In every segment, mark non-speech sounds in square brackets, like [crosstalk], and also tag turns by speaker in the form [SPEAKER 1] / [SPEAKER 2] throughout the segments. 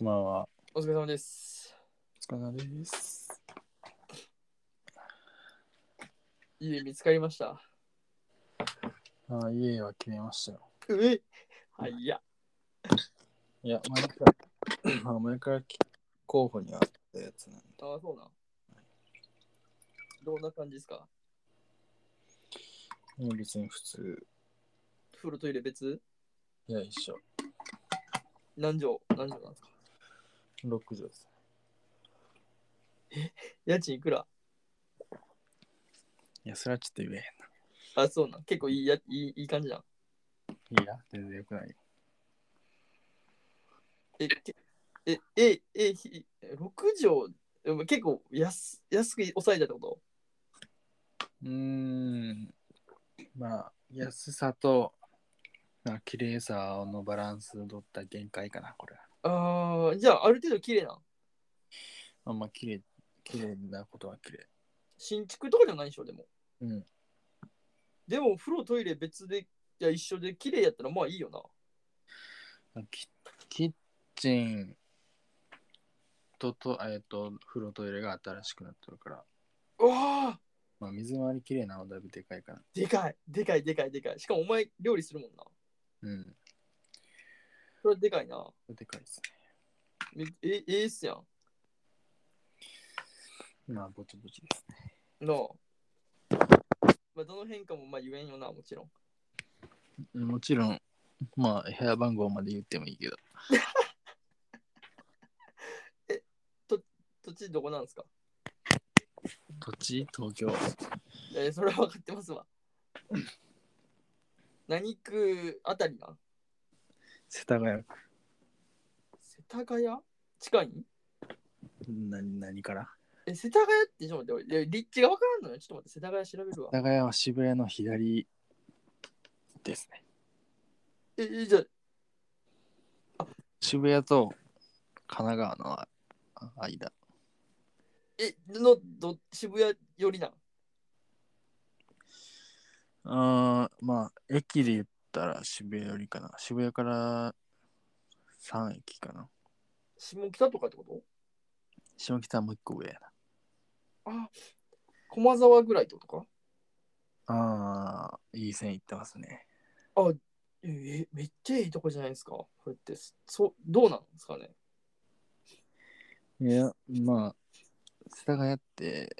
[SPEAKER 1] まあは、
[SPEAKER 2] お疲れ様です。
[SPEAKER 1] お疲れ様です。
[SPEAKER 2] 家見つかりました。
[SPEAKER 1] ああ、家は決めましたよ。
[SPEAKER 2] うえはい、いや。
[SPEAKER 1] いや、前から、まあ、前から候補にあったやつなんで。
[SPEAKER 2] ああ、そうなん。どんな感じですか
[SPEAKER 1] もう別に普通、
[SPEAKER 2] 風呂トイレ別
[SPEAKER 1] いや、一緒。
[SPEAKER 2] 何畳何畳なんですか
[SPEAKER 1] 6畳です。
[SPEAKER 2] 家賃いくら
[SPEAKER 1] いや、それはちょっと言え
[SPEAKER 2] あ、そうなん。結構いいやいいいい感じなん。
[SPEAKER 1] へん。いや、全然よくないよ。
[SPEAKER 2] え、けえ、え、え、ひ6畳でも結構安安く抑えたってこと
[SPEAKER 1] うーん。まあ、安さと、まあ、綺麗さのバランスを取った限界かな、これは。
[SPEAKER 2] ああ、じゃあある程度綺麗なん。
[SPEAKER 1] あんま綺麗、綺麗なことは綺麗。
[SPEAKER 2] 新築とかでもないでしょ、でも。
[SPEAKER 1] うん。
[SPEAKER 2] でも、風呂トイレ別で、いや、一緒で綺麗やったらまあいいよな。
[SPEAKER 1] キキッチンとと、えっと、風呂トイレが新しくなってるから、
[SPEAKER 2] うわあ
[SPEAKER 1] まあ、水回りきれいなのはだいぶでかいかな。
[SPEAKER 2] でかい、でかい、でかい、でかい。しかもお前料理するもんな。
[SPEAKER 1] うん、
[SPEAKER 2] それでかいな。
[SPEAKER 1] でかいです
[SPEAKER 2] めえ、ええっすやん。
[SPEAKER 1] ね。まあ、ぼちぼちですね。
[SPEAKER 2] なあ。まあ、どの変化もまあ言えんよな、もちろん。
[SPEAKER 1] もちろん、まあ、部屋番号まで言ってもいいけど、
[SPEAKER 2] 土地どこなんですか
[SPEAKER 1] 土地、東京、
[SPEAKER 2] いやいや、それは分かってますわ。何区あたりなん
[SPEAKER 1] 世田谷区、
[SPEAKER 2] 世田谷近いん
[SPEAKER 1] 何何から
[SPEAKER 2] え、世田谷ってちょっと待って、俺、いや立地が分からんのよ。ちょっと待って、世田谷調べるわ
[SPEAKER 1] 世。田谷は渋谷の左ですね。
[SPEAKER 2] え、えじゃあ
[SPEAKER 1] 渋谷と神奈川のあ間。
[SPEAKER 2] え、のど渋谷寄りなん
[SPEAKER 1] あーまあ、駅で言ったら渋谷よりかな。渋谷から3駅かな。
[SPEAKER 2] 下北とかってこと
[SPEAKER 1] 下北はもう一個上や
[SPEAKER 2] あ、駒沢ぐらいってことか
[SPEAKER 1] な。ああ、いい線行ってますね。
[SPEAKER 2] ええめっちゃいいとこじゃないですか。これって、そどうなんですかね。
[SPEAKER 1] いや、まあ、世田谷って、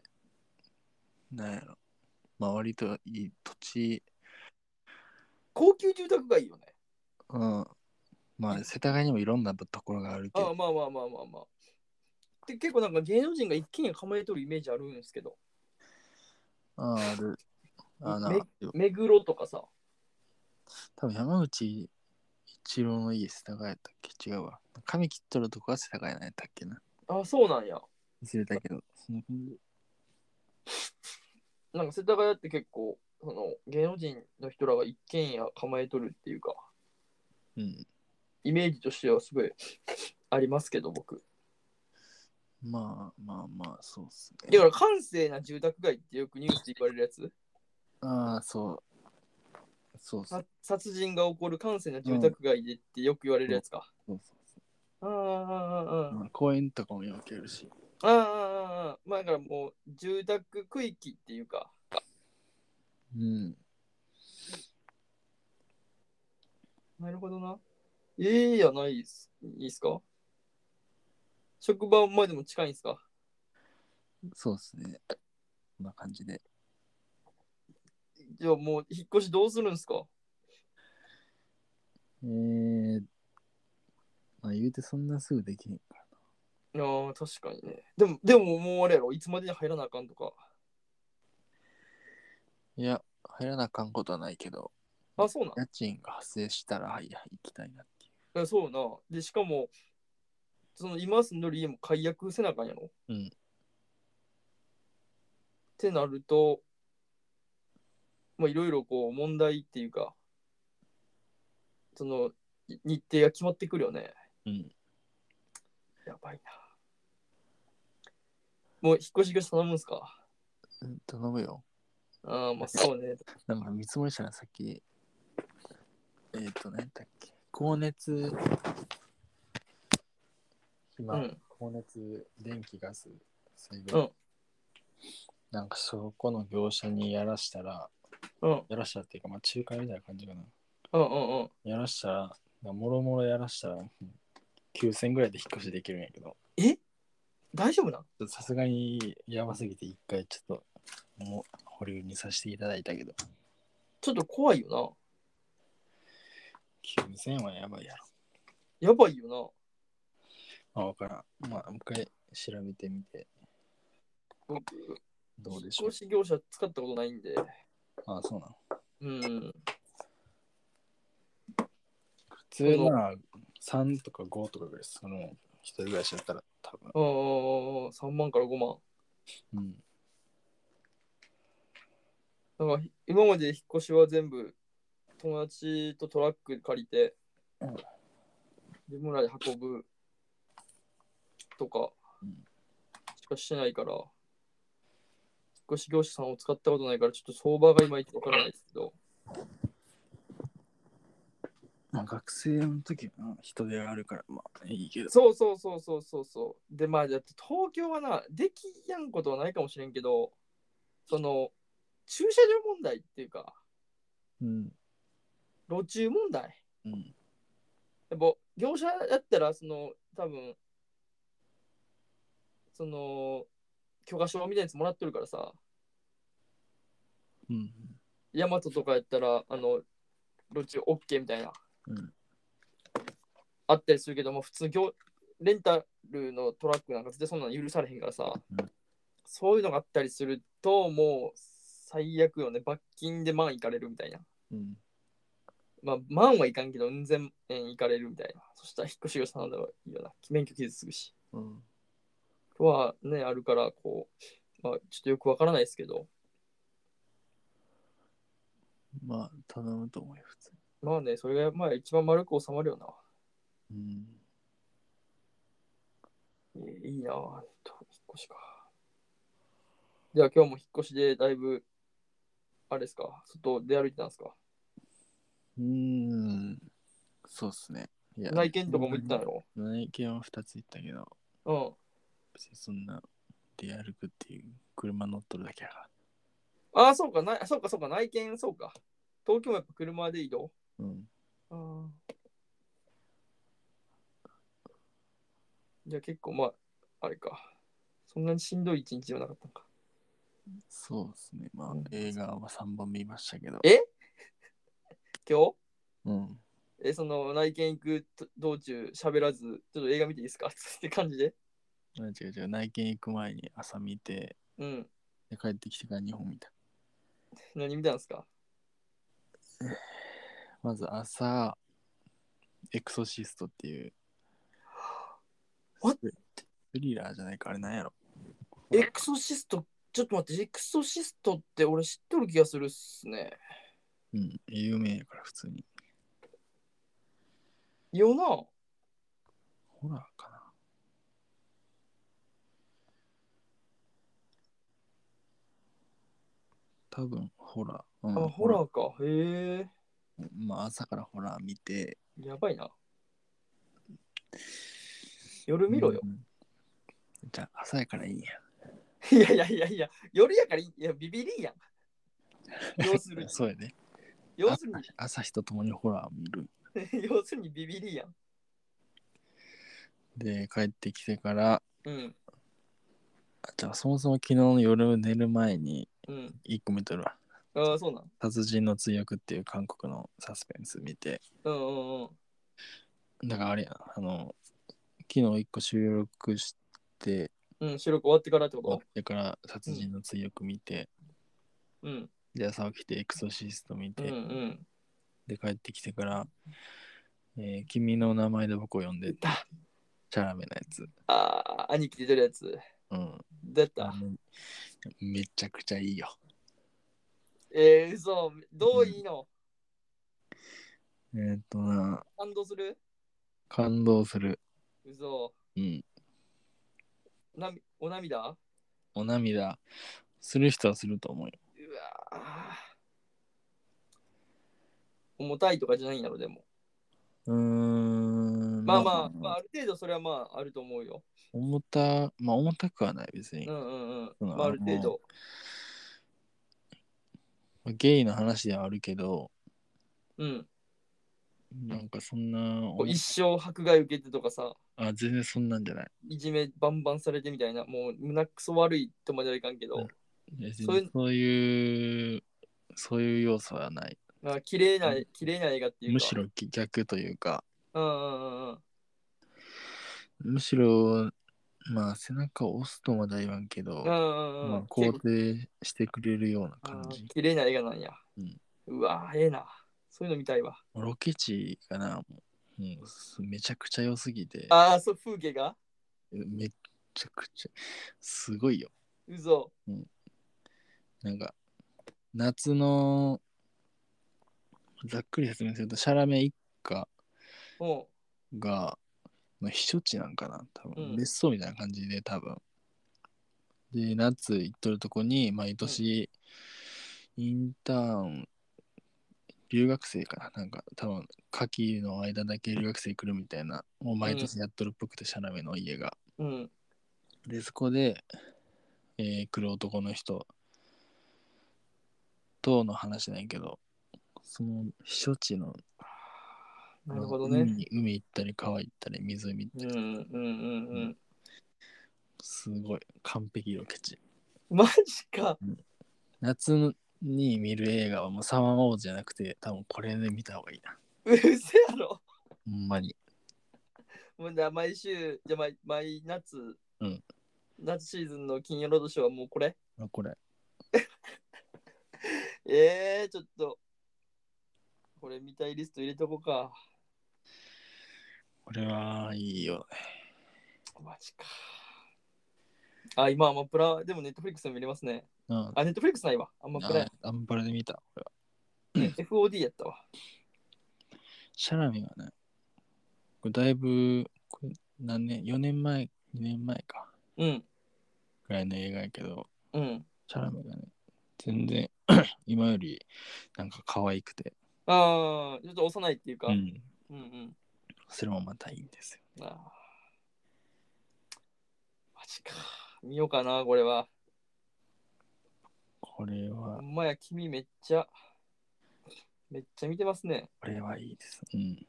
[SPEAKER 1] なんやろ。まあ、割といい土地、
[SPEAKER 2] 高級住宅街よね。
[SPEAKER 1] うん。まあ、世田谷にもいろんなところがあるけ
[SPEAKER 2] あ
[SPEAKER 1] ど、
[SPEAKER 2] まあまあまあまあまあ。で結構なんか芸能人が一軒家構えとるイメージあるんですけど、
[SPEAKER 1] ああある。あな
[SPEAKER 2] め目黒とかさ、
[SPEAKER 1] 多分山口一郎の家世田谷やったっけ違うわ。髪切っとるとこは世田谷なんやったっけな。
[SPEAKER 2] あそうなんや。
[SPEAKER 1] 忘れたけど。その
[SPEAKER 2] なんか世田谷って結構、その芸能人の人らが一軒家構えとるっていうか、
[SPEAKER 1] うん。
[SPEAKER 2] イメージとしてはすごい [laughs] ありますけど、僕。
[SPEAKER 1] まあまあまあ、そうっすね。
[SPEAKER 2] だから閑静な住宅街ってよくニュースで言われるやつ、
[SPEAKER 1] ああ、そう。そうっす
[SPEAKER 2] さ殺人が起こる閑静な住宅街でってよく言われるやつか。
[SPEAKER 1] そうそうそ
[SPEAKER 2] ああああああ
[SPEAKER 1] う。。まあ、公園とかもよけるし。
[SPEAKER 2] ああああああ、まあだからもう住宅区域っていうか、
[SPEAKER 1] うん。
[SPEAKER 2] なるほどな。ええやないっす、いいっすか職場までも近いんすか
[SPEAKER 1] そうっすね。こんな感じで。
[SPEAKER 2] じゃあもう引っ越しどうするんすか
[SPEAKER 1] えー、まあ言うてそんなすぐできへんから。
[SPEAKER 2] ああ、確かにね。でも、でももうあれやろ、いつまでに入らなあかんとか。
[SPEAKER 1] いや、入らなあかんことはないけど、
[SPEAKER 2] あ、そうなん
[SPEAKER 1] 家賃が発生したら、はい、はい行きたいなってい
[SPEAKER 2] えそうな。で、しかも、その今住んでる家も解約せなあかんやろ。
[SPEAKER 1] うん
[SPEAKER 2] ってなると、まあいろいろこう問題っていうか、そのい日程が決まってくるよね。
[SPEAKER 1] う。うん。
[SPEAKER 2] やばいな。もう引っ越し口頼むんすか
[SPEAKER 1] うん頼むよ。
[SPEAKER 2] ああ、まあそうね。
[SPEAKER 1] なんか見積もりしたらさっき、えっ、ー、と、何だっけ、光熱今、
[SPEAKER 2] うん。
[SPEAKER 1] 光熱、電気、ガス、水
[SPEAKER 2] う
[SPEAKER 1] 道、
[SPEAKER 2] ん。
[SPEAKER 1] なんかそこの業者にやらしたら、
[SPEAKER 2] うん。
[SPEAKER 1] やらしたっていうか、まあ、仲介みたいな感じかな。
[SPEAKER 2] うん。うん。うん。
[SPEAKER 1] やらしたら、もろもろやらしたら、9000ぐらいで引っ越しできるんやけど、
[SPEAKER 2] え大丈夫なん
[SPEAKER 1] ちょっとさすがにやばすぎて、一回ちょっと、もう保留にさせていただいたけど、
[SPEAKER 2] ちょっと怖いよ
[SPEAKER 1] 9000はやばいやろ。
[SPEAKER 2] な。やばいよ
[SPEAKER 1] まあ、わからん。まあ、もう一回調べてみて、
[SPEAKER 2] な。僕、
[SPEAKER 1] どうでしょ
[SPEAKER 2] 引
[SPEAKER 1] う
[SPEAKER 2] っ。越し業者使ったことないんで。
[SPEAKER 1] ああ、そうなの。
[SPEAKER 2] うん。
[SPEAKER 1] 普通な3とか5とかぐらいです。その一人暮らしだったら多分。
[SPEAKER 2] ああ、3万から5万。
[SPEAKER 1] うん。
[SPEAKER 2] だから今まで引っ越しは全部友達とトラック借りて
[SPEAKER 1] うん、
[SPEAKER 2] 自分らで運ぶとか
[SPEAKER 1] うん
[SPEAKER 2] しかしてないから、引っ越し業者さんを使ったことないから、ちょっと相場がいまいちわからないですけど、
[SPEAKER 1] まあ学生の時はな人手があるからまあいいけど。
[SPEAKER 2] そうそうそうそうそうそう。で、まあ、だって東京はな、できやんことはないかもしれんけど、その、駐車場問題っていうか、
[SPEAKER 1] うん。
[SPEAKER 2] 路中問題。
[SPEAKER 1] うん。
[SPEAKER 2] やっぱ業者やったらその多分その許可証みたいなやつもらってるからさ
[SPEAKER 1] うん。
[SPEAKER 2] ヤマトとかやったらあの路中 OK みたいな
[SPEAKER 1] うん。
[SPEAKER 2] あったりするけど、まあ、普通業レンタルのトラックなんか絶対そんなの許されへんからさ、
[SPEAKER 1] うん
[SPEAKER 2] そういうのがあったりするともう最悪よね罰金で万いかれるみたいな
[SPEAKER 1] うん。
[SPEAKER 2] まあ万はいかんけどうん千円いかれるみたいなそしたら引っ越し業者なんだろうよな免許傷つくし
[SPEAKER 1] うん。
[SPEAKER 2] はね、あるから、こう、まあ、ちょっとよくわからないですけど、
[SPEAKER 1] まあ頼むと思うよ、普通
[SPEAKER 2] まあね、それが、まあ、一番丸く収まるよな。
[SPEAKER 1] に。うん。
[SPEAKER 2] えいいなぁ、ほんと引っ越しか。じゃあ、今日も引っ越しで、だいぶ、あれですか、外出歩いてたんですか。
[SPEAKER 1] うーん。そうっすね。いや
[SPEAKER 2] 内見とかも行ったんやろ。
[SPEAKER 1] 内見は2つ行ったけど、
[SPEAKER 2] うん。
[SPEAKER 1] 別にそんな出歩くっていう車乗っとるだけやから。
[SPEAKER 2] ああ、そうか、ない、そうか、そうか、内見、そうか。東京もやっぱ車で移動。
[SPEAKER 1] うん。
[SPEAKER 2] ああ。じゃあ、結構、まあ、あれか。そんなにしんどい一日じゃなかったのか。
[SPEAKER 1] そうっすね。まあ
[SPEAKER 2] うん
[SPEAKER 1] 映画は3本見ましたけど。
[SPEAKER 2] え今日
[SPEAKER 1] うん。
[SPEAKER 2] え、その内見行くと道中喋らず、ちょっと映画見ていいですか [laughs] って感じで。
[SPEAKER 1] あ違う違う。内見行く前に朝見て、
[SPEAKER 2] うん。
[SPEAKER 1] で帰ってきてから日本見た。
[SPEAKER 2] 何見たんですか
[SPEAKER 1] まず朝、エクソシストっていう。
[SPEAKER 2] What？
[SPEAKER 1] スリラーじゃないか、あれなんやろ。
[SPEAKER 2] エクソシスト、ちょっと待って、エクソシストって俺知っとる気がするっすね。
[SPEAKER 1] うん、有名やから、普通に。
[SPEAKER 2] よな。
[SPEAKER 1] ホラーかな。多分、ホラー。うん、
[SPEAKER 2] あ、ホラーか。へえ。
[SPEAKER 1] ー。まあ、朝からホラー見て。
[SPEAKER 2] やばいな。夜見ろよ
[SPEAKER 1] う。んじゃあ、朝やからいいや。
[SPEAKER 2] [laughs] いやいやいやいや、夜やからいい、いや、ビ
[SPEAKER 1] [laughs]
[SPEAKER 2] ビりんやん。要するに、
[SPEAKER 1] そうやね。
[SPEAKER 2] 要するに、 [laughs]
[SPEAKER 1] 朝日と共にホラーを見る。
[SPEAKER 2] 要するにビビりんやん。
[SPEAKER 1] で、帰ってきてから、
[SPEAKER 2] うん、
[SPEAKER 1] あじゃあ、そもそも昨日の夜寝る前に、
[SPEAKER 2] うん。
[SPEAKER 1] 一個見とるわ。
[SPEAKER 2] ああ、そうなん。
[SPEAKER 1] 殺人の追憶っていう韓国のサスペンス見て。
[SPEAKER 2] うんうんうん。
[SPEAKER 1] だからあれやな、あの、昨日一個収録して、
[SPEAKER 2] うん、収録終わってからってこ
[SPEAKER 1] 終わ
[SPEAKER 2] と
[SPEAKER 1] ってから殺人の追憶見て、
[SPEAKER 2] うん。
[SPEAKER 1] で、朝起きてエクソシスト見
[SPEAKER 2] う
[SPEAKER 1] て、
[SPEAKER 2] んうん。
[SPEAKER 1] で、帰ってきてから、えー君の名前で僕を呼んで、
[SPEAKER 2] 出た。
[SPEAKER 1] チャラめなやつ。
[SPEAKER 2] あー、兄貴出てるやつ。
[SPEAKER 1] うん。
[SPEAKER 2] 出た
[SPEAKER 1] あ。のめちゃくちゃいいよ。
[SPEAKER 2] えー、嘘。どういいの、
[SPEAKER 1] えーっとな、
[SPEAKER 2] 感動する
[SPEAKER 1] 感動する。
[SPEAKER 2] 嘘。
[SPEAKER 1] うん。
[SPEAKER 2] なみお涙うわ
[SPEAKER 1] お涙する人はすると思うよ。
[SPEAKER 2] ー重たいとかじゃないんやろ、でも。
[SPEAKER 1] うーん、
[SPEAKER 2] まあまあ、まあ、ある程度それはまああると思うよ。
[SPEAKER 1] 重た、まあ重たくはない別に
[SPEAKER 2] う。んうんう
[SPEAKER 1] うん
[SPEAKER 2] ん。まあ、ある程度。
[SPEAKER 1] まあゲイの話ではあるけど、
[SPEAKER 2] うん。
[SPEAKER 1] なんかそんな、
[SPEAKER 2] こう一生迫害受けてとかさ、
[SPEAKER 1] あ全然そんなんじゃない。
[SPEAKER 2] いじめバンバンされてみたいな、もう胸くそ悪いとまではいかんけど、
[SPEAKER 1] いや全
[SPEAKER 2] そうい
[SPEAKER 1] 然
[SPEAKER 2] う
[SPEAKER 1] そういう、そういう要素はない。
[SPEAKER 2] まあ綺麗な
[SPEAKER 1] うん、
[SPEAKER 2] 綺麗な映画っていうか。
[SPEAKER 1] むし。ろ逆というか、
[SPEAKER 2] うんうんうんうん。
[SPEAKER 1] むしろ、まあ背中を押すとまだ言わんけど、
[SPEAKER 2] うんうん
[SPEAKER 1] ま
[SPEAKER 2] う
[SPEAKER 1] あ
[SPEAKER 2] ん。
[SPEAKER 1] 肯
[SPEAKER 2] 結構
[SPEAKER 1] 定してくれるような
[SPEAKER 2] あ
[SPEAKER 1] 感
[SPEAKER 2] ー
[SPEAKER 1] じ。
[SPEAKER 2] 綺麗な映画なんや。
[SPEAKER 1] うん
[SPEAKER 2] うわーええな。そういうの見たいわ。
[SPEAKER 1] ロケ地かな、もうもうめちゃくちゃ良すぎて、
[SPEAKER 2] ああ、そう、風景が
[SPEAKER 1] めっちゃくちゃ、すごいよ。
[SPEAKER 2] 嘘。
[SPEAKER 1] なんか、夏の、ざっくり説明すると、シャラメ一家
[SPEAKER 2] うん。
[SPEAKER 1] が、まあ、避暑地なんかな、多分、
[SPEAKER 2] うん
[SPEAKER 1] 別荘みたいな感じで、多分。で、夏行っとるとこに、毎年、インターン、留学生かな、なんか、多分、夏季の間だけ留学生来るみたいな、もう毎年やっとるっぽくて、シャラメの家が。
[SPEAKER 2] うん。
[SPEAKER 1] で、そこで、えー来る男の人との話なんやけど、その避暑地の、
[SPEAKER 2] なるほど
[SPEAKER 1] 海
[SPEAKER 2] ね。
[SPEAKER 1] に海行ったり、川行ったり、湖行っ
[SPEAKER 2] う
[SPEAKER 1] たり、
[SPEAKER 2] んうんうんうん。
[SPEAKER 1] すごい完璧ロケ地。
[SPEAKER 2] マジか。
[SPEAKER 1] 夏に見る映画はもうサマーウォーズじゃなくて、多分これで見た方がいいな。
[SPEAKER 2] うせやろ。
[SPEAKER 1] ほんまに。
[SPEAKER 2] もうじゃあ毎週、じゃあ毎毎夏、
[SPEAKER 1] うん
[SPEAKER 2] 夏シーズンの金曜ロードショーはもうこれ
[SPEAKER 1] あこれ、
[SPEAKER 2] えー、ちょっと。これ見たいリスト入れとこうか。
[SPEAKER 1] これはいいよね。
[SPEAKER 2] マジか。あ、今、アマプラ、でもネットフリックスでも見れますね。
[SPEAKER 1] うん。
[SPEAKER 2] あ、ネットフリックスないわ。アマプラや
[SPEAKER 1] あ。アンパラで見た、これは。
[SPEAKER 2] ね FOD やったわ。
[SPEAKER 1] シャラメがね、これだいぶ、これ何年 ?4 年前、2年前か。
[SPEAKER 2] うん。
[SPEAKER 1] ぐらいの映画やけど、
[SPEAKER 2] うん。
[SPEAKER 1] チャラメがね、全然 [clears throat] 今よりなんか可愛くて、
[SPEAKER 2] ああ、ちょっと幼いっていうか。
[SPEAKER 1] うん、
[SPEAKER 2] うんうん。
[SPEAKER 1] それもまたいいんですよ。
[SPEAKER 2] あーマジか。見ようかな、これは。
[SPEAKER 1] これ
[SPEAKER 2] ほ
[SPEAKER 1] は、
[SPEAKER 2] んまや、君めっちゃ、めっちゃ見てますね。
[SPEAKER 1] これはいいです。うん。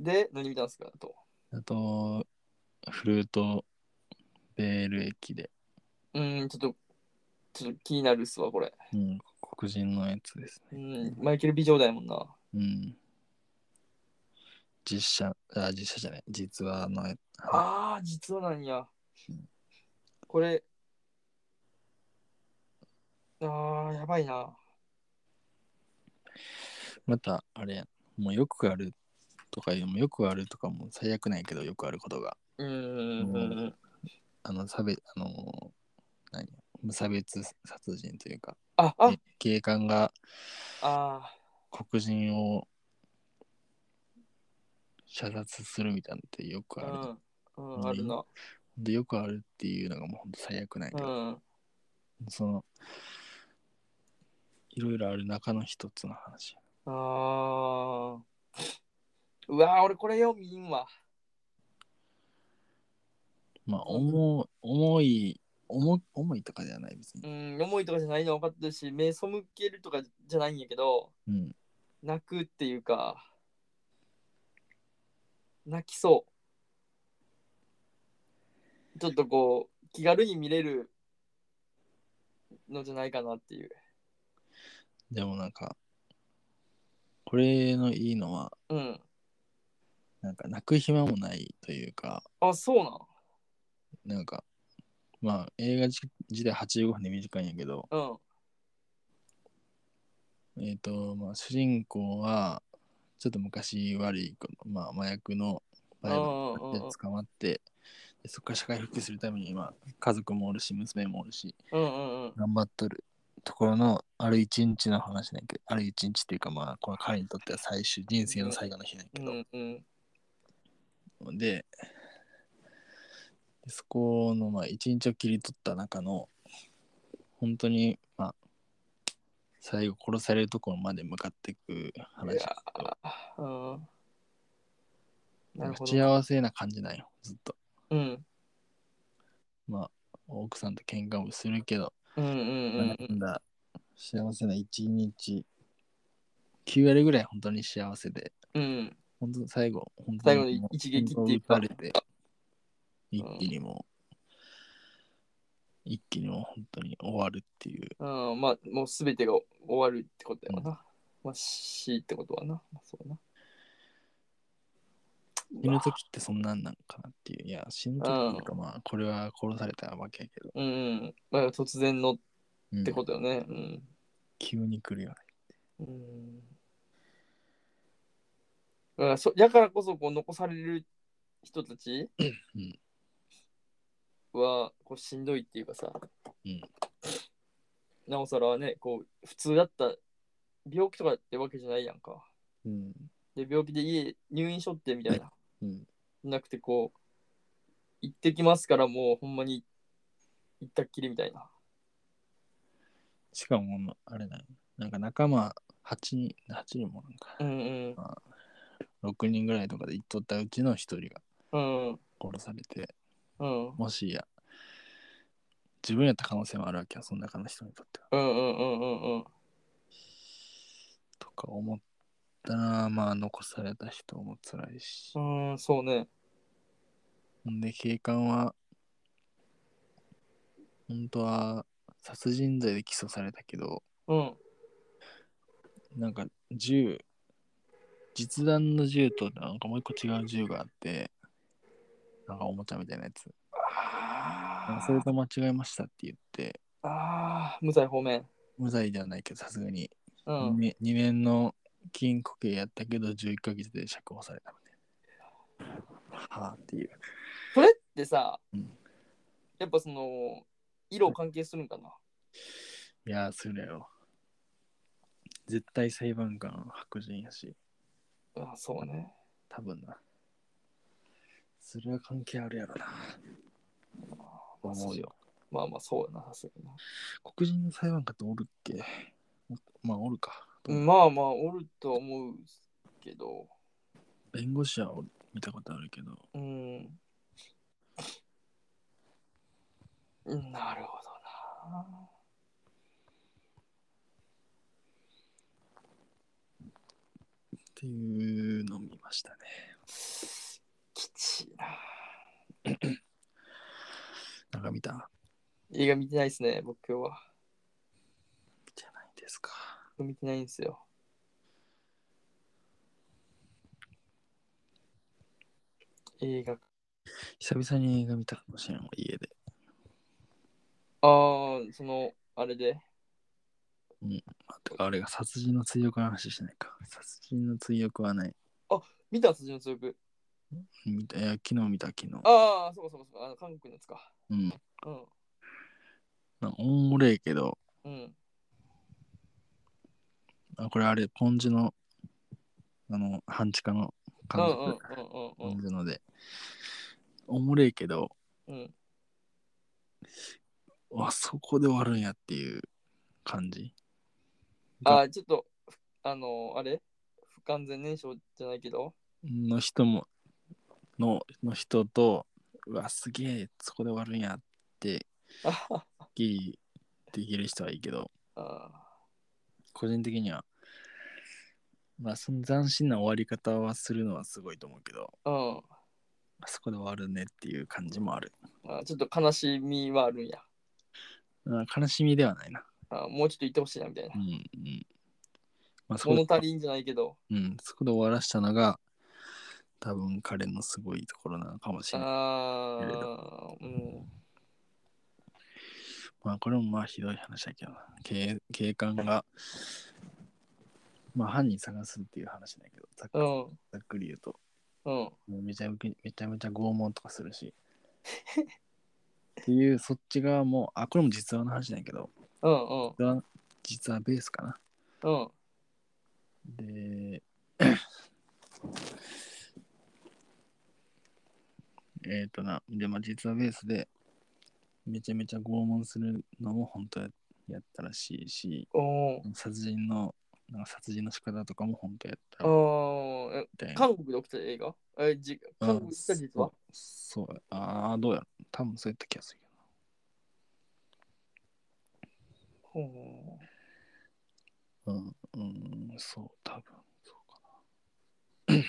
[SPEAKER 2] で、何見たんですかと。
[SPEAKER 1] あと、フルート、ベール駅で、
[SPEAKER 2] うーん、ちょっと、ちょっと気になるっすわ、これ。
[SPEAKER 1] うん、黒人のやつです
[SPEAKER 2] う
[SPEAKER 1] ね。
[SPEAKER 2] ん、マイケル・ビジョーだもんな。
[SPEAKER 1] うん。実写、あ、実写じゃない、実話のやつ。
[SPEAKER 2] ああ、実はなんや
[SPEAKER 1] うん。
[SPEAKER 2] これ、ああ、やばいな。
[SPEAKER 1] また、あれやん、もうよくあるとかいうのも、よくあるとかも最悪ないけど、よくあることが。
[SPEAKER 2] うーん、うんうん、
[SPEAKER 1] あの、差別、あのー何無差別殺人というか、
[SPEAKER 2] あ、あ、
[SPEAKER 1] 警官が
[SPEAKER 2] あ
[SPEAKER 1] 黒人を射殺するみたいなのってよくある。
[SPEAKER 2] あ、うん、うん、あるな。
[SPEAKER 1] で、よくあるっていうのがもう本当最悪ないけ
[SPEAKER 2] う
[SPEAKER 1] ど、
[SPEAKER 2] ん。
[SPEAKER 1] その、いろいろある中の一つの話。
[SPEAKER 2] ああ。うわー、俺これよ、みんわ。
[SPEAKER 1] まあ、重い、重い、重重いとかではない別
[SPEAKER 2] う
[SPEAKER 1] に。
[SPEAKER 2] ん、思いとかじゃないの分かってるし、目背けるとかじゃないんやけど、
[SPEAKER 1] うん。
[SPEAKER 2] 泣くっていうか、泣きそう。ちょっとこう、気軽に見れるのじゃないかなっていう。
[SPEAKER 1] でもなんか、これのいいのは、
[SPEAKER 2] うん。
[SPEAKER 1] なんか泣く暇もないというか、
[SPEAKER 2] あ、そうなん。
[SPEAKER 1] なんか、まあ、映画自自体85分で短いんやけど、
[SPEAKER 2] うん。
[SPEAKER 1] えっ、と、まあ、主人公は、ちょっと昔悪い、このまあ、麻薬のバイ
[SPEAKER 2] うんうんう
[SPEAKER 1] ブ
[SPEAKER 2] ん
[SPEAKER 1] で捕まって、でそこから社会復帰するために、まあ、家族もおるし、娘もおるし、
[SPEAKER 2] うんうんうん。
[SPEAKER 1] 頑張っとるところの、ある一日の話なんやけど、ある一日っていうか、まあ、この彼にとっては最終、人生の最後の日なんやけ
[SPEAKER 2] う
[SPEAKER 1] ど、
[SPEAKER 2] んうん。
[SPEAKER 1] で、でそこのまあ一日を切り取った中の本当にまあ最後殺されるところまで向かっていく
[SPEAKER 2] い
[SPEAKER 1] 話
[SPEAKER 2] やーうん。なるほど。
[SPEAKER 1] 幸せな感じなんよずっと
[SPEAKER 2] うん。
[SPEAKER 1] 奥さんと喧嘩もするけど、
[SPEAKER 2] うんうんうんう。
[SPEAKER 1] なんんだ幸せな一日9割ぐらい本当に幸せで
[SPEAKER 2] うん。
[SPEAKER 1] 本当最後本当
[SPEAKER 2] 最後の一撃っていうか
[SPEAKER 1] 本当に打たれて一気にもう、一気にもう本当に終わるっていう
[SPEAKER 2] うん、まあ、もうすべてが終わるってことやわな。まあ、死ってことはな。まあ、そうやな。
[SPEAKER 1] 死ぬ時ってそんなんなんかなっていういや死ぬ時っていうかまあこれは殺されたわけやけど、
[SPEAKER 2] うんうん。まあ、突然のっ
[SPEAKER 1] うん
[SPEAKER 2] てことよね。うん。
[SPEAKER 1] 急に来るよね
[SPEAKER 2] うん。だからそやからこそこう残される人たち
[SPEAKER 1] ん
[SPEAKER 2] はこうしんどいっていうかさ、
[SPEAKER 1] ん
[SPEAKER 2] なおさらねこう普通だった病気とかってわけじゃないやんか
[SPEAKER 1] うん
[SPEAKER 2] で病気で家入院しょってみたいな
[SPEAKER 1] うん
[SPEAKER 2] なくてこう行ってきますからもうほんまに行ったっきりみたいな
[SPEAKER 1] しかもまああれだよなんか仲間8人8人もなんか、
[SPEAKER 2] うん
[SPEAKER 1] 6人ぐらいとかで行っとったうちの1人が
[SPEAKER 2] うんうん
[SPEAKER 1] 殺されて
[SPEAKER 2] うん
[SPEAKER 1] もしや自分やった可能性もあるわけよその中の人にとっては
[SPEAKER 2] うんうんうんうんうん
[SPEAKER 1] とか思ったらまあ残された人も辛いし
[SPEAKER 2] う、ーん、そうね。
[SPEAKER 1] ほんで警官は本当は殺人罪で起訴されたけど
[SPEAKER 2] うん。
[SPEAKER 1] なんか銃実弾の銃となんかもう一個違う銃があってなんかおもちゃみたいなやつなん
[SPEAKER 2] あ
[SPEAKER 1] かそれと間違えましたって言って
[SPEAKER 2] あー、無罪方面。
[SPEAKER 1] 無罪ではないけどさすがに
[SPEAKER 2] うん。
[SPEAKER 1] 2年の禁固刑やったけど11ヶ月で釈放されたみたいな。はあっていう。
[SPEAKER 2] それってさ
[SPEAKER 1] うん、
[SPEAKER 2] やっぱその、色関係するんかな。
[SPEAKER 1] いやー、それよ。絶対裁判官白人やし、
[SPEAKER 2] あーそうね。
[SPEAKER 1] 多分な。それは関係あるやろな。思うよ。
[SPEAKER 2] まあまあ、そうやな、さすがにな
[SPEAKER 1] 黒人の裁判官っておるっけまあ、おるか。
[SPEAKER 2] うんまあまあ、おるとは思うけど、
[SPEAKER 1] 弁護士はおる見たことあるけど、
[SPEAKER 2] うん。うんなるほどな。
[SPEAKER 1] っていうのを見ましたね。
[SPEAKER 2] きちいな。
[SPEAKER 1] なんか見た
[SPEAKER 2] 映画見てないですね、僕今日は。
[SPEAKER 1] 見てないですか。
[SPEAKER 2] 見てないんですよ。映画。
[SPEAKER 1] 久々に映画見たかもしれんわ、家で。
[SPEAKER 2] ああ、その、あれで。
[SPEAKER 1] あてかあれが殺人の追憶の話してないか。殺人の追憶はない。
[SPEAKER 2] 見た辻の強く。
[SPEAKER 1] 見たいや昨日見た、昨日。
[SPEAKER 2] ああ、そうかそうかそうか。あの、韓国のやつか。
[SPEAKER 1] うん。
[SPEAKER 2] うん。
[SPEAKER 1] なんかおもれえけど、
[SPEAKER 2] うん。
[SPEAKER 1] あこれあれ、ポンジの、あの、半地下の
[SPEAKER 2] うん
[SPEAKER 1] 監
[SPEAKER 2] うん
[SPEAKER 1] 督、
[SPEAKER 2] うんうん
[SPEAKER 1] ポンジので。おもれえけど、
[SPEAKER 2] うん。うん。
[SPEAKER 1] あそこで終わるんやっていう感じ。
[SPEAKER 2] ああ、ちょっと、あの、あれ不完全燃焼じゃないけど。
[SPEAKER 1] の人も、のの人と、うわ、すげえ、そこで終わるんやって、
[SPEAKER 2] あは
[SPEAKER 1] はっきりできる人はいいけど、
[SPEAKER 2] あ
[SPEAKER 1] 個人的には、まあ、その斬新な終わり方はするのはすごいと思うけど、
[SPEAKER 2] ーうん。
[SPEAKER 1] あそこで終わるねっていう感じもある。
[SPEAKER 2] あーちょっと悲しみはあるんや。
[SPEAKER 1] あ悲しみではないな。
[SPEAKER 2] あーもうちょっといてほしいなみたいな
[SPEAKER 1] うん。うん。まあ、そこ
[SPEAKER 2] 物
[SPEAKER 1] で
[SPEAKER 2] 足りんじゃないけど。
[SPEAKER 1] うん、そこで終わらしたのが、多分彼のすごいところなのかもしれない。
[SPEAKER 2] あ
[SPEAKER 1] いろい
[SPEAKER 2] あ、うん。
[SPEAKER 1] まあ、これもまあひどい話だけどな。警警官が、まあ、犯人探すっていう話だけど、ざっく
[SPEAKER 2] う
[SPEAKER 1] り
[SPEAKER 2] ん。
[SPEAKER 1] ざっくり言うと。
[SPEAKER 2] うん。
[SPEAKER 1] もうめちゃめちゃめちゃめちゃ拷問とかするし。 [laughs] っていうそっち側もあこれも実話の話なんやけど
[SPEAKER 2] うん。うん。
[SPEAKER 1] 実話実話ベースかな。
[SPEAKER 2] うん。
[SPEAKER 1] で [coughs] えっとなでまあ実話ベースでめちゃめちゃ拷問するのも本当ややったらしいし
[SPEAKER 2] おー
[SPEAKER 1] 殺人のなんか殺人の仕方とかも本当やった
[SPEAKER 2] あ
[SPEAKER 1] み
[SPEAKER 2] ーえ
[SPEAKER 1] たいな。
[SPEAKER 2] 韓国で起きた映画えじ韓国で起きた実は、
[SPEAKER 1] そうそうああどうやろ多分そうやった気がするけど
[SPEAKER 2] ほう
[SPEAKER 1] うん、うん、そう、多分そうか [coughs] な。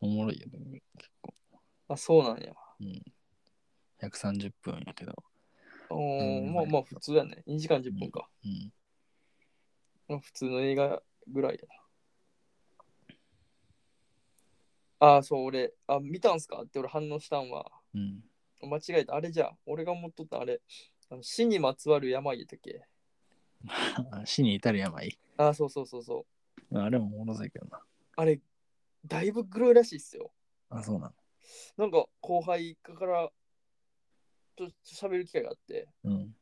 [SPEAKER 1] おもろいよね、結構。
[SPEAKER 2] あ、そうなんや。
[SPEAKER 1] うん。130分やけど。
[SPEAKER 2] おー
[SPEAKER 1] うん
[SPEAKER 2] まあまあ普通やね。2時間10分か。
[SPEAKER 1] うん。
[SPEAKER 2] まあ普通の映画ぐらいやな。あー、そう、俺、あ、見たんすかって俺反応したんは。
[SPEAKER 1] うん。
[SPEAKER 2] 間違えた。あれじゃ、俺が思っとったあれ。あの死にまつわる病やったっけ
[SPEAKER 1] 死に至る病。
[SPEAKER 2] あー、そうそうそうそう。
[SPEAKER 1] あれもおもろそうやけどな。
[SPEAKER 2] あれ、だいぶ黒いらしいっすよ。
[SPEAKER 1] あ、そうな
[SPEAKER 2] なんか後輩からちょっと喋る機会があって、
[SPEAKER 1] の。うん。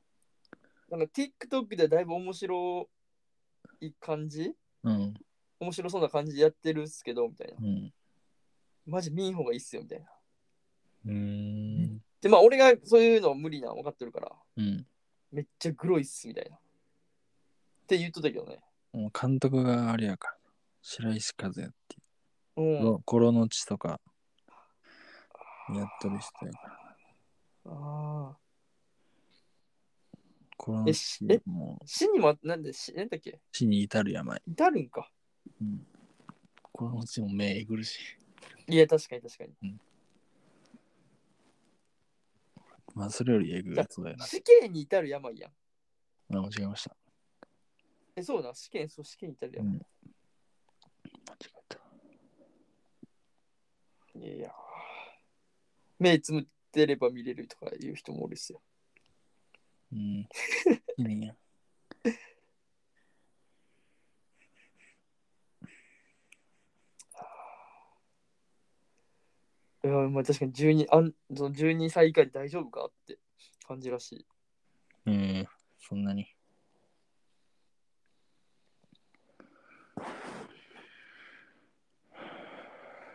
[SPEAKER 2] なんか TikTok でだいぶ面白い感じ
[SPEAKER 1] うん。
[SPEAKER 2] 面白そうな感じでやってるっすけど、みたいな。
[SPEAKER 1] うん。
[SPEAKER 2] マジ見ん方がいいっすよ、みたいな。
[SPEAKER 1] うーん。
[SPEAKER 2] で、まあ俺がそういうのは無理なの分かってるから、
[SPEAKER 1] うん。
[SPEAKER 2] めっちゃグロいっす、みたいな。って言っとったけどね。
[SPEAKER 1] もう監督があれやから。白石和也って
[SPEAKER 2] うん。
[SPEAKER 1] いう。コロの血とか、やってる人やから。
[SPEAKER 2] ああ。
[SPEAKER 1] コロの
[SPEAKER 2] え
[SPEAKER 1] 血
[SPEAKER 2] し、
[SPEAKER 1] もう
[SPEAKER 2] 死にま、なんで、死、なんだっけ
[SPEAKER 1] 死に至る病。
[SPEAKER 2] 至るんか。
[SPEAKER 1] うん。コロの血も目えぐるしい。
[SPEAKER 2] いや、確かに確かに。
[SPEAKER 1] まあ、それよりえぐいやつだよな。
[SPEAKER 2] 死刑に至る病やん。
[SPEAKER 1] あ、間違えました。
[SPEAKER 2] え、そうな、死刑、そう、死刑に至る
[SPEAKER 1] う
[SPEAKER 2] 病。
[SPEAKER 1] ん。間違えた。
[SPEAKER 2] いやー。目つむってれば見れるとかいう人もおるっすよ。 [laughs]
[SPEAKER 1] うん。いいね。
[SPEAKER 2] いやー、まあ確かに12、あんその12歳以下で大丈夫かって感じらしい。
[SPEAKER 1] うん。そんなに。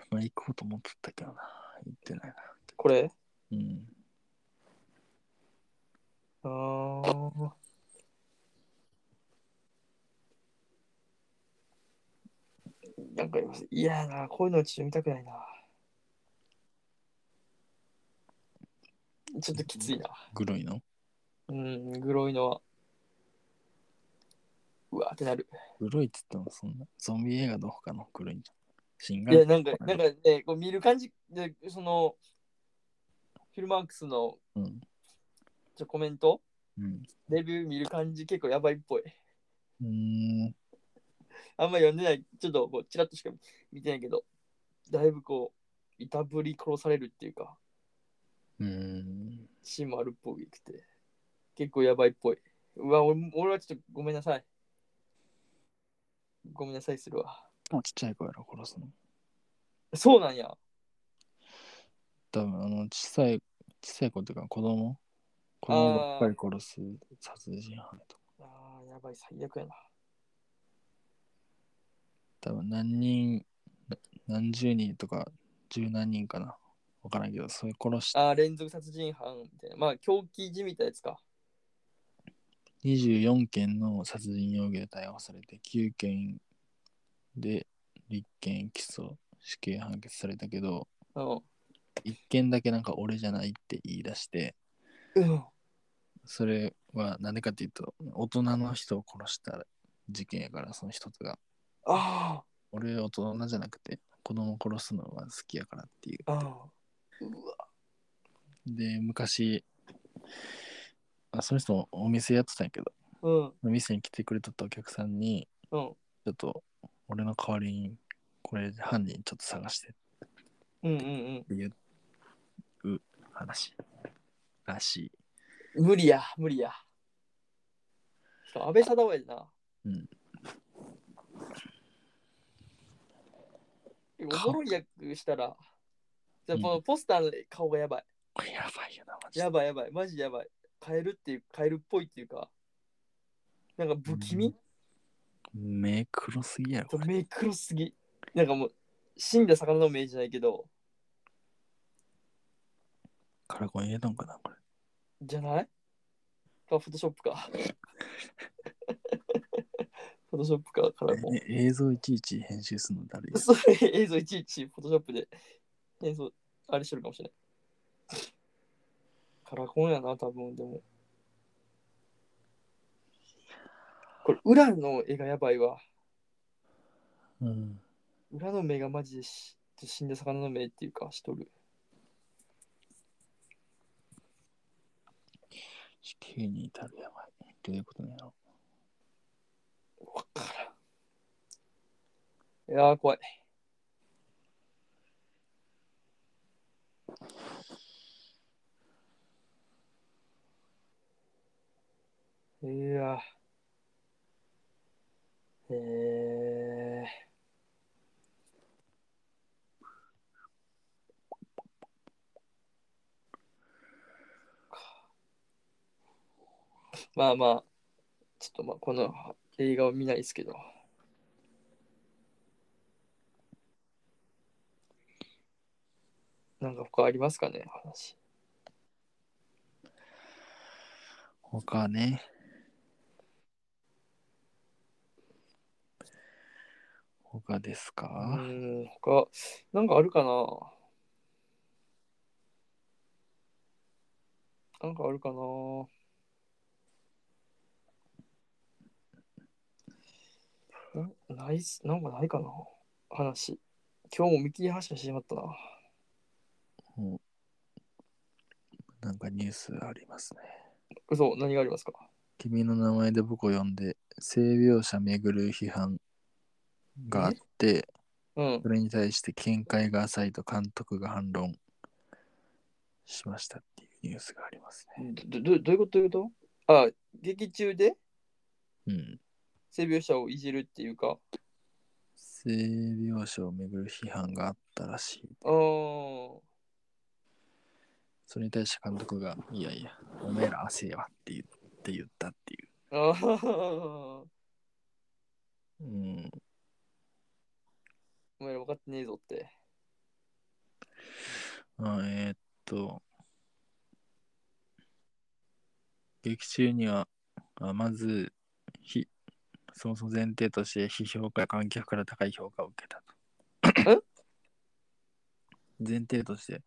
[SPEAKER 1] まあ、行こうと思ってたけどな。行ってないな。
[SPEAKER 2] これ
[SPEAKER 1] うん。
[SPEAKER 2] あーなんか嫌やな、こういうのちょっと見たくないな。ちょっときついな。
[SPEAKER 1] グロいの
[SPEAKER 2] うん、グロいのは。うわーってなる。
[SPEAKER 1] グロいって言ってもそんな。ゾンビ映画どうかのグロいんじゃん。新
[SPEAKER 2] い
[SPEAKER 1] 型
[SPEAKER 2] や、なんか、なんかね、こう見る感じ、でその、フィルマークスの
[SPEAKER 1] うん。
[SPEAKER 2] ちょコメント、
[SPEAKER 1] うん。
[SPEAKER 2] レビュー見る感じ結構やばいっぽい。 [laughs]
[SPEAKER 1] うーん。
[SPEAKER 2] あんま読んでない、ちょっとこうチラッとしか見てないけど、だいぶこう、いたぶり殺されるっていうか、
[SPEAKER 1] うーん。
[SPEAKER 2] シーンもあるっぽくて、結構やばいっぽい。うわ、俺俺はちょっとごめんなさい。ごめんなさいするわ。
[SPEAKER 1] もうちっちゃい子やろ、殺すの。
[SPEAKER 2] そうなんや。
[SPEAKER 1] 多分あの小さい小さい子っていうか子供子供ばっかり殺す殺人犯とか
[SPEAKER 2] あーやばい、最悪やな。
[SPEAKER 1] 多分何人な何十人とか十何人かな分からんけどそういう殺し
[SPEAKER 2] あー連続殺人犯みたいな。まあ、狂気じみたやつか。
[SPEAKER 1] 24件の殺人容疑で逮捕されて9件で立件起訴死刑判決されたけど
[SPEAKER 2] うん。
[SPEAKER 1] 1件だけなんか俺じゃないって言い出して
[SPEAKER 2] うん。
[SPEAKER 1] それは何でかっていうと大人の人を殺した事件やからその一つが
[SPEAKER 2] あ
[SPEAKER 1] 俺大人じゃなくて子供殺すのが好きやからっていう
[SPEAKER 2] あ。ああ。うわ。
[SPEAKER 1] で昔あその人もお店やってたんやけど
[SPEAKER 2] うん。
[SPEAKER 1] 店に来てくれとったお客さんに
[SPEAKER 2] うん。
[SPEAKER 1] ちょっと俺の代わりにこれ犯人ちょっと探してっ
[SPEAKER 2] うんうん
[SPEAKER 1] ていう話らし
[SPEAKER 2] うん。無理や、無理や。しかも安倍貞夫やでな。
[SPEAKER 1] うん。
[SPEAKER 2] おもろい役したら、じゃあこのポスターの顔がやばい。
[SPEAKER 1] いやばいよなマジで
[SPEAKER 2] やばいやばい。マジやばい。カエルっていう、カエルっぽいっていうか、なんか不気味、
[SPEAKER 1] 目黒すぎやろこれ
[SPEAKER 2] 目黒すぎ。なんかもう、死んだ魚の目じゃないけど、
[SPEAKER 1] カラコン入れたんかなこれ
[SPEAKER 2] じゃないか、フォトショップか。フォトショップからからも。
[SPEAKER 1] え映像いちいち編集するのだるい。
[SPEAKER 2] それ映像いちいちフォトショップで映像あれしてるかもしれない。カラコンやな、多分でも。これ、裏の絵がやばいわ。
[SPEAKER 1] うん。
[SPEAKER 2] 裏の目がマジでし死んだ魚の目っていうか、しとる。
[SPEAKER 1] 死刑に至るやばい。どういうことなの
[SPEAKER 2] わからん。いやー、怖い。いやー。えー。まあまあ、ちょっとまあこの映画を見ないですけど。なんか他ありますかね話。
[SPEAKER 1] 他ね。他です
[SPEAKER 2] う
[SPEAKER 1] か、
[SPEAKER 2] ん、他、なんかあるかななんかあるかななないっす、なんかないかな話。今日も見切り発車してしまったな。
[SPEAKER 1] なんかニュースありますね。
[SPEAKER 2] 嘘、何がありますか
[SPEAKER 1] 君の名前で僕を呼んで、性描写めぐる批判があって、
[SPEAKER 2] うん。
[SPEAKER 1] それに対して見解が浅いと監督が反論しましたっていうニュースがありますね。
[SPEAKER 2] どどどういうことどういうことあ、劇中で
[SPEAKER 1] うん。
[SPEAKER 2] 性描写をいじるっていうか。
[SPEAKER 1] 性描写をめぐる批判があったらしい。
[SPEAKER 2] あー
[SPEAKER 1] それに対して監督が、いやいや、おめえら汗やわって言って言ったっていう。
[SPEAKER 2] あー。 [laughs]
[SPEAKER 1] うん。
[SPEAKER 2] お前ら分かってねえぞって。
[SPEAKER 1] あえーっと、劇中には、あまず、ひそもそも前提として、批評家や観客から高い評価を受けたと。前提として、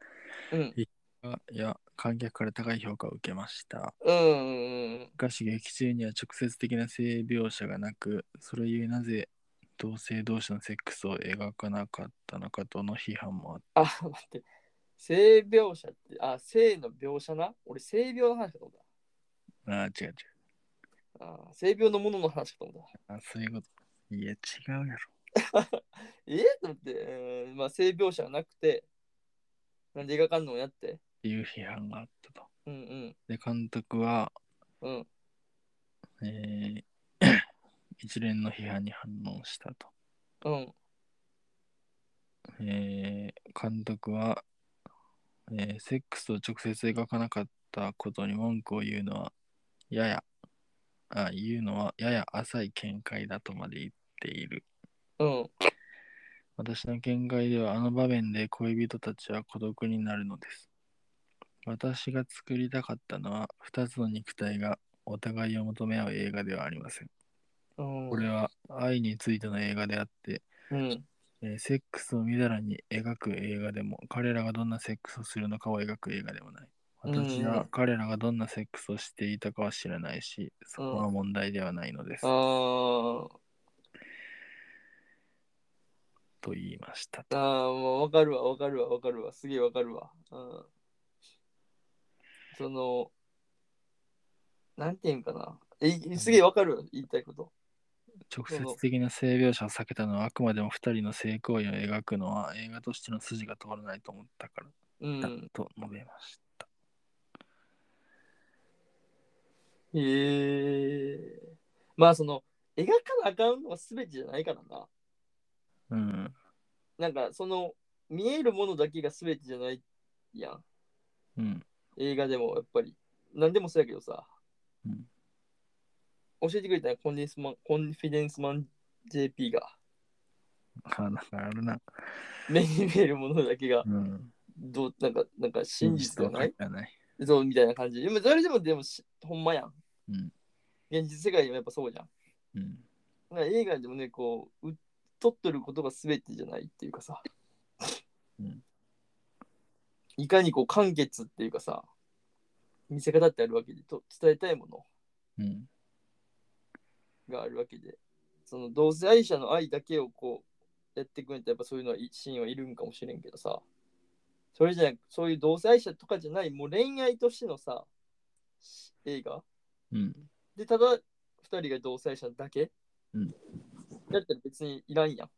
[SPEAKER 2] うん。
[SPEAKER 1] あいや、観客から高い評価を受けました。
[SPEAKER 2] うんうんうん。
[SPEAKER 1] しかし、劇中には直接的な性描写がなく、それゆえなぜ同性同士のセックスを描かなかったのかとの批判もあった。
[SPEAKER 2] あ、待って。性描写って、あ、性の描写な。俺、性病の話かと思っ
[SPEAKER 1] あー、違う違う。
[SPEAKER 2] た。あー性病のものの話かと思った。
[SPEAKER 1] あ、そういうこと。いや、違うやろ。
[SPEAKER 2] えー、と思って、うんまあ、性描写はなくて、なんで描かんのやって。
[SPEAKER 1] っていう批判があったと。
[SPEAKER 2] うん
[SPEAKER 1] で、監督は、
[SPEAKER 2] うんうん。
[SPEAKER 1] えー [coughs] 一連の批判に反応したと。
[SPEAKER 2] うん。
[SPEAKER 1] えー監督は、えーセックスを直接描かなかったことに文句を言うのは、やや、あ、言うのはやや浅い見解だとまで言っている。
[SPEAKER 2] うん。
[SPEAKER 1] 私の見解ではあの場面で恋人たちは孤独になるのです。私が作りたかったのは2つの肉体がお互いを求め合う映画ではありません。
[SPEAKER 2] うん。
[SPEAKER 1] これは愛についての映画であって、
[SPEAKER 2] うん。
[SPEAKER 1] えーセックスをみだらに描く映画でも彼らがどんなセックスをするのかを描く映画でもない。私
[SPEAKER 2] うん
[SPEAKER 1] は彼らがどんなセックスをしていたかは知らないし、そこは問題ではないのです。
[SPEAKER 2] あー
[SPEAKER 1] と言いました
[SPEAKER 2] あー、
[SPEAKER 1] と。
[SPEAKER 2] もうわかるわ、わかるわ、わかるわ、すげえわかるわ。うん。その、なんていうんかな。え、すげえわかるわ言いたいこと。
[SPEAKER 1] 直接的な性描写を避けたのはあくまでも2人の性行為を描くのは映画としての筋が通らないと思ったから
[SPEAKER 2] う
[SPEAKER 1] だ
[SPEAKER 2] ん。
[SPEAKER 1] と述べました。
[SPEAKER 2] へえ。まあ、その、描かなあかんのは全てじゃないからな。
[SPEAKER 1] うん。
[SPEAKER 2] なんか、その、見えるものだけが全てじゃないやん。
[SPEAKER 1] うん。
[SPEAKER 2] 映画でも、やっぱり。なんでもそうやけどさ。
[SPEAKER 1] うん
[SPEAKER 2] 教えてくれたね、コンディスマン、コンフィデンスマン JP が。 [laughs]
[SPEAKER 1] あ、なんかあるな。
[SPEAKER 2] 目に見えるものだけが
[SPEAKER 1] うん。
[SPEAKER 2] どうなんかなんか真実じゃない
[SPEAKER 1] 真実とは限らない。
[SPEAKER 2] そうみたいな感じでもそれでもでもしほんまやん、
[SPEAKER 1] うん
[SPEAKER 2] 現実世界でもやっぱそうじゃん
[SPEAKER 1] うん。
[SPEAKER 2] まあ映画でもね、こう、う撮っとることが全てじゃないっていうかさ、
[SPEAKER 1] うん
[SPEAKER 2] いかにこう、完結っていうかさ、見せ方ってあるわけで、と伝えたいもの
[SPEAKER 1] うん。
[SPEAKER 2] があるわけで、その同性愛者の愛だけをこう、やってくれたらやっぱそういうのはいシーンはいるんかもしれんけどさ、それじゃなく、そういう同性愛者とかじゃない、もう恋愛としてのさ、し映画
[SPEAKER 1] うん。
[SPEAKER 2] で、ただ、二人が同性者だけ、
[SPEAKER 1] うん
[SPEAKER 2] だったら別にいらんやん。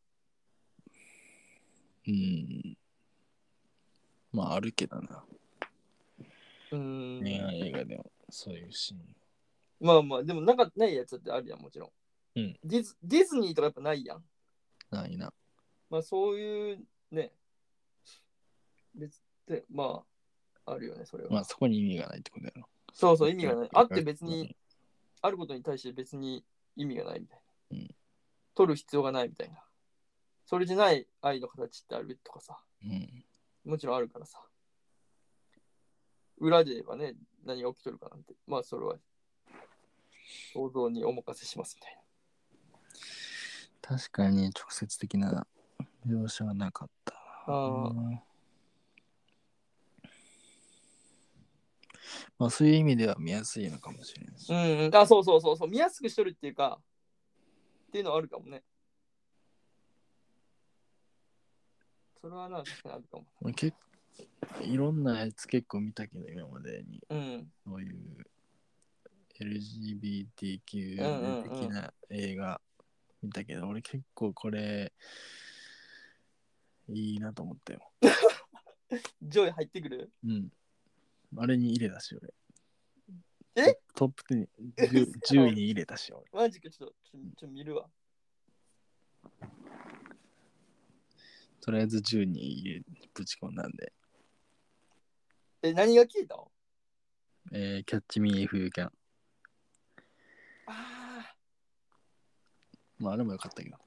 [SPEAKER 1] うん。まあ、あるけどな。
[SPEAKER 2] うーん。
[SPEAKER 1] 恋愛映画でも、そういうシーン。
[SPEAKER 2] まあまあ、でもなんかないやつだってあるやん、もちろん。
[SPEAKER 1] うん
[SPEAKER 2] ディズディズニーとかやっぱないやん。
[SPEAKER 1] ないな。
[SPEAKER 2] まあそういうね、別で、まあ、あるよね、それは。
[SPEAKER 1] まあ、そこに意味がないってことやろ。
[SPEAKER 2] そうそう、意味がない。あって別に、。あることに対して別に意味がないみたいな。
[SPEAKER 1] うん
[SPEAKER 2] 取る必要がないみたいな。それじゃない愛の形ってあるとかさ。
[SPEAKER 1] うん。
[SPEAKER 2] もちろんあるからさ。裏で言えばね、何が起きとるかなんて、まあそれは想像にお任せしますみたい
[SPEAKER 1] 確かに直接的な描写はなかったな。
[SPEAKER 2] あー
[SPEAKER 1] まあ、そういう意味では見やすいのかもしれないし。
[SPEAKER 2] な。うん、うん、あ、そうそうそうそう、見やすくしとるっていうか、っていうのはあるかもね。それはな、確かにあるかも。
[SPEAKER 1] 俺結構いろんなやつ結構見たけど、今までに。
[SPEAKER 2] うん、
[SPEAKER 1] そういう LGBTQ 的な映画見たけど、俺結構これいいなと思ったよ。
[SPEAKER 2] 上位入ってくる
[SPEAKER 1] うん。あれに入れたし、俺。
[SPEAKER 2] え
[SPEAKER 1] トップ10に 10, 10位に入れたし、俺。
[SPEAKER 2] マジか、ちょっと、ちょちょっと見るわ。
[SPEAKER 1] とりあえず10に入れぶち込んだんで、
[SPEAKER 2] え、何が聞いたの
[SPEAKER 1] えー、キャッチミー If You Can。
[SPEAKER 2] ああ、
[SPEAKER 1] まあ、あれもよかったけど。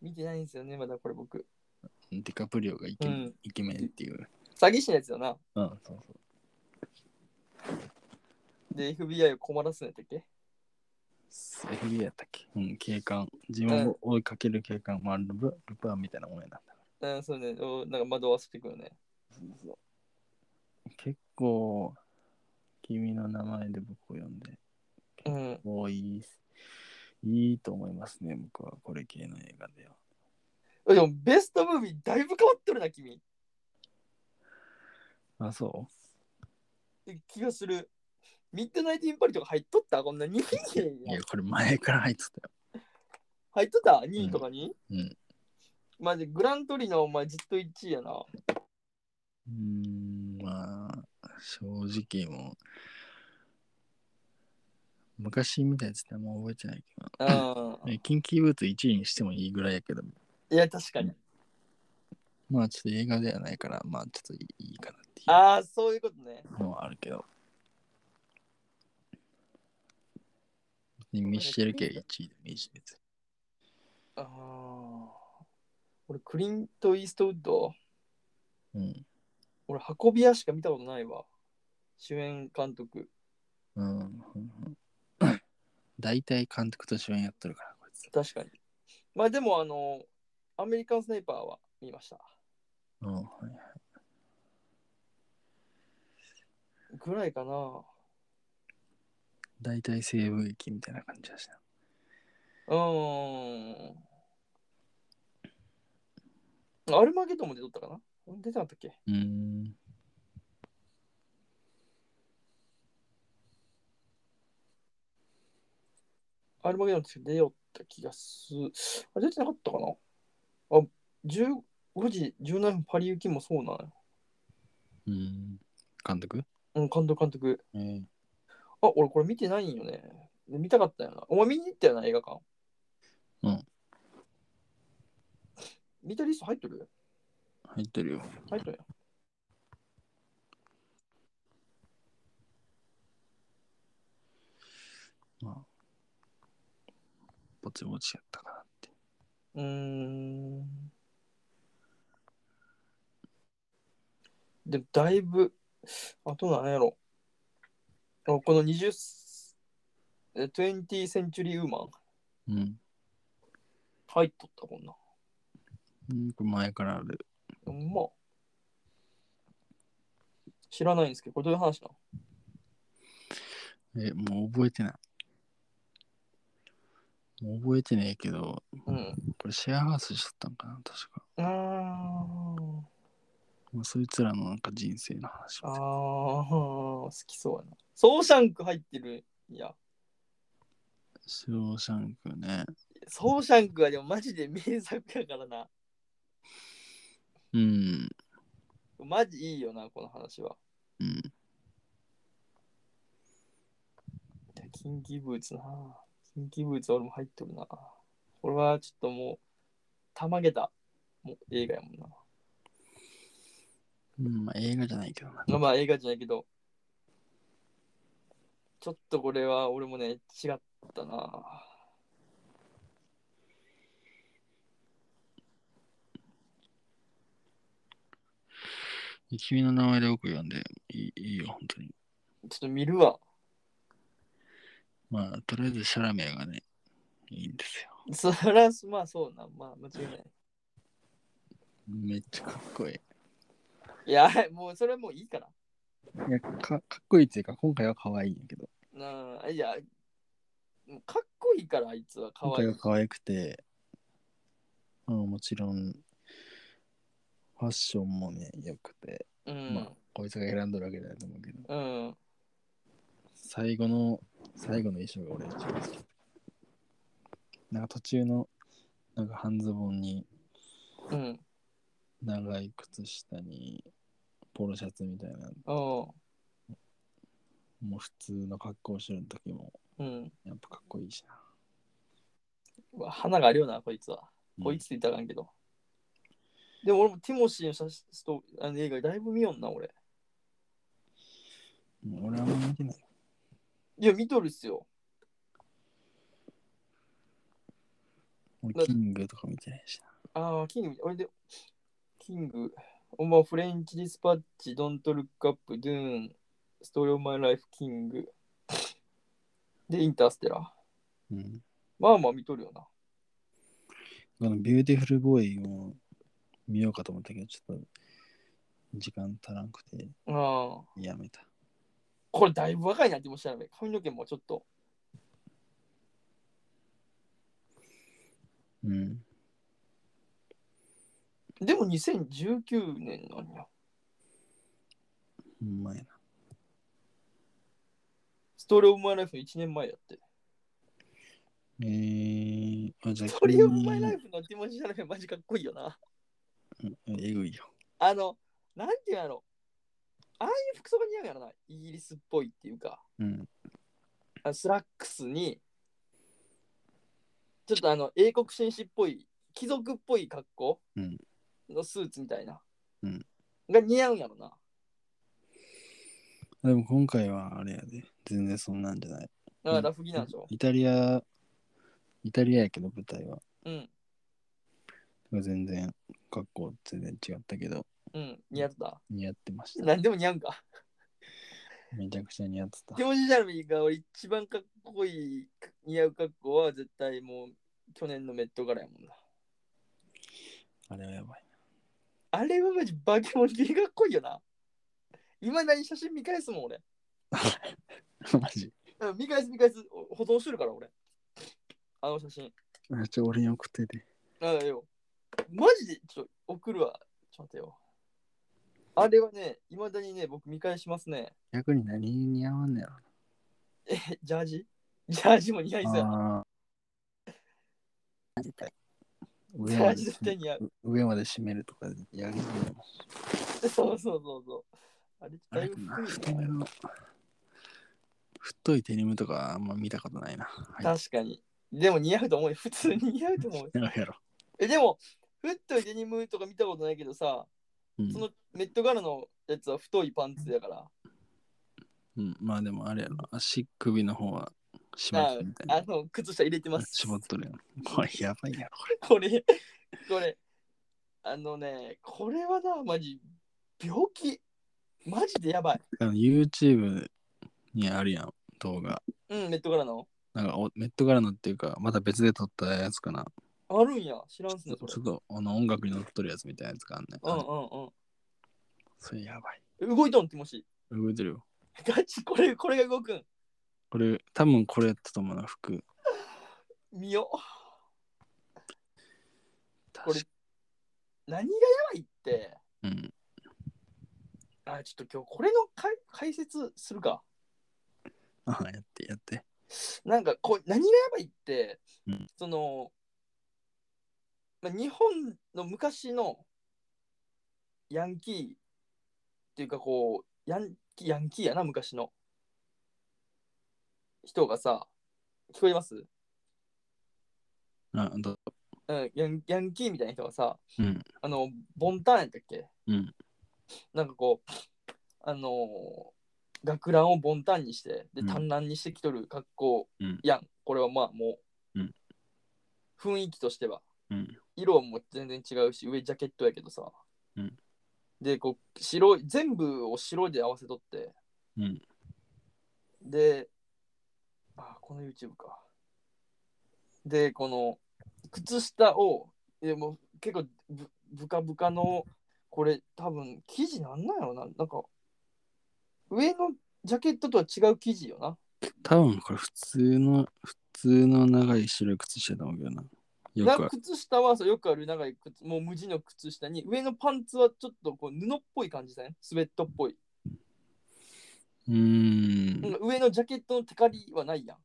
[SPEAKER 2] 見てないんですよね、まだこれ僕。
[SPEAKER 1] ディカプリオがイケメン,、
[SPEAKER 2] うん
[SPEAKER 1] イケメンっていう。
[SPEAKER 2] 詐欺師のやつだな。
[SPEAKER 1] うん、そうそう。
[SPEAKER 2] で、FBI を困らすんやったっけ
[SPEAKER 1] FBI やったっけうん、警官。自分を追いかける警官、まあ、ルパルパンみたいなもんやな。
[SPEAKER 2] うん、そうね。おなんか惑わせてくるね。
[SPEAKER 1] 結構、君の名前で僕を呼んで、
[SPEAKER 2] うん。
[SPEAKER 1] もういいっす、いいと思いますね、僕はこれ系の映画では。
[SPEAKER 2] でも、ベストムービーだいぶ変わっとるな、君。
[SPEAKER 1] あ、そ
[SPEAKER 2] え気がする。ミッドナイトインパリとか入っとったこんな2
[SPEAKER 1] ういや、これ前から入ってたよ。
[SPEAKER 2] 入っとった ?2 位とかに、
[SPEAKER 1] うんうん
[SPEAKER 2] まじ、グラントリのお前ずっと1位やな。
[SPEAKER 1] うーん、まあ、正直もう、昔見たやつってあんま覚えてないけど
[SPEAKER 2] う
[SPEAKER 1] え、キンキーブーツ1位にしてもいいぐらいやけど、
[SPEAKER 2] ん。いや、確かに。
[SPEAKER 1] まあちょっと映画ではないから、まあちょっといいかなってい
[SPEAKER 2] ああ、そういうことね。
[SPEAKER 1] うのはあるけど。ミッシェル系1位でもいいし、別に
[SPEAKER 2] ああ。俺、クリント・イーストウッド、
[SPEAKER 1] うん。
[SPEAKER 2] 俺、運び屋しか見たことないわ。主演監督。
[SPEAKER 1] うんうんうん大体監督と主演やっとるから、こいつ。
[SPEAKER 2] 確かに。まあ、でも、あの、アメリカン・スネイパーは見ました。
[SPEAKER 1] うんはい
[SPEAKER 2] ぐらいかな。
[SPEAKER 1] 大体西部劇みたいな感じだしな。
[SPEAKER 2] うーん。アルマゲドンも出とったかな出てなかったっけ
[SPEAKER 1] うーん。
[SPEAKER 2] アルマゲドンって出よった気がする。あ、出てなかったかなあ、15時17分パリ行きもそうなのよ。
[SPEAKER 1] うーん。監督
[SPEAKER 2] うん、監督監督。
[SPEAKER 1] えー
[SPEAKER 2] あ、俺これ見てないんよね。で見たかったよな。お前見に行ったよな、映画館。
[SPEAKER 1] うん。
[SPEAKER 2] 見たリスト入っとる
[SPEAKER 1] 入ってるよ。
[SPEAKER 2] 入っとるよ。
[SPEAKER 1] ぼちぼちやったかなって。
[SPEAKER 2] うーん。でもだいぶ、あとなんやろ。あこの20、え20 Century Woman
[SPEAKER 1] うん。
[SPEAKER 2] 入っとったこんな。
[SPEAKER 1] うん、これ前からある。
[SPEAKER 2] ほんま。知らないんですけど、これどういう話なの
[SPEAKER 1] え、もう覚えてない。もう覚えてねえけど、
[SPEAKER 2] うん。
[SPEAKER 1] これシェアハウスしとったんかな、確か。
[SPEAKER 2] うーん。
[SPEAKER 1] もうそいつらのなんか人生の話
[SPEAKER 2] あ
[SPEAKER 1] みたいな。
[SPEAKER 2] あ、好きそうやな。ソーシャンク入ってる。いや、
[SPEAKER 1] ショーシャンクね。
[SPEAKER 2] ソーシャンクはでもマジで名作やからな。
[SPEAKER 1] うん。
[SPEAKER 2] マジいいよな、この話は。
[SPEAKER 1] うん。
[SPEAKER 2] いやキンキブーツな。キンキブーツ俺も入っとるな。これはちょっともう、たまげたもう映画やもんな。
[SPEAKER 1] うん、まあ映画じゃないけどな。
[SPEAKER 2] まあまあ映画じゃないけど、ちょっとこれは俺もね、違ったな。
[SPEAKER 1] 君の名前で奥読んでいいいいよ、本当に。
[SPEAKER 2] ちょっと見るわ。
[SPEAKER 1] まあ、とりあえずシャラメがね、いいんですよ。
[SPEAKER 2] そりゃ、まあそうな。まあ間違いない。
[SPEAKER 1] めっちゃかっこいい。
[SPEAKER 2] いや、もうそれはもういいから。
[SPEAKER 1] いやか、かっこいいっていうか、今回は可愛いんやけど、
[SPEAKER 2] なあ、いや、もうかっこいいから、あいつは可
[SPEAKER 1] 今
[SPEAKER 2] 愛
[SPEAKER 1] 回
[SPEAKER 2] い
[SPEAKER 1] は可愛くて、うん、もちろん、ファッションもね、良くて、
[SPEAKER 2] う
[SPEAKER 1] まあ
[SPEAKER 2] ん。、
[SPEAKER 1] こいつが選んどるわけだと思うけど、
[SPEAKER 2] うん。
[SPEAKER 1] 最後の、最後の衣装が俺一番好き。なんか途中の、なんか半ズボンに、
[SPEAKER 2] うん。
[SPEAKER 1] 長い靴下に、ポロシャツみたいな、
[SPEAKER 2] お
[SPEAKER 1] もう普通の格好をしてる時も、
[SPEAKER 2] ううん。
[SPEAKER 1] やっぱかっこいいしな。
[SPEAKER 2] うわ花があるよな、こいつは。こいつって言ったらあかんけど。でも俺もティモシーの写真ストあの映画だいぶ見よんな、俺。
[SPEAKER 1] うん俺はあんま見てない。
[SPEAKER 2] いや、見とるっすよ。
[SPEAKER 1] 俺、キングとか見てないしな。
[SPEAKER 2] ああ、キング、俺で、キング、おまフレンチディスパッチ、ドントルックアップ、ドゥーン、ストーリーオマイライフ、キング。で、インターステラー。
[SPEAKER 1] うん。
[SPEAKER 2] まあまあ見とるよな。
[SPEAKER 1] このビューティフルボーイを見ようかと思ったけど、ちょっと時間足らんくて
[SPEAKER 2] ああ。
[SPEAKER 1] やめた。
[SPEAKER 2] これだいぶ若いなってもしたらね。髪の毛もちょっと。
[SPEAKER 1] うん。
[SPEAKER 2] でも2019年なんや。
[SPEAKER 1] ほんまやな。
[SPEAKER 2] ストーリーオブマイライフの1年前やって。
[SPEAKER 1] えー、あ、じゃあ、
[SPEAKER 2] ストーリーオブマイライ
[SPEAKER 1] フ。
[SPEAKER 2] フのティモシー・シャラメマジかっこいいよな。
[SPEAKER 1] えぐいよ。
[SPEAKER 2] あの、なんていうんやろ。ああいう服装が似合うやろな。イギリスっぽいっていうか。
[SPEAKER 1] うん。
[SPEAKER 2] あスラックスに、ちょっとあの、英国紳士っぽい、貴族っぽい格好
[SPEAKER 1] うん
[SPEAKER 2] のスーツみたいな。
[SPEAKER 1] うん
[SPEAKER 2] が似合うんやろな。
[SPEAKER 1] でも今回はあれやで。全然そんなんじゃない。
[SPEAKER 2] だからラフギなんでしょ。
[SPEAKER 1] イタリア、イタリアやけど舞台は。
[SPEAKER 2] うん。
[SPEAKER 1] 全然格好全然違ったけど、
[SPEAKER 2] うん。似合ってた。
[SPEAKER 1] 似合ってました。
[SPEAKER 2] 何でも似合うんか。
[SPEAKER 1] [laughs] めちゃくちゃ似合ってた
[SPEAKER 2] テ。ィモシー・ジャラミが俺一番かっこいい似合う格好は絶対もう去年のメットガラやもんな。
[SPEAKER 1] あれはやばい。
[SPEAKER 2] あれはマジバケモン的かっこいいよな。今何写真見返すもん俺。
[SPEAKER 1] マジ。 [laughs]
[SPEAKER 2] うん見返す見返す。お保存してるから俺。あの写真。
[SPEAKER 1] あちょ、俺に送ってて。
[SPEAKER 2] ああよ。マジでちょっと送るわ。ちょっと待てよ。あれはね、いまだにね、僕見返しますね。
[SPEAKER 1] 逆に何似合わんねやろ。
[SPEAKER 2] え、ジャージジャージも似合いそうやな。
[SPEAKER 1] あー上
[SPEAKER 2] ジャ
[SPEAKER 1] ま
[SPEAKER 2] ー
[SPEAKER 1] で
[SPEAKER 2] ジ絶
[SPEAKER 1] 締
[SPEAKER 2] 対
[SPEAKER 1] め
[SPEAKER 2] 似合う。
[SPEAKER 1] 上まで締めるとかやりそうだもん
[SPEAKER 2] そうそうそうそう。あれ
[SPEAKER 1] あ
[SPEAKER 2] だい
[SPEAKER 1] れ
[SPEAKER 2] ぶ
[SPEAKER 1] かな
[SPEAKER 2] 古
[SPEAKER 1] 太
[SPEAKER 2] い
[SPEAKER 1] め
[SPEAKER 2] な。
[SPEAKER 1] の太いデニムとかあんま見たことないな。は
[SPEAKER 2] 確かに。でも似合うと思うよ。普通に似合う
[SPEAKER 1] [laughs]
[SPEAKER 2] と思うよ。
[SPEAKER 1] い、やろやろ、
[SPEAKER 2] え、でも、太いデニムとか見たことないけどさ、
[SPEAKER 1] うん
[SPEAKER 2] そのメットガラのやつは太いパンツやから。
[SPEAKER 1] うん。まあでもあれやろ。足首の方は締まってるみたいな
[SPEAKER 2] ああ。の、靴下入れてます。
[SPEAKER 1] 絞っとるやん。これやばいやろ。これ
[SPEAKER 2] [laughs] これ、これ、あのね、これはな、マジ、病気。マジでやばい。
[SPEAKER 1] あの YouTube にあるやん、動画。
[SPEAKER 2] うん、メットガラの。
[SPEAKER 1] なんかおメットガラのっていうか、また別で撮ったやつかな。
[SPEAKER 2] あるんや。知らんす
[SPEAKER 1] ちょ
[SPEAKER 2] ね
[SPEAKER 1] っ、
[SPEAKER 2] それ。
[SPEAKER 1] とあの音楽に乗っとるやつみたいなやつがあんねん。
[SPEAKER 2] うん
[SPEAKER 1] あ
[SPEAKER 2] う
[SPEAKER 1] それやばい。
[SPEAKER 2] んうん。動いとんってもし。
[SPEAKER 1] 動いてるよ。
[SPEAKER 2] ガチ、これ、これが動くん。
[SPEAKER 1] これ、多分これやったと思うな、服。
[SPEAKER 2] 見よう。これ
[SPEAKER 1] 確か
[SPEAKER 2] 何がやばいって。
[SPEAKER 1] うん。
[SPEAKER 2] あ、ちょっと今日これの解解説するか。
[SPEAKER 1] あやって、やって。
[SPEAKER 2] なんかこう何がやばいって、
[SPEAKER 1] うん
[SPEAKER 2] その、まあ、日本の昔のヤンキーっていうかこうヤンキーヤンキーやな昔の人がさ聞こえます、
[SPEAKER 1] あ、ど
[SPEAKER 2] うん、ヤンヤンキーみたいな人がさ
[SPEAKER 1] うん。
[SPEAKER 2] あのボンタンやったっけ
[SPEAKER 1] うん。
[SPEAKER 2] なんかこうあのー学ランをボンタンにしてで
[SPEAKER 1] うん
[SPEAKER 2] 単乱にしてきとる格好
[SPEAKER 1] うん
[SPEAKER 2] やん、これはまあもう、
[SPEAKER 1] うん
[SPEAKER 2] 雰囲気としては
[SPEAKER 1] うん。
[SPEAKER 2] 色も全然違うし上ジャケットやけどさ、
[SPEAKER 1] うん
[SPEAKER 2] でこう白い全部を白で合わせとって、
[SPEAKER 1] うん
[SPEAKER 2] であこの YouTube かでこの靴下をでもう結構ぶぶかぶかのこれ多分生地なんなんやろななんか上のジャケットとは違う生地よな
[SPEAKER 1] 多分これ普通の、普通の長い白い靴してたもんけどな。よく
[SPEAKER 2] な
[SPEAKER 1] ある。
[SPEAKER 2] 靴下はそうよくある長い靴もう無地の靴下に上のパンツはちょっとこう布っぽい感じだねスウェットっぽい、
[SPEAKER 1] うーん。
[SPEAKER 2] うん上のジャケットのテカリはないやん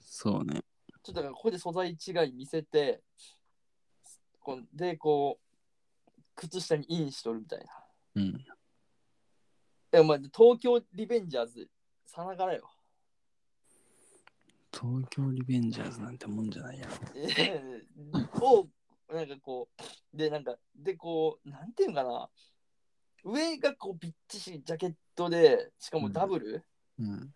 [SPEAKER 1] そうね。
[SPEAKER 2] ちょっとだからここで素材違い見せてこうでこう靴下にインしとるみたいな
[SPEAKER 1] うん。
[SPEAKER 2] えお前東京リベンジャーズさながらよ
[SPEAKER 1] 東京リベンジャーズなんてもんじゃないやろ。
[SPEAKER 2] えーをなんかこうでなんかでこうなんていうのかな上がこうびっちしジャケットでしかもダブル、
[SPEAKER 1] うん。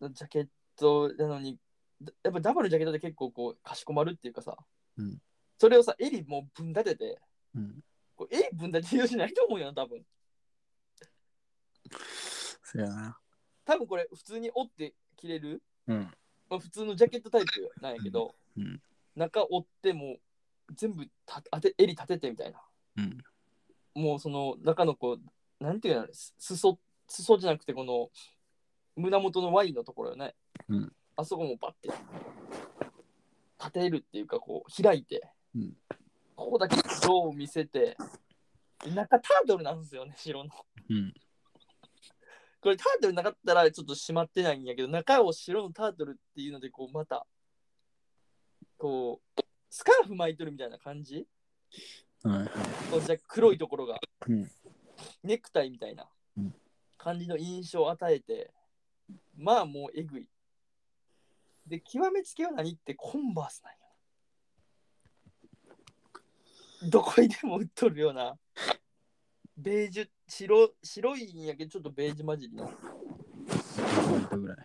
[SPEAKER 2] ジャケットなのに、だやっぱダブルジャケットで結構こう、かしこまるっていうかさ、
[SPEAKER 1] うん
[SPEAKER 2] それをさ、襟もうぶん立てて、
[SPEAKER 1] うん。
[SPEAKER 2] こう襟ぶん立てるようしないと思うよな、多分。
[SPEAKER 1] そやな。
[SPEAKER 2] 多分これ、普通に折って着れる、
[SPEAKER 1] うん。
[SPEAKER 2] まあ、普通のジャケットタイプなんやけど、
[SPEAKER 1] うんうん
[SPEAKER 2] 中折っても、全部た当て襟立ててみたいな。
[SPEAKER 1] うん。
[SPEAKER 2] もうその中のこう、なんていうの、す裾、裾じゃなくて、この胸元のワインのところよね。
[SPEAKER 1] うん
[SPEAKER 2] あそこもバッて立てるっていうか、こう開いて、
[SPEAKER 1] うん
[SPEAKER 2] ここだけ像を見せて、中タートルなんですよね、白の。
[SPEAKER 1] うん。
[SPEAKER 2] これタートルなかったらちょっと閉まってないんやけど、中を白のタートルっていうので、こうまた、こう、スカーフ巻いてるみたいな感じ
[SPEAKER 1] はいはい。
[SPEAKER 2] こうじゃ黒いところが。
[SPEAKER 1] うん。
[SPEAKER 2] ネクタイみたいな
[SPEAKER 1] うん
[SPEAKER 2] 感じの印象を与えて、まあもうえぐい。で、極めつけは何ってコンバースなんや。どこにでも売っとるような、ベージュ、白白いんやけど、ちょっとベージュ混じりの、
[SPEAKER 1] オフホワイトぐらい。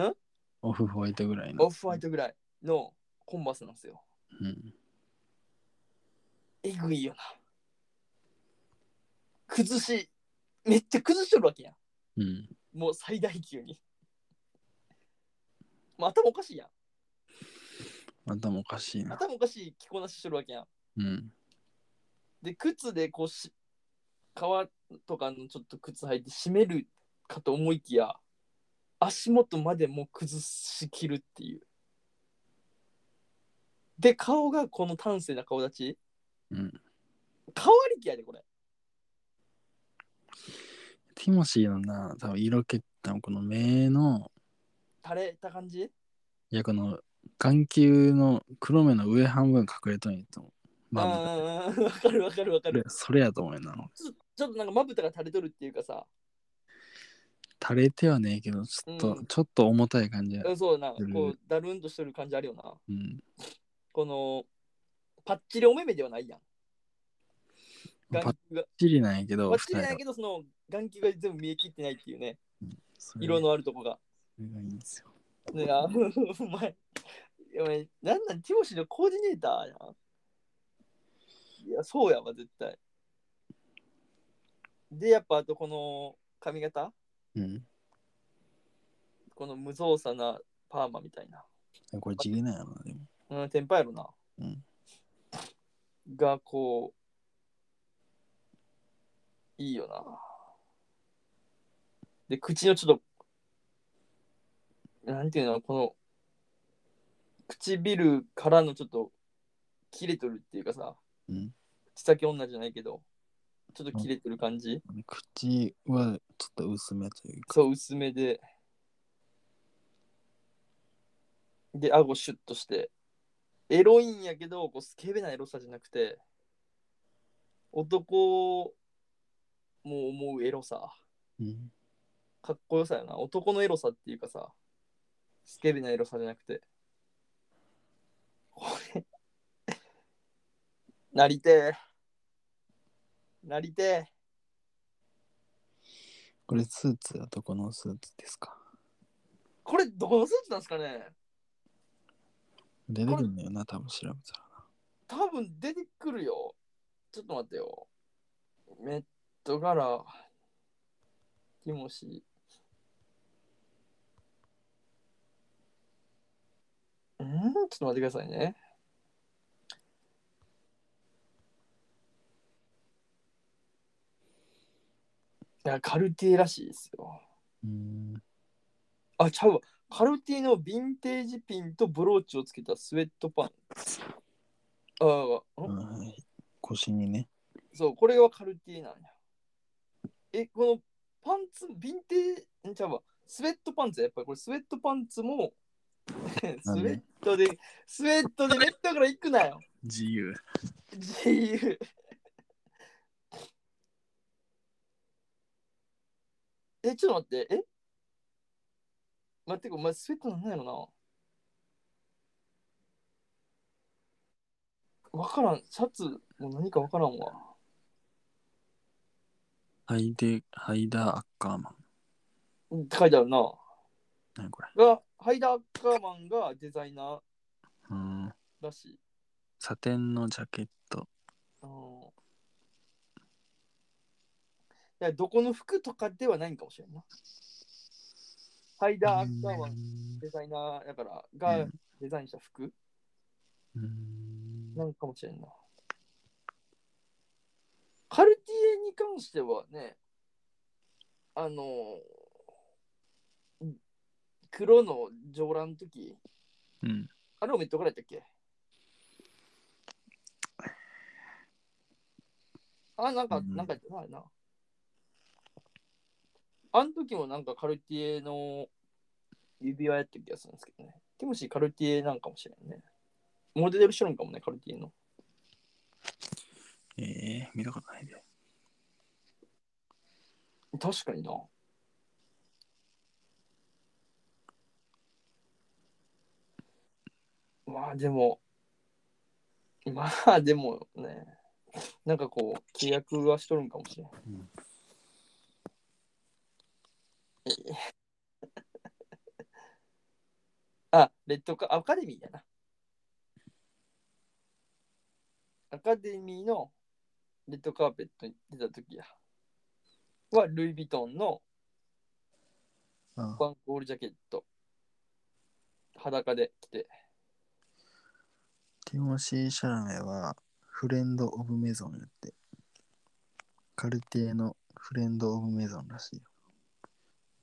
[SPEAKER 2] ん
[SPEAKER 1] オフホワイトぐらいの。
[SPEAKER 2] オフホワイトぐらいのコンバースなんですよ。
[SPEAKER 1] うん。
[SPEAKER 2] えぐいよな。崩し、めっちゃ崩しとるわけやん。
[SPEAKER 1] うん。
[SPEAKER 2] もう最大級に。もう頭おかしいやん。
[SPEAKER 1] 頭おかしいな。
[SPEAKER 2] 頭おかしい着こなししてるわけやん。
[SPEAKER 1] うん。
[SPEAKER 2] で、靴でこうし、革とかのちょっと靴履いて締めるかと思いきや、足元までもう崩しきるっていう。で、顔がこの端正な顔立ち。
[SPEAKER 1] うん。
[SPEAKER 2] 顔ありきやで、これ。
[SPEAKER 1] ティモシーのな、多分色気って多分この目の、
[SPEAKER 2] 垂れた感じ
[SPEAKER 1] いやこの眼球の黒目の上半分隠れとんやと思う。まぶ
[SPEAKER 2] ああ、わかるわかるわか
[SPEAKER 1] た。で
[SPEAKER 2] る。
[SPEAKER 1] それやと思うなの。
[SPEAKER 2] ちょちょっとなんかまぶたが垂れとるっていうかさ、
[SPEAKER 1] 垂れてはねえけど、ちょっと、
[SPEAKER 2] うん
[SPEAKER 1] ちょっと重たい感じや。
[SPEAKER 2] うんそうな、
[SPEAKER 1] うん
[SPEAKER 2] こう、だるんとしてる感じあるよな。
[SPEAKER 1] うん。
[SPEAKER 2] この、パッチリお目目ではないやん。
[SPEAKER 1] パッ
[SPEAKER 2] 眼球が
[SPEAKER 1] チリなんやけど、
[SPEAKER 2] バッチリなん
[SPEAKER 1] 二重
[SPEAKER 2] やけど、その眼球が全部見え切ってないっていうね、
[SPEAKER 1] それ
[SPEAKER 2] 色のあるとこが。
[SPEAKER 1] それがいいんですよ。
[SPEAKER 2] ねあ [laughs] お前、お前、なんなん、ティモシーのコーディネーターやん。いや、そうやわ、絶対。で、やっぱ、あとこの髪型、
[SPEAKER 1] うん。
[SPEAKER 2] この無造作なパーマみたいな。
[SPEAKER 1] これちげないやろな、でも。
[SPEAKER 2] うん、先輩やろな。
[SPEAKER 1] うん
[SPEAKER 2] が、こう、いいよな。で、口のちょっと、なんていうの、この、唇からのちょっと、切れとるっていうかさ、
[SPEAKER 1] うん
[SPEAKER 2] 口先女じゃないけど、ちょっと切れとる感じ、
[SPEAKER 1] 口はちょっと薄めというか。
[SPEAKER 2] そう、薄めで、で、顎シュッとして、エロいんやけど、こうスケベなエロさじゃなくて、男も思うエロさ、
[SPEAKER 1] うん。
[SPEAKER 2] かっこよさやな、男のエロさっていうかさ、スケベなエロさじゃなくて、これ、 [laughs] なりてえ、なりてえ。
[SPEAKER 1] これスーツはどこのスーツですか
[SPEAKER 2] これ、どこのスーツなんですかね
[SPEAKER 1] 出てくるんだよな、多分調べたら。
[SPEAKER 2] 多分出てくるよ。ちょっと待ってよ。メットガラ、ティモシー。んーちょっと待ってくださいね。いや、カルティエらしいですよ。
[SPEAKER 1] うーん。
[SPEAKER 2] あ、ちゃうわ。カルティのヴィンテージピンとブローチをつけたスウェットパンツ。ああ、ん
[SPEAKER 1] はい。腰にね。
[SPEAKER 2] そう、これはカルティなんや。え、このパンツ、ヴィンテージ、んちゃうわ、スウェットパンツや、やっぱりこれスウェットパンツも、スウ
[SPEAKER 1] [laughs] なん
[SPEAKER 2] ェッ
[SPEAKER 1] で
[SPEAKER 2] トで、スウェットでネットから行くなよ。
[SPEAKER 1] 自由。
[SPEAKER 2] 自由。え、ちょっと待って、え待って、これ、まスウェットなんなんやろな。わからん、シャツも何かわからんわ。
[SPEAKER 1] ハイデ、ハイダーアッカーマン。
[SPEAKER 2] うんって書いてあるな。
[SPEAKER 1] 何これ。
[SPEAKER 2] が、ハイダーアッカーマンがデザイナー
[SPEAKER 1] うーん。
[SPEAKER 2] らしい。
[SPEAKER 1] サテンのジャケット。
[SPEAKER 2] うん、いやどこの服とかではないんかもしれんな。ハイダーアッカーマンデザイナーだから
[SPEAKER 1] う
[SPEAKER 2] が
[SPEAKER 1] ん
[SPEAKER 2] デザインした服
[SPEAKER 1] うーん
[SPEAKER 2] なんかもしれんな。カルティエに関してはね、あの黒の上覧の時、
[SPEAKER 1] うん。
[SPEAKER 2] あれをめっとかれたっけあ、なんか、
[SPEAKER 1] うん
[SPEAKER 2] なんか、ないな。あの時もなんかカルティエの指輪やってる気がするんですけどね。ティムシーカルティエなんかもしれんね。モデルしてるんかもね、カルティエの。
[SPEAKER 1] ええ見たことないで。
[SPEAKER 2] 確かにな。まあでも、まあでもね、なんかこう、契約はしとるんかもしれん。
[SPEAKER 1] うん
[SPEAKER 2] えあ、レッドカアカデミーやな。アカデミーのレッドカーペットに出た時や。はルイ・ヴィトンの
[SPEAKER 1] あ
[SPEAKER 2] ワンコールジャケット。裸で着て。
[SPEAKER 1] ティモシー・シャラメはフレンド・オブ・メゾンやって。カルティエのフレンド・オブ・メゾンらしいよ。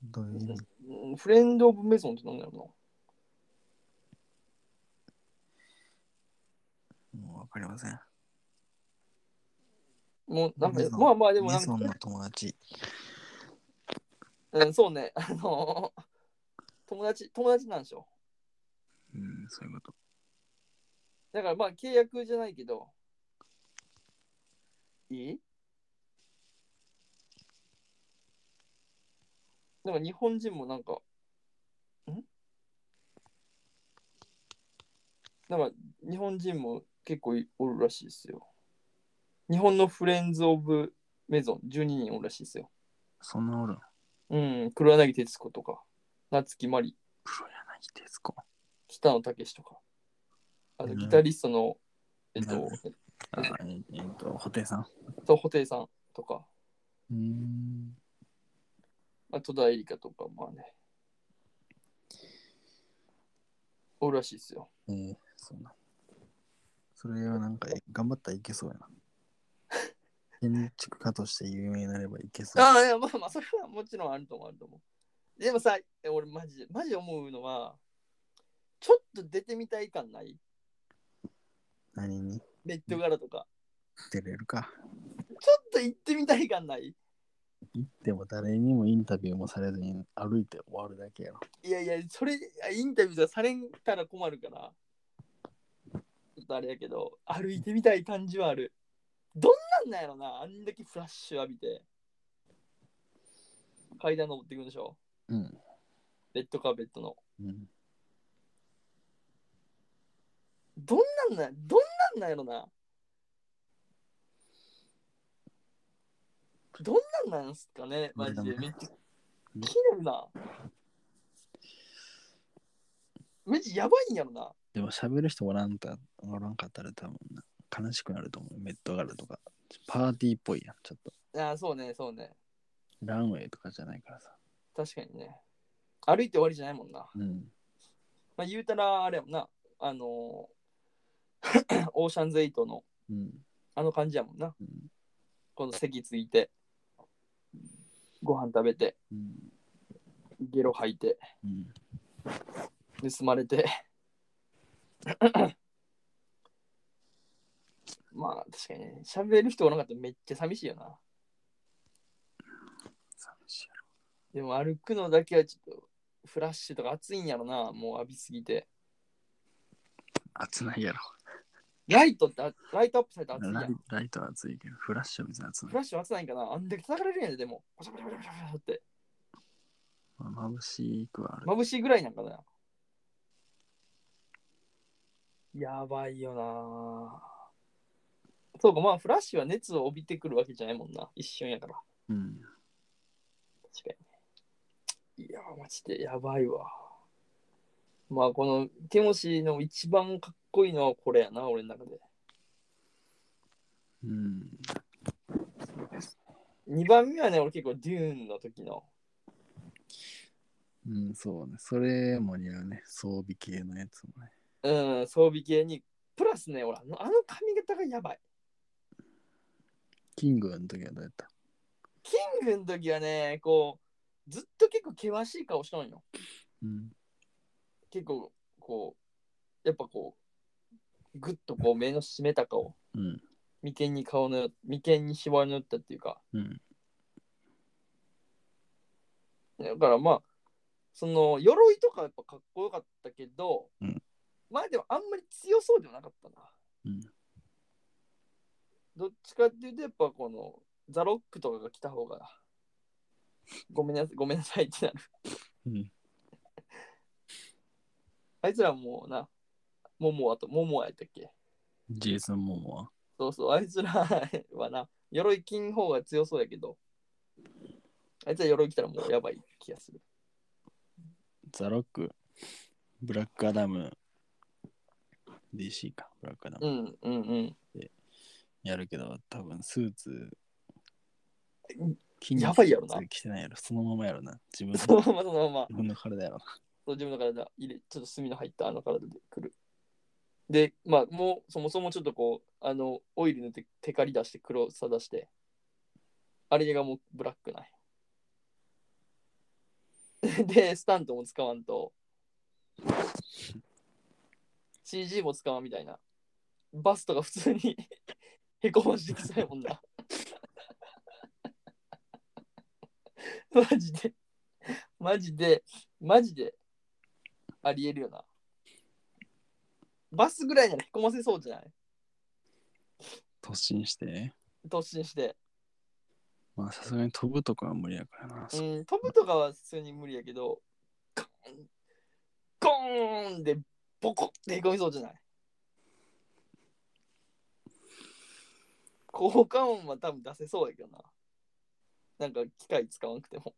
[SPEAKER 1] どういう意味
[SPEAKER 2] うんフレンド・オブ・メゾンって何だろ
[SPEAKER 1] もうわかりません。
[SPEAKER 2] うな。もうなんか
[SPEAKER 1] メ、ゾン
[SPEAKER 2] まあまあでもな
[SPEAKER 1] メ
[SPEAKER 2] ん
[SPEAKER 1] ゾン
[SPEAKER 2] か、
[SPEAKER 1] の友達。
[SPEAKER 2] うん、そうね、あの友達、友達なんでしょ。
[SPEAKER 1] うん、そういうこと。
[SPEAKER 2] だからまあ契約じゃないけど。いいなんか日本人もなんか、んなんか日本人も結構いおるらしいですよ。日本のフレンズ・オブ・メゾン12人おるらしいですよ。
[SPEAKER 1] そんなおるん
[SPEAKER 2] うん、黒柳徹子とか、夏木マリ、
[SPEAKER 1] 黒柳徹子。
[SPEAKER 2] 北野武とか、あ
[SPEAKER 1] う
[SPEAKER 2] の
[SPEAKER 1] ん
[SPEAKER 2] ギタリストの、えっと、
[SPEAKER 1] あえっ、えっと、布袋さん。
[SPEAKER 2] そう、布袋さんとか、
[SPEAKER 1] うーん。
[SPEAKER 2] まあ、戸田恵梨香とか、まあね。おおるらしいっすよ。
[SPEAKER 1] えー、そうなんそれはなんか、え頑張ったらいけそうやな。建築家として有名になればいけそう。
[SPEAKER 2] ああ、いや、まあまあ、それはもちろんあると思う、あると思う。でもさ、え俺マジ、マジ思うのは、ちょっと出てみたい感ない
[SPEAKER 1] 何に
[SPEAKER 2] ベッド柄とか。
[SPEAKER 1] 出れるか。
[SPEAKER 2] ちょっと行ってみたい感ない
[SPEAKER 1] 行っても誰にもインタビューもされずに歩いて終わるだけやろ。
[SPEAKER 2] いやいや、それ、いやインタビューじゃされんたら困るから。ちょっとあれやけど、歩いてみたい感じはある。どんなんなんやろな、あんだけフラッシュ浴びて。階段登っていくんでしょ
[SPEAKER 1] うん。
[SPEAKER 2] ベッドカーペットの。
[SPEAKER 1] うん、
[SPEAKER 2] どんなんなんどんなんなんやろなどんなんなんすかねマジで。めっちゃ気になるな。めっちゃやばいんやろな。
[SPEAKER 1] でも喋る人おらんたおらんかったら多分な悲しくなると思う。メットガルとか。パーティーっぽいやん、ちょっと。
[SPEAKER 2] ああ、そうね、そうね。
[SPEAKER 1] ランウェイとかじゃないからさ。
[SPEAKER 2] 確かにね。歩いて終わりじゃないもんな。
[SPEAKER 1] うん。
[SPEAKER 2] まあ、言うたら、あれやもんな。あのーオーシャンズエイトの
[SPEAKER 1] うん。
[SPEAKER 2] あの感じやもんな。
[SPEAKER 1] うん
[SPEAKER 2] この席ついて、ご飯食べて、
[SPEAKER 1] うん。
[SPEAKER 2] ゲロ吐いて、
[SPEAKER 1] うん。
[SPEAKER 2] 盗まれて。 [coughs] まあ確かにね、喋る人おらなかったらめっちゃ寂しいよな。
[SPEAKER 1] 寂しいや
[SPEAKER 2] でも歩くのだけはちょっとフラッシュとか暑いんやろな、もう浴びすぎて。
[SPEAKER 1] ろ。暑ないやろ。
[SPEAKER 2] ライトってあ、ライトアップされて暑いや
[SPEAKER 1] ライ
[SPEAKER 2] ん。
[SPEAKER 1] ライトは暑いけど、フラッシュは別に暑
[SPEAKER 2] フ
[SPEAKER 1] ない。
[SPEAKER 2] ラッシュ暑ないんかなあんだけ叩かれるんやで、でも。バシャバシャバシャバシャバシャって。
[SPEAKER 1] まあ、眩しくはある。
[SPEAKER 2] 眩しいぐらいなんかな。やばいよな。そうか、まあフラッシュは熱を帯びてくるわけじゃないもんな。一瞬やから。
[SPEAKER 1] うん。
[SPEAKER 2] 確かにね。いやー、マジでやばいわ。まあ、このティモシーの一番かっこいいのはこれやな、俺の中で。
[SPEAKER 1] うん。
[SPEAKER 2] 2番目はね、俺結構デューンの時の。
[SPEAKER 1] うん、そうね。それも似合うね。装備系のやつもね。
[SPEAKER 2] うん、装備系に。プラスね、俺、あのあの髪型がやばい。
[SPEAKER 1] キングの時はどうやった
[SPEAKER 2] キングの時はね、こう、ずっと結構険しい顔しとんよ。
[SPEAKER 1] うん。
[SPEAKER 2] 結構、こう、やっぱこう、ぐっとこう、目の締めた顔。
[SPEAKER 1] うん。
[SPEAKER 2] 眉間に顔の、眉間にシワの寄ったっていうか。
[SPEAKER 1] うん。
[SPEAKER 2] だからまあ、その鎧とかやっぱかっこよかったけど、
[SPEAKER 1] うん
[SPEAKER 2] まあでもあんまり強そうではなかったな。
[SPEAKER 1] うん
[SPEAKER 2] どっちかっていうと、やっぱこのザ・ロックとかが来た方が、ごめんなさい、ごめんなさいってなる。
[SPEAKER 1] うん。
[SPEAKER 2] あいつらもうな、モモアとモモアやったっけ
[SPEAKER 1] ジェイソン・モモは
[SPEAKER 2] そうそう、あいつらはな、鎧金方が強そうやけど、あいつら鎧来たらもうやばい気がする。
[SPEAKER 1] ザ・ロック、ブラック・アダム、DC か、ブラック・アダム。
[SPEAKER 2] うんうんうん。
[SPEAKER 1] やるけど、多分スーツ
[SPEAKER 2] うん、
[SPEAKER 1] 筋
[SPEAKER 2] やばいやろな
[SPEAKER 1] 着てないやろ。そのままやろな。自分
[SPEAKER 2] そ
[SPEAKER 1] の
[SPEAKER 2] のままそのまま。
[SPEAKER 1] 自分の体やろな。
[SPEAKER 2] そう自分の体入れちょっと炭の入ったあの体でくる。で、まあ、もうそもそもちょっとこう、あの、オイル塗ってテカリ出して黒さ出して、あれがもうブラックない。 [laughs] で、スタントも使わんと、CG も使わんみたいな。バスとか普通に [laughs] へこましてきそうやもんな。 [laughs] マジで、マジで、マジでありえるよな。バスぐらいならへこませそうじゃない
[SPEAKER 1] 突進して。
[SPEAKER 2] 突進して。
[SPEAKER 1] まあ、さすがに飛ぶとかは無理やからな。
[SPEAKER 2] うん、飛ぶとかは普通に無理やけど、コーン、コーンでボコってへこみそうじゃない効果音は多分出せそうやけどな。なんか機械使わなくても。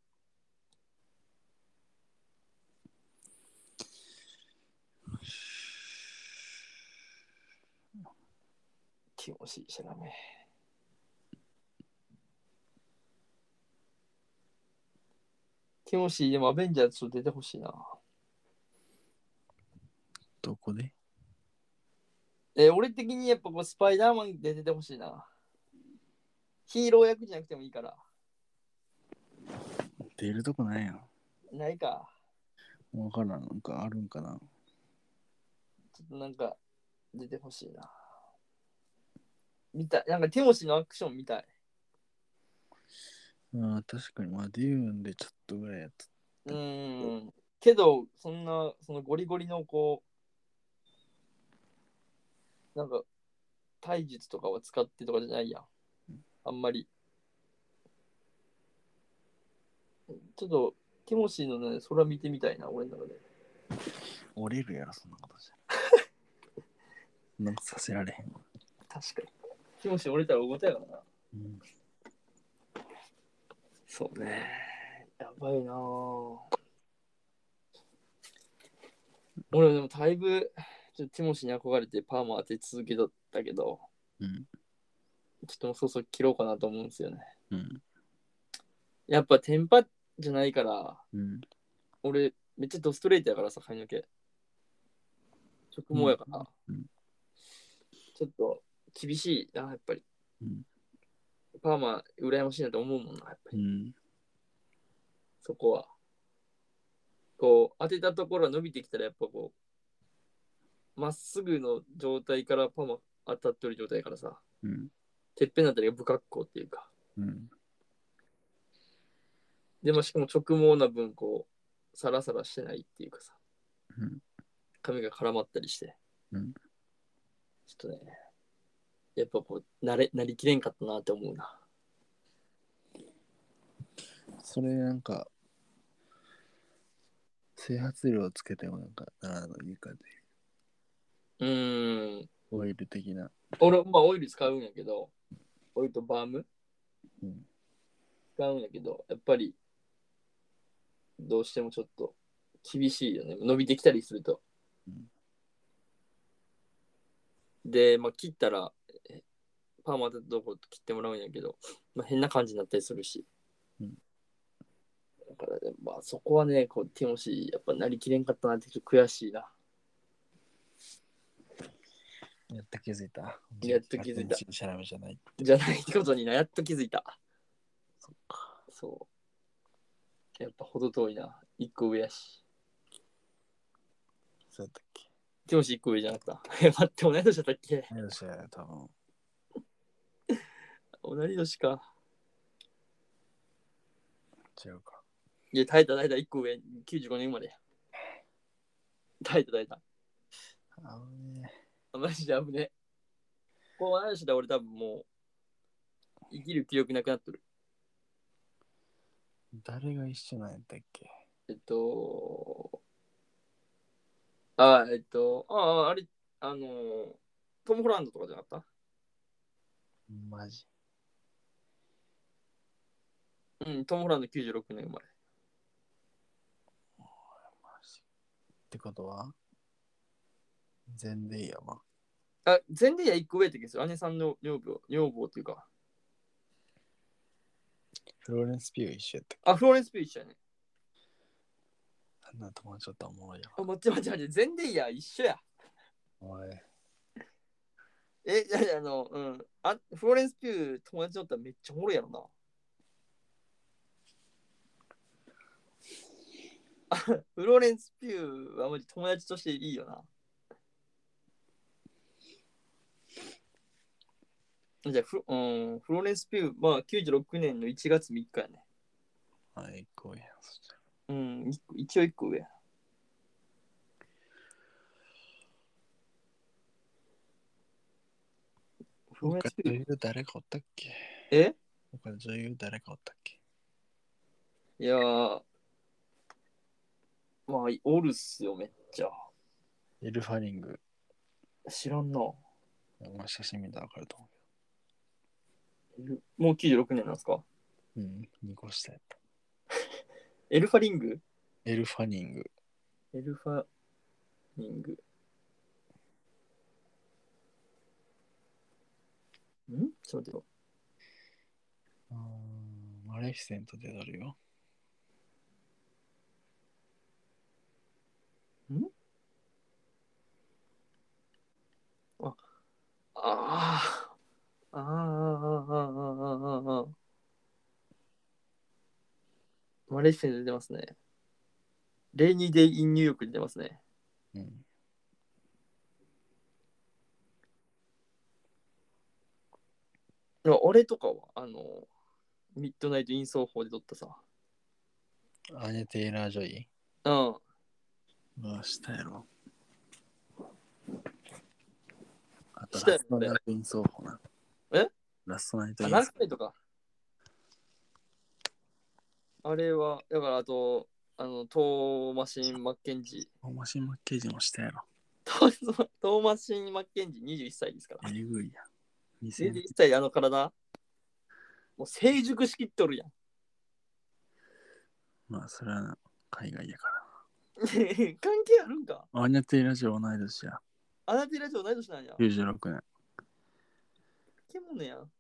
[SPEAKER 2] 気持ちいいしゃがめ。ティモシー、でもアベンジャーズちょっと出てほしいな。
[SPEAKER 1] どこで
[SPEAKER 2] えー俺的にやっぱこうスパイダーマンで出てほしいな。ヒーロー役じゃなくてもいいから。
[SPEAKER 1] 出るとこないやん。
[SPEAKER 2] ないか。
[SPEAKER 1] わからん。なんかあるんかな。
[SPEAKER 2] ちょっとなんか出てほしいな。見たい。なんかティモシーのアクション見たい。
[SPEAKER 1] あ確かに、まあ、デューンでちょっとぐらいやった。
[SPEAKER 2] うーん。けど、そんな、そのゴリゴリのこう、なんか、体術とかは使ってとかじゃないやん。あんまり。ちょっと、ティモシーのね、空見てみたいな、俺の中で。
[SPEAKER 1] 折れるやろ、そんなことじゃ。 [laughs] なんかさせられへんわ。
[SPEAKER 2] 確かに。ティモシー折れたら大事やからな。
[SPEAKER 1] うん、
[SPEAKER 2] そうね。やばいなぁ俺でもだいぶ、ちょっとティモシーに憧れてパーマ当て続けとったけど、
[SPEAKER 1] うん、
[SPEAKER 2] ちょっともうそろそろ切ろうかなと思うんですよね。
[SPEAKER 1] うん、
[SPEAKER 2] やっぱテンパじゃないから、
[SPEAKER 1] うん。
[SPEAKER 2] 俺めっちゃドストレートやからさ、髪の毛。直毛やから。
[SPEAKER 1] うんうん
[SPEAKER 2] ちょっと厳しいな、やっぱり。
[SPEAKER 1] うん
[SPEAKER 2] パーマ羨ましいなと思うもんな、やっぱり。
[SPEAKER 1] うん、
[SPEAKER 2] そこは。こう、当てたところが伸びてきたら、やっぱこう、まっすぐの状態からパーマ当たってる状態やからさ、
[SPEAKER 1] うん、
[SPEAKER 2] てっぺんのあたりが不格好っていうか。
[SPEAKER 1] うん、
[SPEAKER 2] で、まあ、しかも直毛な分、こう、サラサラしてないっていうかさ、
[SPEAKER 1] うん
[SPEAKER 2] 髪が絡まったりして、
[SPEAKER 1] うん
[SPEAKER 2] ちょっとね、やっぱこう、なれ、なりきれんかったなって思うな。
[SPEAKER 1] それなんか、整髪量つけてもなんか、ならないかで、
[SPEAKER 2] うーん。
[SPEAKER 1] オイル的な。
[SPEAKER 2] 俺、まあ、オイル使うんやけど、オイルとバーム、
[SPEAKER 1] うん
[SPEAKER 2] 使うんやけど、やっぱり、どうしてもちょっと厳しいよね。伸びてきたりすると。
[SPEAKER 1] うん
[SPEAKER 2] で、まあ、切ったら、えパーマだとどこ切ってもらうんやけど、まあ、変な感じになったりするし。
[SPEAKER 1] うん
[SPEAKER 2] だから、まあ、そこはね、こう、ティモシー、やっぱなりきれんかったなって、ちょっと悔しいな。
[SPEAKER 1] やっと気づいた。
[SPEAKER 2] やっと気づいた
[SPEAKER 1] シャラメじゃない。
[SPEAKER 2] じゃないことにな、やっと気づいた。
[SPEAKER 1] そっか。
[SPEAKER 2] そう。やっぱ程遠いな。一個上やし。
[SPEAKER 1] そうだったっけ
[SPEAKER 2] ティモシー一個上じゃなかった。 [laughs] え待って、同い年だったっけ
[SPEAKER 1] 何でしたよ、多分。
[SPEAKER 2] 同い年か。
[SPEAKER 1] 違うか。
[SPEAKER 2] いや、耐えた耐えた、一個上、95年生まれや。耐えた耐えた。
[SPEAKER 1] あのね。
[SPEAKER 2] あマジで危ねえ。こう同い年だ、俺多分もう、生きる気力なくなっとる。
[SPEAKER 1] 誰が一緒なんやったっけ
[SPEAKER 2] えっと、あ、えっと、ああ、あれ、あのー、トム・ホランドとかじゃなかっ
[SPEAKER 1] マジ。
[SPEAKER 2] たうん、トム・ホランド96年生まれ。
[SPEAKER 1] マジ。ってことは全然いいやわ。
[SPEAKER 2] あ、全デイヤ1個上って言うんですよ。姉さんの女房、女房っていうか。
[SPEAKER 1] フローレンス・ピュー一緒やったっ
[SPEAKER 2] あ、フローレンス・ピーチやね。
[SPEAKER 1] けあんな友達だったらおもろいやわ。
[SPEAKER 2] あ、待って待って待って、全デイヤ一緒や。
[SPEAKER 1] おい。
[SPEAKER 2] え、いやいや、あの、うん。あ、フローレンス・ピュー友達だったらめっちゃおもろいやろな。あフローレンス・ピューはマジ友達としていいよな。じゃあフロ、うん、フローレンス・ピュー、まあ96年の1月3日やね。
[SPEAKER 1] はい、こうやん。そしたら
[SPEAKER 2] うん、一個一応一個上や。フローレン
[SPEAKER 1] 他
[SPEAKER 2] スピ
[SPEAKER 1] 女
[SPEAKER 2] ュー
[SPEAKER 1] 優誰かおったっけ
[SPEAKER 2] え
[SPEAKER 1] 他女優誰かおったっけ
[SPEAKER 2] いやー、まあ、おるっすよ、めっちゃ。
[SPEAKER 1] エルファリング。
[SPEAKER 2] 知らんな。
[SPEAKER 1] まあ、写真見たらわかると思
[SPEAKER 2] もう96年なんですか
[SPEAKER 1] う。うん。2個下やった。
[SPEAKER 2] エルファリング
[SPEAKER 1] エルファリング。
[SPEAKER 2] エルファリング。んちょっと待ってよ。
[SPEAKER 1] うーん。マレフィセントで出るよ。
[SPEAKER 2] ああ。ああ、ああ、ああ、ああ、ああ。マレーシアに出てますね。レイニーデイ・イン・ニューヨークに出てますね。
[SPEAKER 1] うん。
[SPEAKER 2] でも俺とかは、あの、ミッドナイト・イン・奏法で撮ったさ。
[SPEAKER 1] アニャ・テイラー・ジョイ。
[SPEAKER 2] うん。
[SPEAKER 1] まあ、したやろ。あと、
[SPEAKER 2] した
[SPEAKER 1] ラ
[SPEAKER 2] よ
[SPEAKER 1] ストナイト・イン・奏法な。
[SPEAKER 2] え
[SPEAKER 1] ラストナイト・イ
[SPEAKER 2] あ、
[SPEAKER 1] ン・奏
[SPEAKER 2] ラストナイトか。あれは、だからあと、あの、トーマシン・マッケンジ
[SPEAKER 1] 法。マシン・マッケージもしたやろ。
[SPEAKER 2] ー。トートーマシン・マッケンジー21歳ですから。
[SPEAKER 1] えぐいやん。
[SPEAKER 2] 21
[SPEAKER 1] 2000
[SPEAKER 2] 歳であの体。もう成熟しきっとるやん。
[SPEAKER 1] まあ、それはな海外やか。
[SPEAKER 2] [laughs] 関係あるんから
[SPEAKER 1] アニャ・テイラー・ジョイ同い年や。
[SPEAKER 2] アナティラジオ同い年なんや。
[SPEAKER 1] 96年。
[SPEAKER 2] ケモノやん。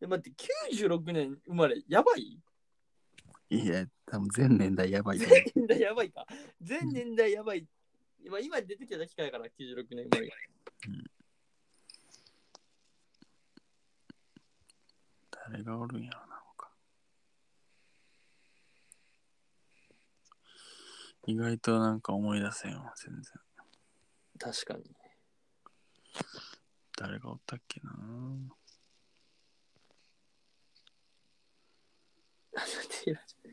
[SPEAKER 2] え、待って、96年生まれ、やばい
[SPEAKER 1] いや、多分全年代やばいと
[SPEAKER 2] 全 [laughs]
[SPEAKER 1] 思う
[SPEAKER 2] 年代やばいか。全年代やばい。今、今出てきた機会から96年生まれ。
[SPEAKER 1] 誰がおるんやろな、他。意外となんか思い出せんわ、全然。
[SPEAKER 2] 確かに。
[SPEAKER 1] 誰がおったっけな
[SPEAKER 2] アナティラジオ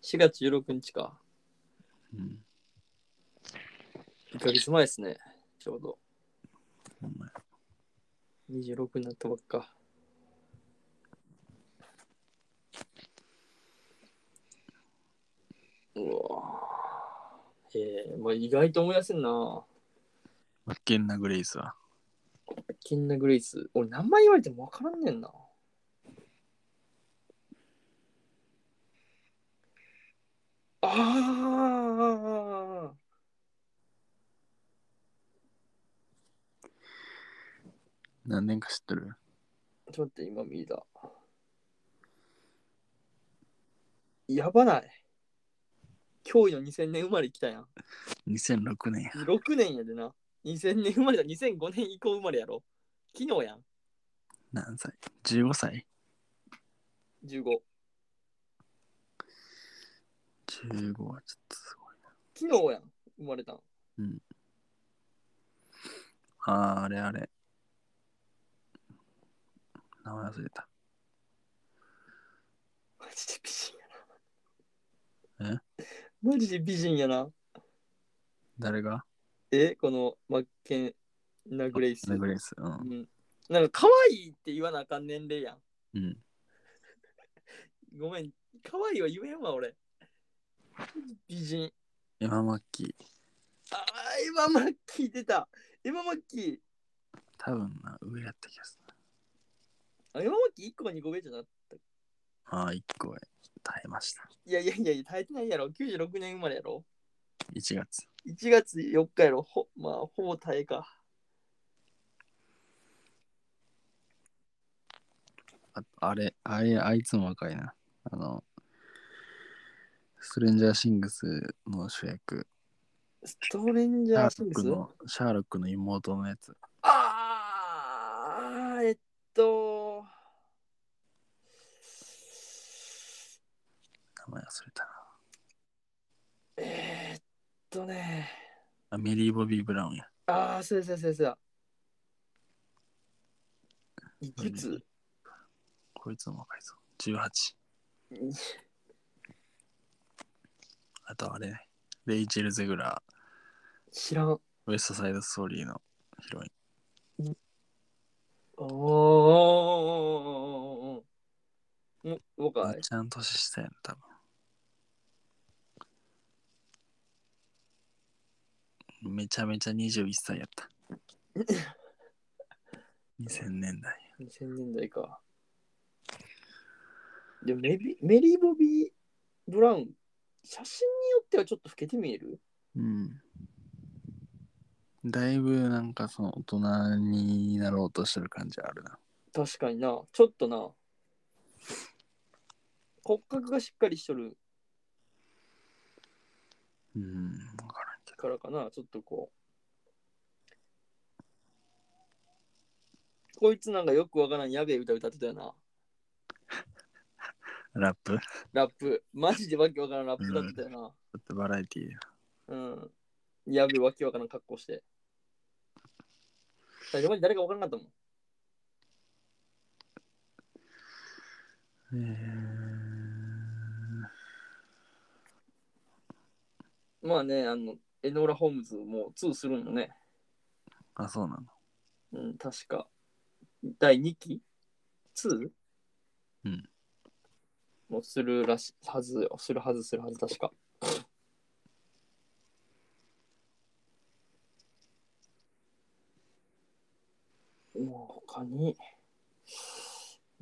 [SPEAKER 2] 4月16日か。
[SPEAKER 1] うん、
[SPEAKER 2] 1ヶ月前ですね。ちょうど。
[SPEAKER 1] ほんまや。
[SPEAKER 2] 26になったばっか。うわぁえー、まあ意外と思い出せんな
[SPEAKER 1] マッケンナ・グレイスは。
[SPEAKER 2] キンナグレイス。俺、名前言われても分からんねんな。ああ。
[SPEAKER 1] 何年か知ってる
[SPEAKER 2] ちょっと待って、今見た。やばない。驚異の2000年生まれ来たやん。
[SPEAKER 1] ?2006
[SPEAKER 2] [laughs]
[SPEAKER 1] 年や。
[SPEAKER 2] 6年やでな。2000年生まれだ。2005年以降生まれやろ。昨日やん。
[SPEAKER 1] 何歳 ?15 歳
[SPEAKER 2] 15。
[SPEAKER 1] ?15 はちょっとすごい。
[SPEAKER 2] 昨日やん。生まれたん。
[SPEAKER 1] ああ、あれあれ。名前忘れた。
[SPEAKER 2] マジで美人やな。えマジで美人やな。
[SPEAKER 1] 誰が
[SPEAKER 2] え、このマッケンナグレイス。
[SPEAKER 1] マッケンナ・グレイス。う。
[SPEAKER 2] うんん、なんか可愛いって言わなあかん年齢やん。
[SPEAKER 1] うん。
[SPEAKER 2] ごめん、可愛いは言えんわ、俺。美人。
[SPEAKER 1] エマ・マッキー。
[SPEAKER 2] ああ、エマ・マッキー出た。エマ・マッキー。
[SPEAKER 1] 多分な、上やった気がする。
[SPEAKER 2] あエマ・マッキー1個に個上じゃなった。
[SPEAKER 1] ああ、1個へ耐えました。
[SPEAKER 2] いやいやいやいや、耐えてないやろ。96年生まれやろ。
[SPEAKER 1] 1月。
[SPEAKER 2] 1月4日やろ。ほまあ、ほぼ耐えか。
[SPEAKER 1] ああれ、あれ、あいつも若いな。あの、ストレンジャーシングスの主役、
[SPEAKER 2] ストレンジ
[SPEAKER 1] シャ
[SPEAKER 2] ャー・
[SPEAKER 1] ー
[SPEAKER 2] シ
[SPEAKER 1] ロ
[SPEAKER 2] ン
[SPEAKER 1] ック
[SPEAKER 2] グス
[SPEAKER 1] のシャーロックの妹のやつ。
[SPEAKER 2] あーえっと。
[SPEAKER 1] 名前忘れたな。
[SPEAKER 2] えーっとね。
[SPEAKER 1] あメリー・ボビー・ブラウンや。
[SPEAKER 2] ああ、そうそうそうそう。いくつ
[SPEAKER 1] こいつも若いぞ。18。あとあれ、レイチェル・ゼグラ
[SPEAKER 2] 知らん。あ
[SPEAKER 1] ー、ウエストサイド・ストーリーのヒロイン。
[SPEAKER 2] あ。もう
[SPEAKER 1] め
[SPEAKER 2] 若
[SPEAKER 1] っ
[SPEAKER 2] い。
[SPEAKER 1] ちゃん年下やん、多分。めちゃめちゃ21歳やった。2000年代。
[SPEAKER 2] 2000年代か。でもメビメリー・ボビー・ブラウン、写真によってはちょっと老けて見える
[SPEAKER 1] うん。だいぶなんかその大人になろうとしてる感じあるな。
[SPEAKER 2] 確かにな。ちょっとな。骨格がしっかりしとる
[SPEAKER 1] うん、わからんけど。
[SPEAKER 2] からかな。ちょっとここいつなんかよくわからんやべえ歌歌ってたよな。
[SPEAKER 1] ラップ
[SPEAKER 2] ラップ。マジでわけわからんラップ歌ってたよな。
[SPEAKER 1] バラエティー。
[SPEAKER 2] うん。やべえ、わけわからん格好して。最初まで誰かわからんかったも
[SPEAKER 1] え
[SPEAKER 2] ん。
[SPEAKER 1] ー
[SPEAKER 2] まあね、あの、エノーラ・ホームズも2するんよね。
[SPEAKER 1] あ、そうなの。
[SPEAKER 2] うん、確か。第2期 ?2?
[SPEAKER 1] うん。
[SPEAKER 2] もうするらしはずよ。するはず、するはず、確か。もう他に。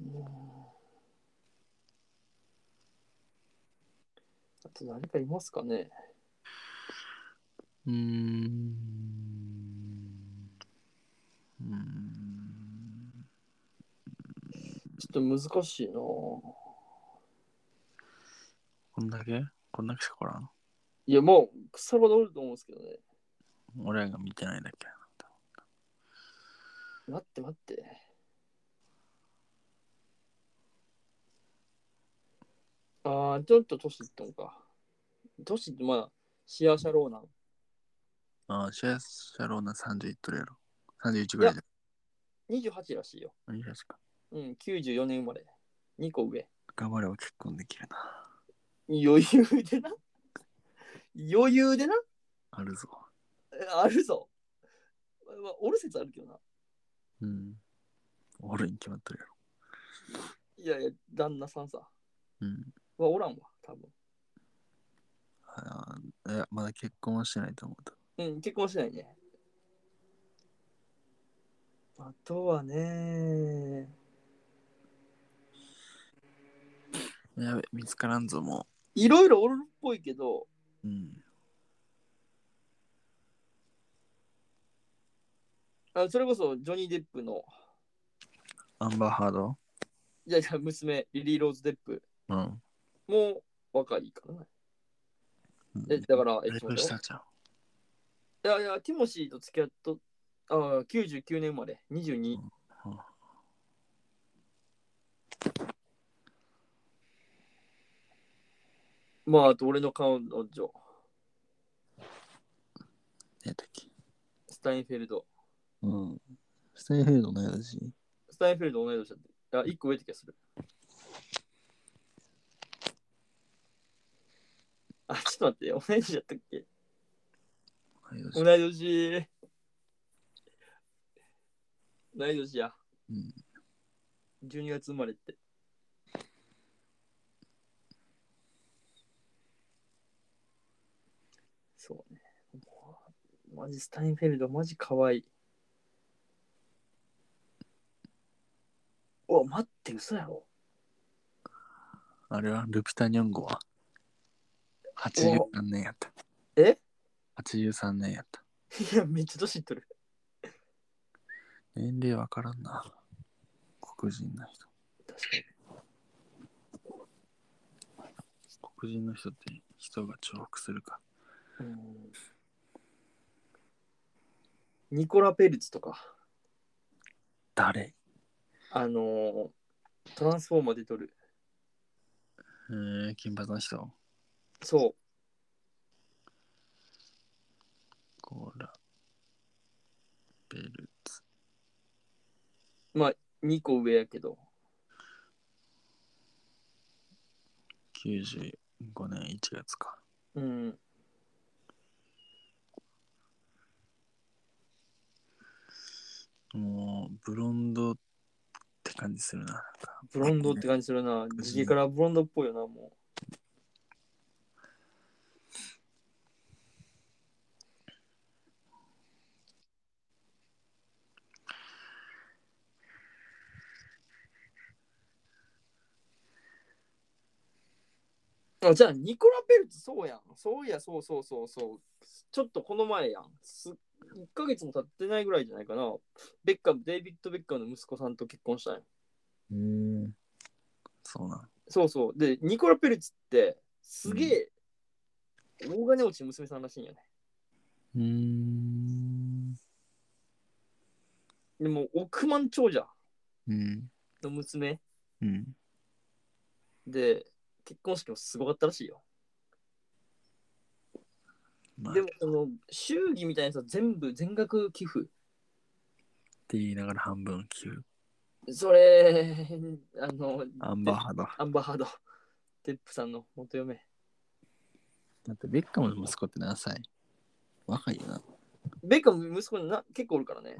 [SPEAKER 2] うんあと何かいますかね
[SPEAKER 1] うーん。うーん。
[SPEAKER 2] ちょっと難しいなぁ
[SPEAKER 1] こんだけこんだけしか来らん
[SPEAKER 2] いや、もう、腐るほどおると思うんですけどね。
[SPEAKER 1] 俺らが見てないだけ。
[SPEAKER 2] 待って待って。ああ、ちょっとトシってんか。トシってまあ、シアシャローナン。
[SPEAKER 1] あ、シェアシャローナ31取れやろ。31ぐらいじ
[SPEAKER 2] 28らしいよ。
[SPEAKER 1] ゃん。いいやつか。
[SPEAKER 2] うん、94年生まれ。2個上。
[SPEAKER 1] 頑張れば結婚できるな。
[SPEAKER 2] 余裕でな。余裕でな。
[SPEAKER 1] あるぞ。
[SPEAKER 2] えあるぞ。まあ、おる説あるけどな。
[SPEAKER 1] うん。俺に決まっとるやろ。
[SPEAKER 2] いやいや、旦那さんさ。
[SPEAKER 1] うん。
[SPEAKER 2] はおらんわ、多分。
[SPEAKER 1] あーいやまだ結婚はしてないと思うと。
[SPEAKER 2] うん、結婚してないね。あとはね、
[SPEAKER 1] やべ、見つからんぞ、も
[SPEAKER 2] いろいろおるっぽいけど、
[SPEAKER 1] う。うん。
[SPEAKER 2] あそれこそジョニー・デップの、
[SPEAKER 1] アンバーハード
[SPEAKER 2] いやいや、娘、リリー・ローズ・デップ
[SPEAKER 1] うん。
[SPEAKER 2] も若いからね。
[SPEAKER 1] うん
[SPEAKER 2] え、だから、え
[SPEAKER 1] え
[SPEAKER 2] っ
[SPEAKER 1] っ
[SPEAKER 2] と、
[SPEAKER 1] と
[SPEAKER 2] い
[SPEAKER 1] したじゃん。
[SPEAKER 2] やいや、ティモシーと付き合っと、ああ、99年生まれ、22。まあ、あと俺の彼女、
[SPEAKER 1] えっとき。
[SPEAKER 2] スタインフェルド。
[SPEAKER 1] うん。ステイフェードのやし。
[SPEAKER 2] スタインフェルド同い年だって。あ、1個上って気がする。あ、ちょっと待って、同い年だったっけ同い年。同い年や。
[SPEAKER 1] うん
[SPEAKER 2] 12月生まれって。そうね。もうマジスタインフェルド、マジ可愛い。うわ、待って、嘘やろ。
[SPEAKER 1] あれはルピタニョンゴは ?83 年やった。
[SPEAKER 2] え [laughs]
[SPEAKER 1] ?83 年やった。
[SPEAKER 2] いや、めっちゃ年いっとる。
[SPEAKER 1] 年齢わからんな。黒人の人。
[SPEAKER 2] 確かに。
[SPEAKER 1] 黒人の人って人が重複するか。
[SPEAKER 2] うんニコラ・ペルツとか、
[SPEAKER 1] 誰
[SPEAKER 2] あのートランスフォーマーで撮る。
[SPEAKER 1] えー、金髪の人
[SPEAKER 2] そ
[SPEAKER 1] コーラ。ベルツ。
[SPEAKER 2] う、2個上やけど。
[SPEAKER 1] 95年1月か。
[SPEAKER 2] うん。
[SPEAKER 1] もう、ブロンドって感じするな。なんか
[SPEAKER 2] ブロンドって感じするな。地毛からブロンドっぽいよな、もう。あじゃあ、ニコラ・ペルツ、そうやん。そういや、そうそうそうそう。ちょっとこの前やん。す1ヶ月も経ってないぐらいじゃないかな。ベッカム、デイビッド・ベッカムの息子さんと結婚したんや
[SPEAKER 1] うん。そうなん。
[SPEAKER 2] そうそう。で、ニコラ・ペルツって、すげえ、大金持ちの娘さんらしいんよね。
[SPEAKER 1] うーん。
[SPEAKER 2] でも、億万長者。
[SPEAKER 1] うん。
[SPEAKER 2] の娘
[SPEAKER 1] うん。
[SPEAKER 2] で、結婚式もすごかったらしいよ。
[SPEAKER 1] まあ、
[SPEAKER 2] で
[SPEAKER 1] っ
[SPEAKER 2] も、その、祝儀みたいなやつは全部、全額寄付。
[SPEAKER 1] て言いながら半分切る。
[SPEAKER 2] それ、あの、
[SPEAKER 1] アンバーハード。
[SPEAKER 2] アンバーハード、テップさんの元嫁。
[SPEAKER 1] だってベッカムの息子って何歳若いよな。
[SPEAKER 2] ベッカム息子な結構おるからね。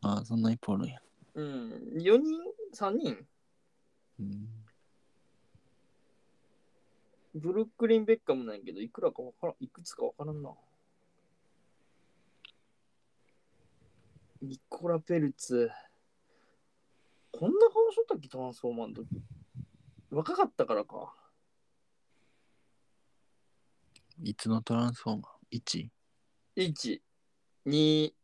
[SPEAKER 1] ああ、そんないっぱいおるんや。
[SPEAKER 2] うん、4人 ?3 人
[SPEAKER 1] うん。
[SPEAKER 2] ブルックリン・ベッカムなんやけど、いくらかわからん、いくつかわからんな。ニコラ・ペルツ。こんな顔しとったっけ、トランスフォーマーの時。若かったからか。
[SPEAKER 1] いつのトランスフォーマー ?1?
[SPEAKER 2] 1、2、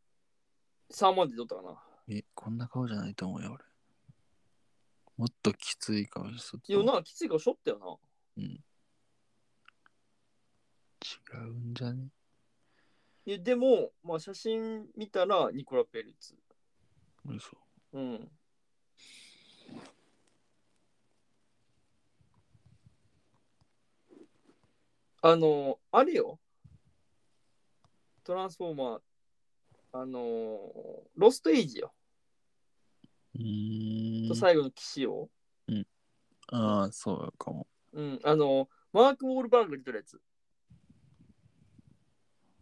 [SPEAKER 2] 3まで撮ったかな。
[SPEAKER 1] え、こんな顔じゃないと思うよ、俺。もっときつい顔しとった
[SPEAKER 2] いや、な、きつい顔しとったよな。
[SPEAKER 1] 違うんじゃね
[SPEAKER 2] いやでも、まあ、写真見たらニコラ・ペルツ。
[SPEAKER 1] 嘘。
[SPEAKER 2] うん。あの、あれよ。トランスフォーマー、あの、ロストエイジよ。
[SPEAKER 1] うー
[SPEAKER 2] と
[SPEAKER 1] ん。
[SPEAKER 2] 最後の騎士を。
[SPEAKER 1] ああ、そうかも。
[SPEAKER 2] うん。あの、マーク・ウォールバーグが出てるやつ。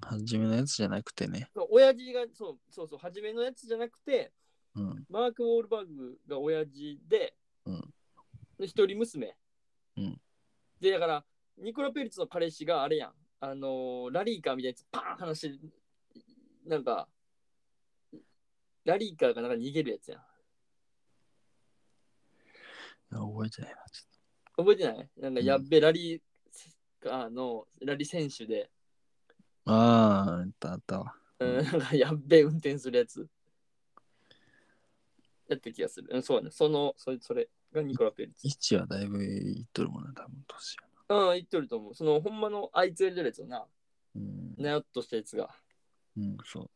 [SPEAKER 1] 初めのやつじゃなくてね。
[SPEAKER 2] そう親父が、そうそうそう、初めのやつじゃなくて、
[SPEAKER 1] うん。
[SPEAKER 2] マーク・ウォールバーグが親父で、
[SPEAKER 1] うん
[SPEAKER 2] で一人娘。
[SPEAKER 1] うん
[SPEAKER 2] で、だから、ニコラ・ペルツの彼氏があれやん。あのーラリーカーみたいなやつ、パーン話して、なんか、ラリーカーがなんか逃げるやつやん。
[SPEAKER 1] いや覚えてないな。ちょっ
[SPEAKER 2] 覚えてないなんか、
[SPEAKER 1] うん
[SPEAKER 2] やっべ、ラリーカーの、ラリー選手で、
[SPEAKER 1] とああ、あったあったわ。
[SPEAKER 2] うん、なんかやっべ、運転するやつ。やった気がする。うん、そうやね。その、それ、それがニコラ・ペルツ。
[SPEAKER 1] 1はだいぶいっとるもんな、多分年や
[SPEAKER 2] うん、言っとると思う。その、ほんまのあいつが出てるやつよな。
[SPEAKER 1] な。
[SPEAKER 2] なよっとしたやつが。
[SPEAKER 1] うん。うん、そう。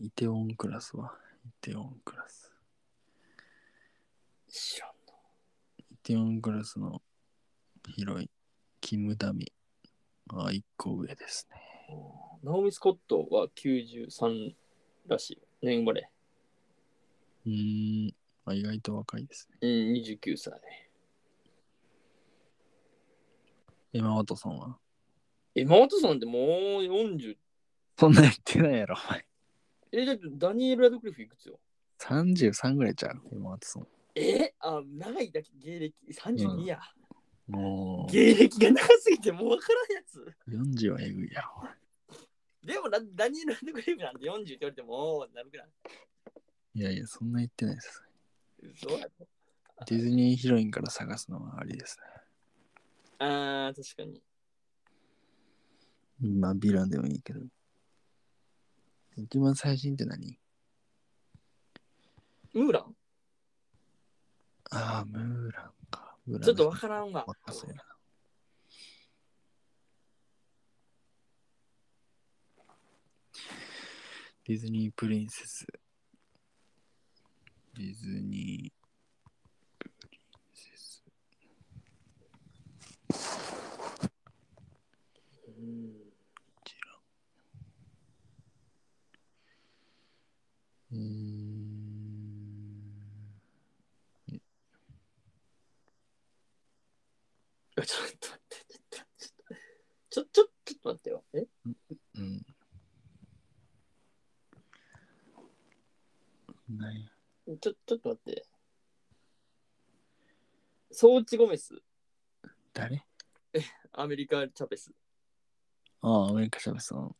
[SPEAKER 1] イテウォンクラスは、イテウォンクラス。
[SPEAKER 2] 知らん。
[SPEAKER 1] イテウォンクラスの広いキムダミ。ああ、1個上ですね。
[SPEAKER 2] ナオミ・スコットは93らしい。年生まれ。
[SPEAKER 1] うーん、あ意外と若いですね。
[SPEAKER 2] うん、29歳。
[SPEAKER 1] エマ・ワトソンは
[SPEAKER 2] え、マートソンってもう40。
[SPEAKER 1] そんな言ってないやろ、 [laughs] お前。
[SPEAKER 2] え、だってダニエル・ラドクリフいくつよ
[SPEAKER 1] 33ぐらいちゃう、エマ・ワトソン。
[SPEAKER 2] えあ、長いだけ芸歴。32や。
[SPEAKER 1] も
[SPEAKER 2] 芸歴が長すぎてもう分からんやつ。
[SPEAKER 1] う、40はえぐいやろ。お前
[SPEAKER 2] でもラダニエル・ラドクリフなんて40って言われてもおーなるくらい。
[SPEAKER 1] いやいや、そんな言ってないです。
[SPEAKER 2] そうやろ
[SPEAKER 1] ディズニーヒロインから探すのはありです
[SPEAKER 2] あー、確かに。
[SPEAKER 1] ね。まあ、ヴィランでもいいけど。一番最新って何
[SPEAKER 2] ムーラン
[SPEAKER 1] ああ、ムーランか。ムーラン
[SPEAKER 2] ちょっと分からんわ。
[SPEAKER 1] 若そうやな。ディズニープリンセス。ディズニープリンセス。
[SPEAKER 2] うん
[SPEAKER 1] うーん。
[SPEAKER 2] ちょっと待って、ちょっと、ちょ、ちょ、ちょっと待ってよ。え
[SPEAKER 1] うん。ないや。
[SPEAKER 2] ちょ、ちょっと待って。ソーチ・ゴメス、
[SPEAKER 1] 誰
[SPEAKER 2] アメリカ・チャペス。
[SPEAKER 1] ああ、アメリカ・チャベスさん。ア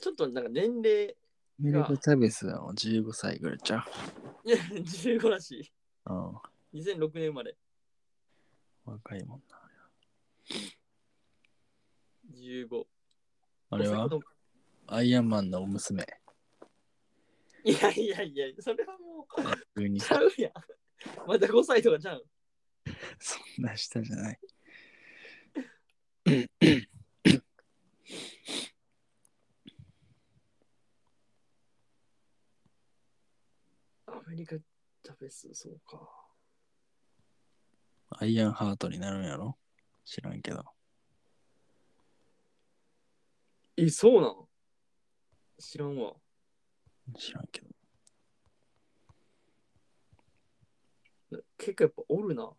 [SPEAKER 2] ちょっとなんか年齢、
[SPEAKER 1] メリカ・チャベスさんは15歳ぐらいちゃう。
[SPEAKER 2] いや15らし
[SPEAKER 1] ああ、
[SPEAKER 2] い。2006年生まれ。
[SPEAKER 1] 若いもんな。
[SPEAKER 2] 15。
[SPEAKER 1] あれはアイアンマンの娘。
[SPEAKER 2] いやいやいや、それはもう、
[SPEAKER 1] 12
[SPEAKER 2] ちゃ
[SPEAKER 1] 歳。
[SPEAKER 2] うやん。まだ5歳とかじゃん。
[SPEAKER 1] [laughs] そんな下じゃない。
[SPEAKER 2] アメリカダベス、そうか。
[SPEAKER 1] アイアンハートになるんやろ知らんけど。
[SPEAKER 2] え、そうなん知らんわ。
[SPEAKER 1] 知らんけど。
[SPEAKER 2] 結構やっぱおるな。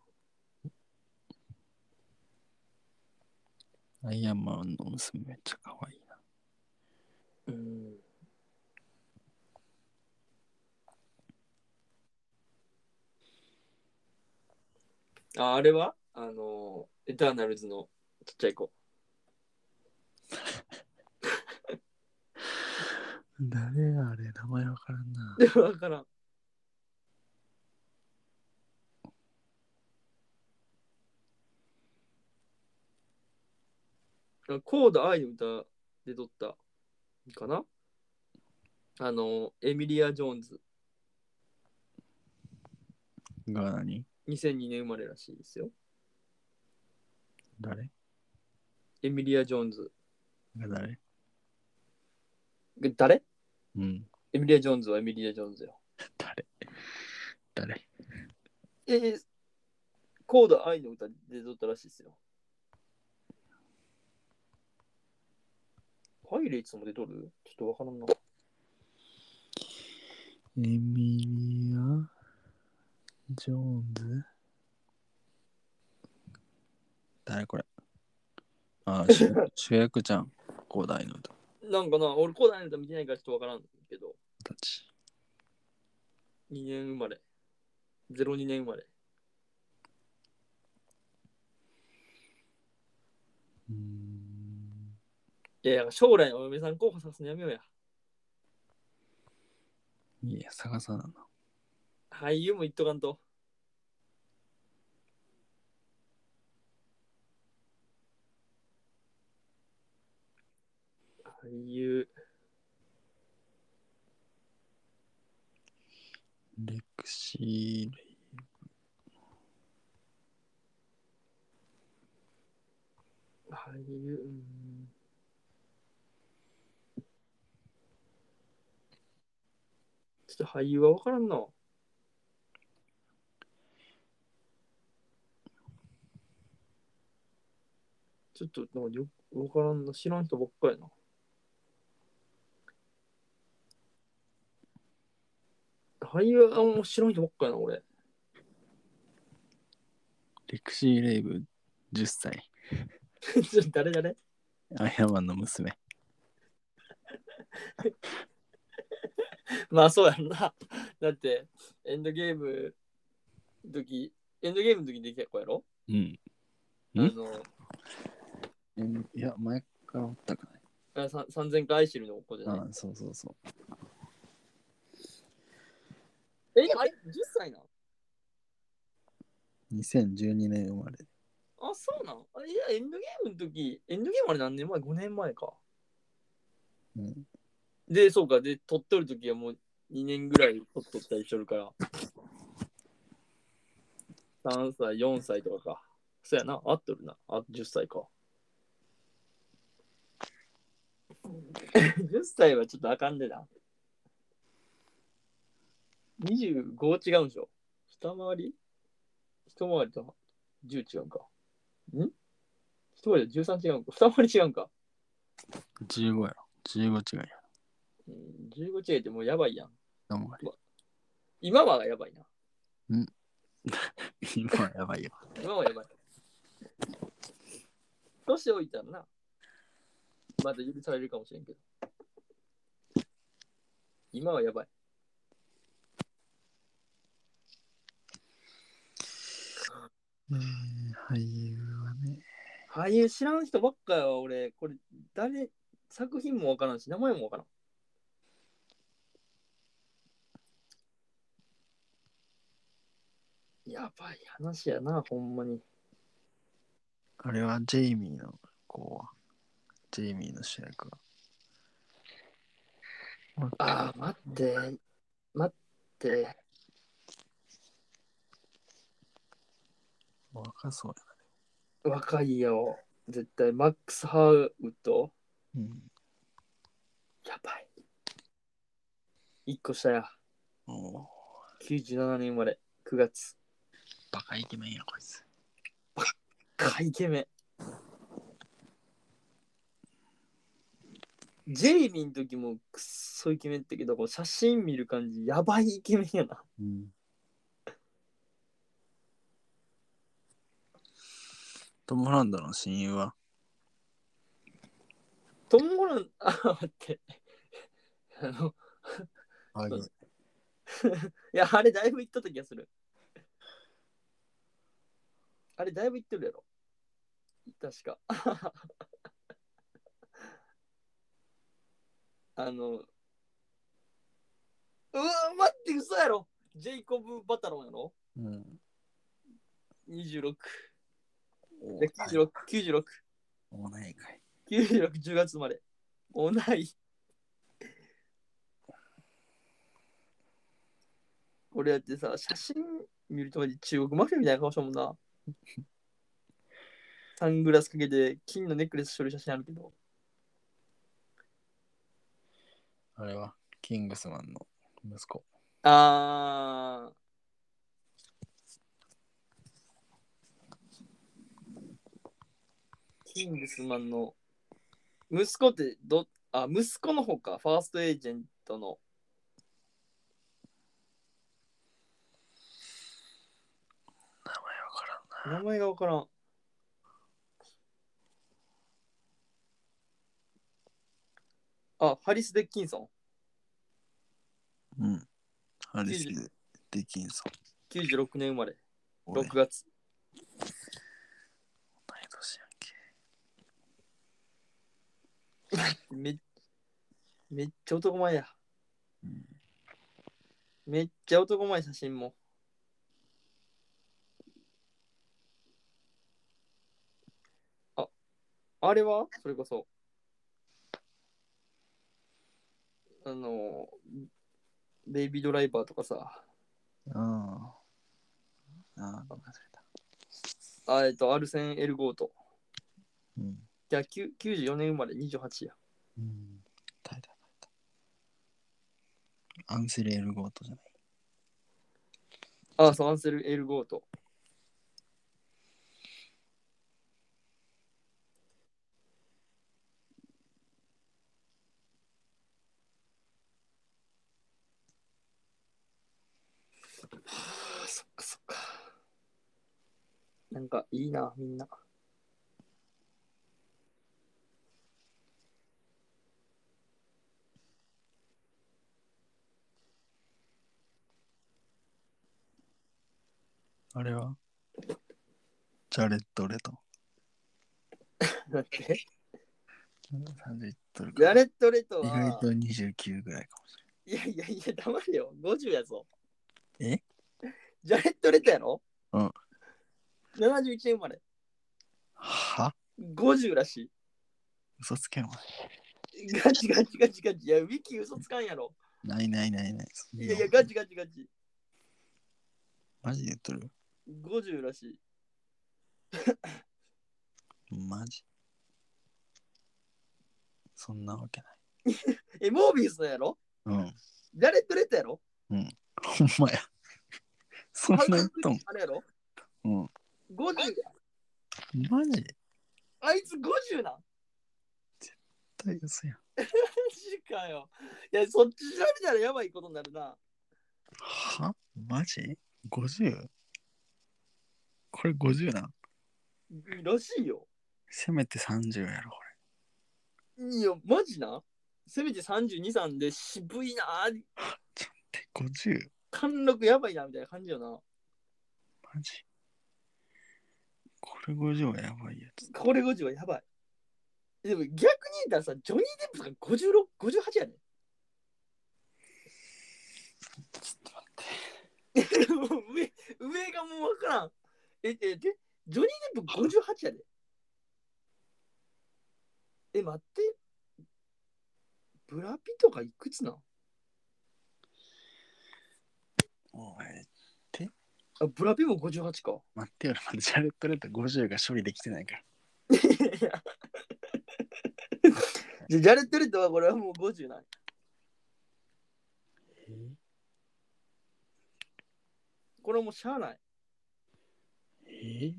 [SPEAKER 1] アイアンマンの娘めっちゃ可愛いな。
[SPEAKER 2] うん。ああれはあのエターナルズのちっちゃい子。 [laughs]
[SPEAKER 1] 誰やあれ名前わからんな。
[SPEAKER 2] でもわからん。あコーダ愛の歌で撮ったかなあの、エミリア・ジョーンズ、
[SPEAKER 1] が何
[SPEAKER 2] 2002年生まれらしいですよ。
[SPEAKER 1] 誰
[SPEAKER 2] エミリア・ジョーンズ。
[SPEAKER 1] が誰
[SPEAKER 2] え誰
[SPEAKER 1] うん。
[SPEAKER 2] エミリア・ジョーンズはエミリア・ジョーンズよ。
[SPEAKER 1] 誰誰
[SPEAKER 2] えー、コーダ愛の歌で撮ったらしいですよ。パイレーツも出とるちょっとわからんな。
[SPEAKER 1] エミリア・ジョーンズ誰これあ主 [laughs] 役主役じゃん。広大の歌
[SPEAKER 2] なんかな、俺コーダイの歌見てないからちょっとわからんけど、
[SPEAKER 1] たち。
[SPEAKER 2] 2年生まれ。02年生まれ。
[SPEAKER 1] うーん
[SPEAKER 2] いやいや、将来のお嫁さん候補さすのやめようや。
[SPEAKER 1] いや、探さなの。
[SPEAKER 2] 俳優も言っとかんと。俳優、
[SPEAKER 1] レクシー・レイ
[SPEAKER 2] 俳優、うんちょっと俳優はわからんな。ちょっとなんかよくわからんな。知らん人ばっかりやな。俳優はもう知らん人ばっかりやな、俺。 [laughs]
[SPEAKER 1] レクシー・レイブ、10歳。
[SPEAKER 2] ちょっと誰誰
[SPEAKER 1] アイアンマンの娘。
[SPEAKER 2] [laughs] まあそうやろな。だって、エンドゲームの時、エンドゲームの時にできた子やろ
[SPEAKER 1] うん。
[SPEAKER 2] あ
[SPEAKER 1] ん
[SPEAKER 2] の、
[SPEAKER 1] いや、前からおったか
[SPEAKER 2] あさ3000回愛してるの子じゃ
[SPEAKER 1] な
[SPEAKER 2] ない
[SPEAKER 1] あ。そうそうそう。
[SPEAKER 2] え、あれ ?10 歳なの
[SPEAKER 1] 2012年生まれ。
[SPEAKER 2] あ、そうなのあれいや、エンドゲームの時、エンドゲームあれ何年前 ?5 年前か。
[SPEAKER 1] うん
[SPEAKER 2] で、そうか。で、撮っとる時はもう2年ぐらい撮っとったりしとるから。3歳、4歳とかか。そうやな。合っとるな。あ、10歳か。10歳はちょっとあかんでな。25違うんでしょ下回り一回りと10違うんか。ん一回りと13違うんか。二回り違うんか。
[SPEAKER 1] 15やろ。15違いや。
[SPEAKER 2] うん、15違いってもうやばいやん。
[SPEAKER 1] どうもあり。
[SPEAKER 2] 今はやばいな。
[SPEAKER 1] [laughs] 今はやばいよ。
[SPEAKER 2] 今はやばい。年置いたらな。まだ許されるかもしれんけど。今はやばい。
[SPEAKER 1] えー、俳優はね。
[SPEAKER 2] 俳優知らん人ばっかやわ、俺。これ、誰、作品もわからんし、名前もわからん。やばい話やな、ほんまに。
[SPEAKER 1] あれはジェイミーの子は。ジェイミーの主役は。
[SPEAKER 2] ああ、待って。待って。
[SPEAKER 1] 若そう
[SPEAKER 2] 若いよ。絶対、マックス・ハウッド。
[SPEAKER 1] や。うん。
[SPEAKER 2] やばい。一個下や。
[SPEAKER 1] おお、
[SPEAKER 2] 97年生まれ。9月。
[SPEAKER 1] バカイケメンや、こいつ。
[SPEAKER 2] かイケメン。ジェイミーの時もくっそイケメンってけど、こう写真見る感じ、やばいイケメンやな。
[SPEAKER 1] うん。トム・ホランドの親友は、
[SPEAKER 2] トム・ホラン、あ、待って。あの、
[SPEAKER 1] あ
[SPEAKER 2] そういや、あれだいぶ行っとった気がする。あれだいぶ行ってるやろ。確か。あの、うわ、待って、嘘やろ。ジェイコブ・バタロンやろ
[SPEAKER 1] うん。
[SPEAKER 2] 26。
[SPEAKER 1] お
[SPEAKER 2] で96、96、
[SPEAKER 1] おないかい。
[SPEAKER 2] 96、10月まで。おない。俺だってさ、写真見るとまで中国マフィアみたいな顔したもんな。サングラスかけて金のネックレスしてる写真あるけど。
[SPEAKER 1] あれは、キングスマンの息子。
[SPEAKER 2] あー。キングスマンの息子ってどあ息子の方かファーストエージェントの
[SPEAKER 1] 名前わからんな。
[SPEAKER 2] 名前が分からんあハリス・デッキンソ
[SPEAKER 1] うん。ハリス・ディキンソン。
[SPEAKER 2] ン96年生まれ
[SPEAKER 1] 俺
[SPEAKER 2] 6月
[SPEAKER 1] 同い年やんけ。
[SPEAKER 2] めめっちゃ男前や
[SPEAKER 1] うん
[SPEAKER 2] めっちゃ男前写真もああれはそれこそあのベイビードライバーとかさ
[SPEAKER 1] ああ。ああ、忘れた。
[SPEAKER 2] あえっとアルセン・エルゴート
[SPEAKER 1] うん。
[SPEAKER 2] いや9 94年生まれ28や
[SPEAKER 1] うん。耐えた耐えた。アンセレール・ゴートじゃない。
[SPEAKER 2] あそうアンセル・エルゴートはあそっかそっかなんかいいなみんな [laughs]
[SPEAKER 1] あれはジャレット・レト。
[SPEAKER 2] だって
[SPEAKER 1] 31ドル
[SPEAKER 2] ジ
[SPEAKER 1] か
[SPEAKER 2] ャレット・レト
[SPEAKER 1] 意
[SPEAKER 2] は
[SPEAKER 1] 外と29ぐらいかもし
[SPEAKER 2] いやいやいや、黙れよ。50やぞ。
[SPEAKER 1] え
[SPEAKER 2] ジャレット・レタやろ
[SPEAKER 1] うん。
[SPEAKER 2] 71年生まれ。
[SPEAKER 1] れん。は
[SPEAKER 2] 50らし
[SPEAKER 1] 嘘つけんわ。
[SPEAKER 2] い。ガチガチガチガチ。いや、ウィキ嘘つかんやろ。
[SPEAKER 1] ないないないない。そんない
[SPEAKER 2] やいや、ガチガチガチ。
[SPEAKER 1] マジで言っとる
[SPEAKER 2] 50らしい。
[SPEAKER 1] マジ。そんなわけない。
[SPEAKER 2] え、モービースのやろ [laughs]
[SPEAKER 1] うん。
[SPEAKER 2] ジャレット・レタやろ
[SPEAKER 1] ほんまや。そんな言っとん。
[SPEAKER 2] あれやろ
[SPEAKER 1] うん。
[SPEAKER 2] ?50。
[SPEAKER 1] マジ
[SPEAKER 2] あいつ50なん
[SPEAKER 1] 大嘘やん。
[SPEAKER 2] マジかよ。いや、そっち調べたらやばいことになるな。
[SPEAKER 1] はマジ ?50? これ50な
[SPEAKER 2] らしいよ。
[SPEAKER 1] せめて30やろ、こ
[SPEAKER 2] いや、マジなせめて32、3で渋いな。
[SPEAKER 1] れ。で、50?
[SPEAKER 2] 貫禄やばいな、みたいな感じよな。
[SPEAKER 1] マジこれ50はやばいやつ。
[SPEAKER 2] これ50はやばい。でも逆に言ったらさ、ジョニー・デップが56、58やね
[SPEAKER 1] ちょっと待って。
[SPEAKER 2] ん。もう上、上がもうわからん。え、え、で、ジョニー・デップ58やで。え、待って。ブラピとかいくつなん
[SPEAKER 1] お前って
[SPEAKER 2] あ、ブラピも58か。 [laughs]
[SPEAKER 1] 待ってよ、まだジャレット・レッド50が処理できてないから。
[SPEAKER 2] いやじゃあジャレット・レッドはこれはもう50なんや。これはもうしゃあない。
[SPEAKER 1] えー、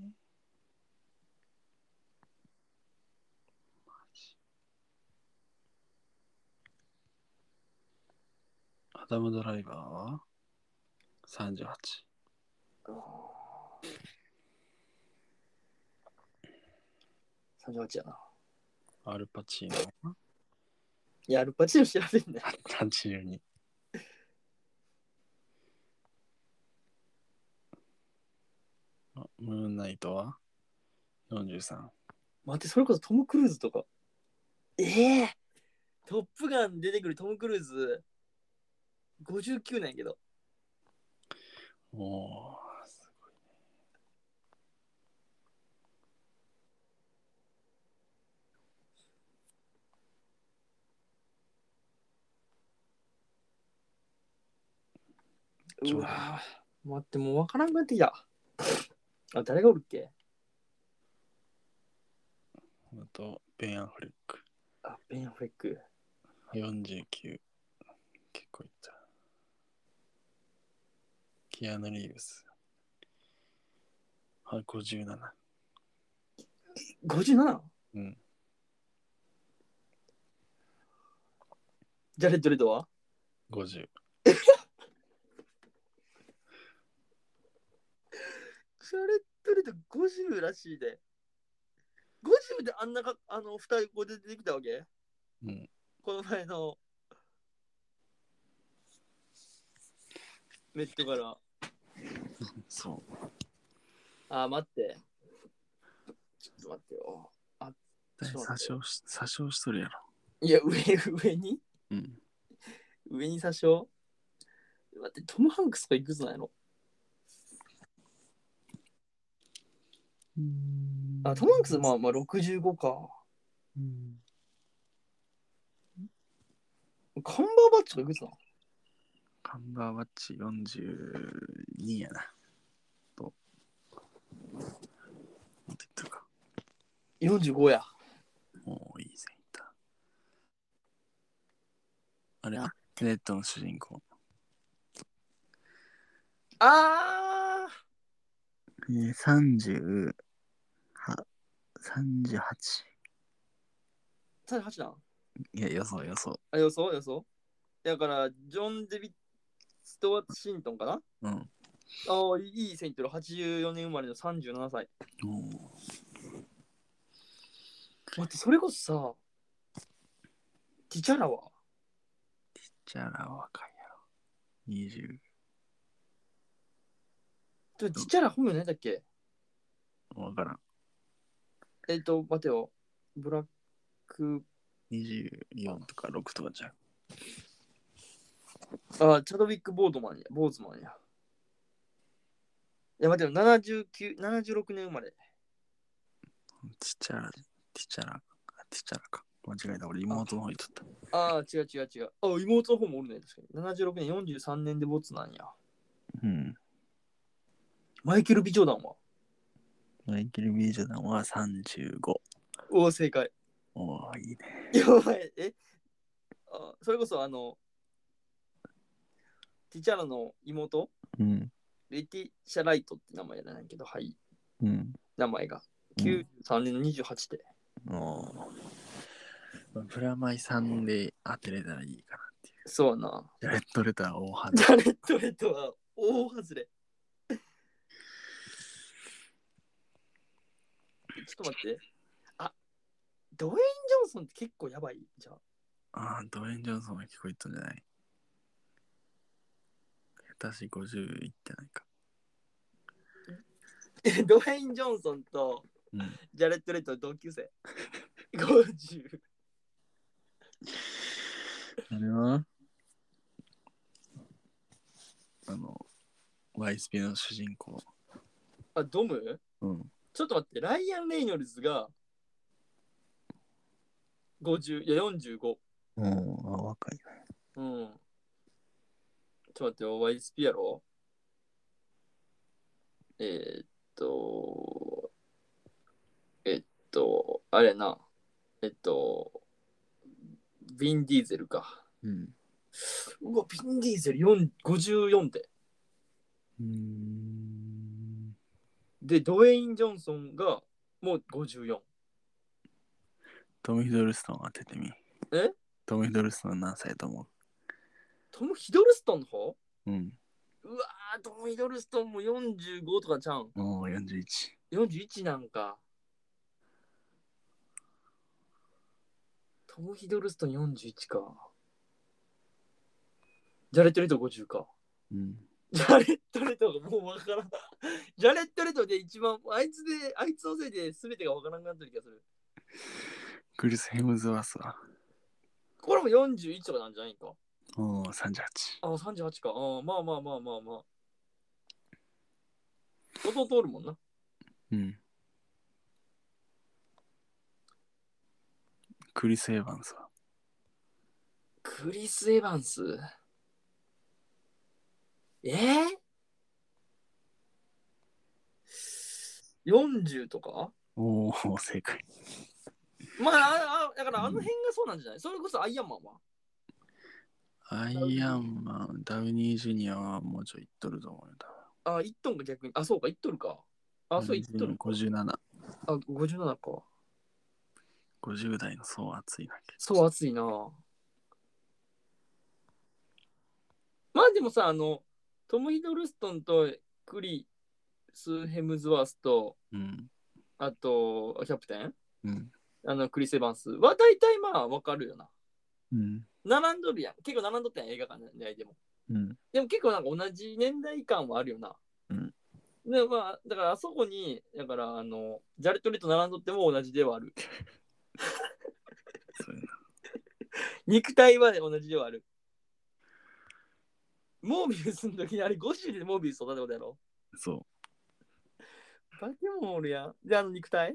[SPEAKER 1] アダム・ドライバーは ?38。
[SPEAKER 2] 38やな。
[SPEAKER 1] アルパチーノはい
[SPEAKER 2] や、アルパチーノ調べんね。
[SPEAKER 1] 82。あムーンナイトは ?43。
[SPEAKER 2] 待って、それこそトム・クルーズとか。ええトップガン出てくるトム・クルーズ、59なんやけど。
[SPEAKER 1] おおー、すごいね。ちょ
[SPEAKER 2] う
[SPEAKER 1] うど
[SPEAKER 2] わぁ、待って、もうわからんくなってきた。あ、誰がおるっけ
[SPEAKER 1] あと、ベン・アフレック。
[SPEAKER 2] あ、ベン・アフレック。
[SPEAKER 1] 49。結構いった。キアヌ・リーブス。はい、57。
[SPEAKER 2] 57?
[SPEAKER 1] うん。
[SPEAKER 2] ジャレット・レッドは
[SPEAKER 1] 50。
[SPEAKER 2] ジャレット・レッド50らしいで。50であんなか、あの、2人こう出てきたわけ
[SPEAKER 1] うん。
[SPEAKER 2] この前の。メットから。
[SPEAKER 1] そう。
[SPEAKER 2] あ、待って。ちょっと待ってよ。
[SPEAKER 1] 大体殺傷し、殺傷しとるやろ。
[SPEAKER 2] いや、上、上に
[SPEAKER 1] うん。
[SPEAKER 2] 上に殺傷待って、トム・ハンクスがいくつなんやろあ、トム・ハンクス、まあまあ65か。
[SPEAKER 1] うん
[SPEAKER 2] カンバーバッチがいくつなの
[SPEAKER 1] カンバーバッチ42やな。と。持ってったか。
[SPEAKER 2] ?45 や。
[SPEAKER 1] もういい線いった。あれ、テネットの主人公。
[SPEAKER 2] あ
[SPEAKER 1] えー、30は、38。
[SPEAKER 2] ー !38 なん
[SPEAKER 1] いや、よそうよそ
[SPEAKER 2] あ、予想予想だから、ジョン・デビット・ワシントンかな
[SPEAKER 1] う。うん。
[SPEAKER 2] ああ、いい線いってる。84年生まれの37歳。
[SPEAKER 1] も
[SPEAKER 2] 待って、それこそさ、ティチャラは
[SPEAKER 1] う、じゃら若いやろ。20。
[SPEAKER 2] でもティチャラ本名何だっけ
[SPEAKER 1] わからん。
[SPEAKER 2] えっ、と、待てよ。ブラック、
[SPEAKER 1] 24とか6とかじゃん。
[SPEAKER 2] あ、チャドウィック・ボードマンや、ボーズマンや。いや、待てよ、79、76年生まれ。
[SPEAKER 1] ちっちゃら、ちっちゃら、ちっちゃらか。間違えた。俺、妹の方言っとった。
[SPEAKER 2] ああ、違う違う違う。あ、妹の方もおるね。確かに。76年、43年でボツなんや。
[SPEAKER 1] うん。
[SPEAKER 2] マイケル・ビジョーダンは
[SPEAKER 1] マイケル・ビージョダンは35。
[SPEAKER 2] おお、正解。
[SPEAKER 1] おー、いいね。
[SPEAKER 2] やばい。えあそれこそ、あの、ティチャラの妹、
[SPEAKER 1] うん。
[SPEAKER 2] レティシャライトって名前じゃないけど、はい、
[SPEAKER 1] うん。
[SPEAKER 2] 名前が。
[SPEAKER 1] うん
[SPEAKER 2] 93年の28で。
[SPEAKER 1] おーまあプラマイ3で当てれたらいいかなっていう。
[SPEAKER 2] そうやな。
[SPEAKER 1] ジャレットレター大は
[SPEAKER 2] ジャレット・レッドは大外れ。ちょっと待って。あ、ドウェイン・ジョンソンって結構やばいじゃん。
[SPEAKER 1] ああ、ドウェイン・ジョンソンが聞こえたんじゃない下手し50いってないか。
[SPEAKER 2] え [laughs] ドウェイン・ジョンソンと
[SPEAKER 1] うん
[SPEAKER 2] ジャレット・レッドは同級生。50。
[SPEAKER 1] あれはあの、YSP の主人公。
[SPEAKER 2] あ、ドム
[SPEAKER 1] うん。
[SPEAKER 2] ちょっと待って、ライアン・レイノルズが50、いや45。
[SPEAKER 1] うん、あ若いね。
[SPEAKER 2] うん。ちょっと待ってよ、ワイスピアロえーっと、えっと、あれやな、えっと、ヴィン・ディーゼルか。
[SPEAKER 1] うん。
[SPEAKER 2] うわ、ヴィン・ディーゼル4 54で。
[SPEAKER 1] うーん。
[SPEAKER 2] で、ドウェイン・ジョンソンがもう54。
[SPEAKER 1] トム・ヒドルストン当ててみ。
[SPEAKER 2] え
[SPEAKER 1] トム・ヒドルストン何歳と思
[SPEAKER 2] トム・ヒドルストンの方
[SPEAKER 1] ううん。
[SPEAKER 2] うわー、トム・ヒドルストンも45とかちゃうん。
[SPEAKER 1] おお、41。
[SPEAKER 2] 41なんか。トム・ヒドルストン41か。ジャレット・レト50か。
[SPEAKER 1] うん。
[SPEAKER 2] ジャレット・レトがもうわからん。ジャレット・レトで一番、あいつで、あいつのせいで全てがわからなくなってる気がする。
[SPEAKER 1] クリス・ヘムズワースは。
[SPEAKER 2] これも41とかなんじゃないんか。
[SPEAKER 1] おお、38。
[SPEAKER 2] あ、38か。あまあまあまあまあまあ。弟通るもんな。
[SPEAKER 1] うん。クリス・エヴァンスは。
[SPEAKER 2] クリス・エヴァンス。えー、?40 とか
[SPEAKER 1] おお、正解。
[SPEAKER 2] まあああ、だからあの辺がそうなんじゃない、それこそアイアンマンは。
[SPEAKER 1] アイアンマン、ダウニー・ジュニアはもうちょいいっとると思うよ。多分
[SPEAKER 2] あ、1トンが逆に。あ、そうか、1トルか。あ、そう、1トル。
[SPEAKER 1] 57。
[SPEAKER 2] あ、57か。
[SPEAKER 1] 50代のそう熱いなけ。
[SPEAKER 2] そう、暑いな。まあでもさ、あの、トム・ヒドルストンとクリス・ヘムズワースと、
[SPEAKER 1] うん。
[SPEAKER 2] あと、キャプテン
[SPEAKER 1] うん。
[SPEAKER 2] あの、クリス・エヴァンスは大体まあわかるよな。
[SPEAKER 1] うん。
[SPEAKER 2] 並んどるやん。結構並んどったやん、映画館内でも。
[SPEAKER 1] うん。
[SPEAKER 2] でも結構なんか同じ年代感はあるよな。
[SPEAKER 1] うん。
[SPEAKER 2] で、まあ、だからあそこに、だからあの、ジャレット・レと並んどっても同じではある。
[SPEAKER 1] そうや
[SPEAKER 2] 肉体は同じではある。モービウスの時にあれ50でモービウス育てたことやろ
[SPEAKER 1] なそ
[SPEAKER 2] バケモンおるやん。で、あの肉体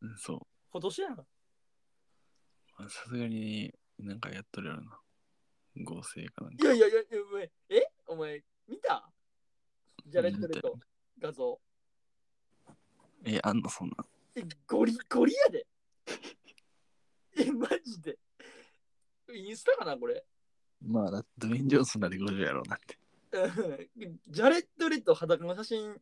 [SPEAKER 1] う。うんそう。
[SPEAKER 2] 今年やん。
[SPEAKER 1] まあさすがになんかやっとるやろな。合成かなん
[SPEAKER 2] い
[SPEAKER 1] か。
[SPEAKER 2] やいやいや、いやお前えお前、見たジャレット・レト画像。
[SPEAKER 1] え、あんのそんな。
[SPEAKER 2] え、ゴリゴリやで。 [laughs] え、マジで。インスタかな、これ。
[SPEAKER 1] まあ、だってドウェイン・ジョンソンだって50やろうなって。
[SPEAKER 2] うんジャレット・レッド裸の写真、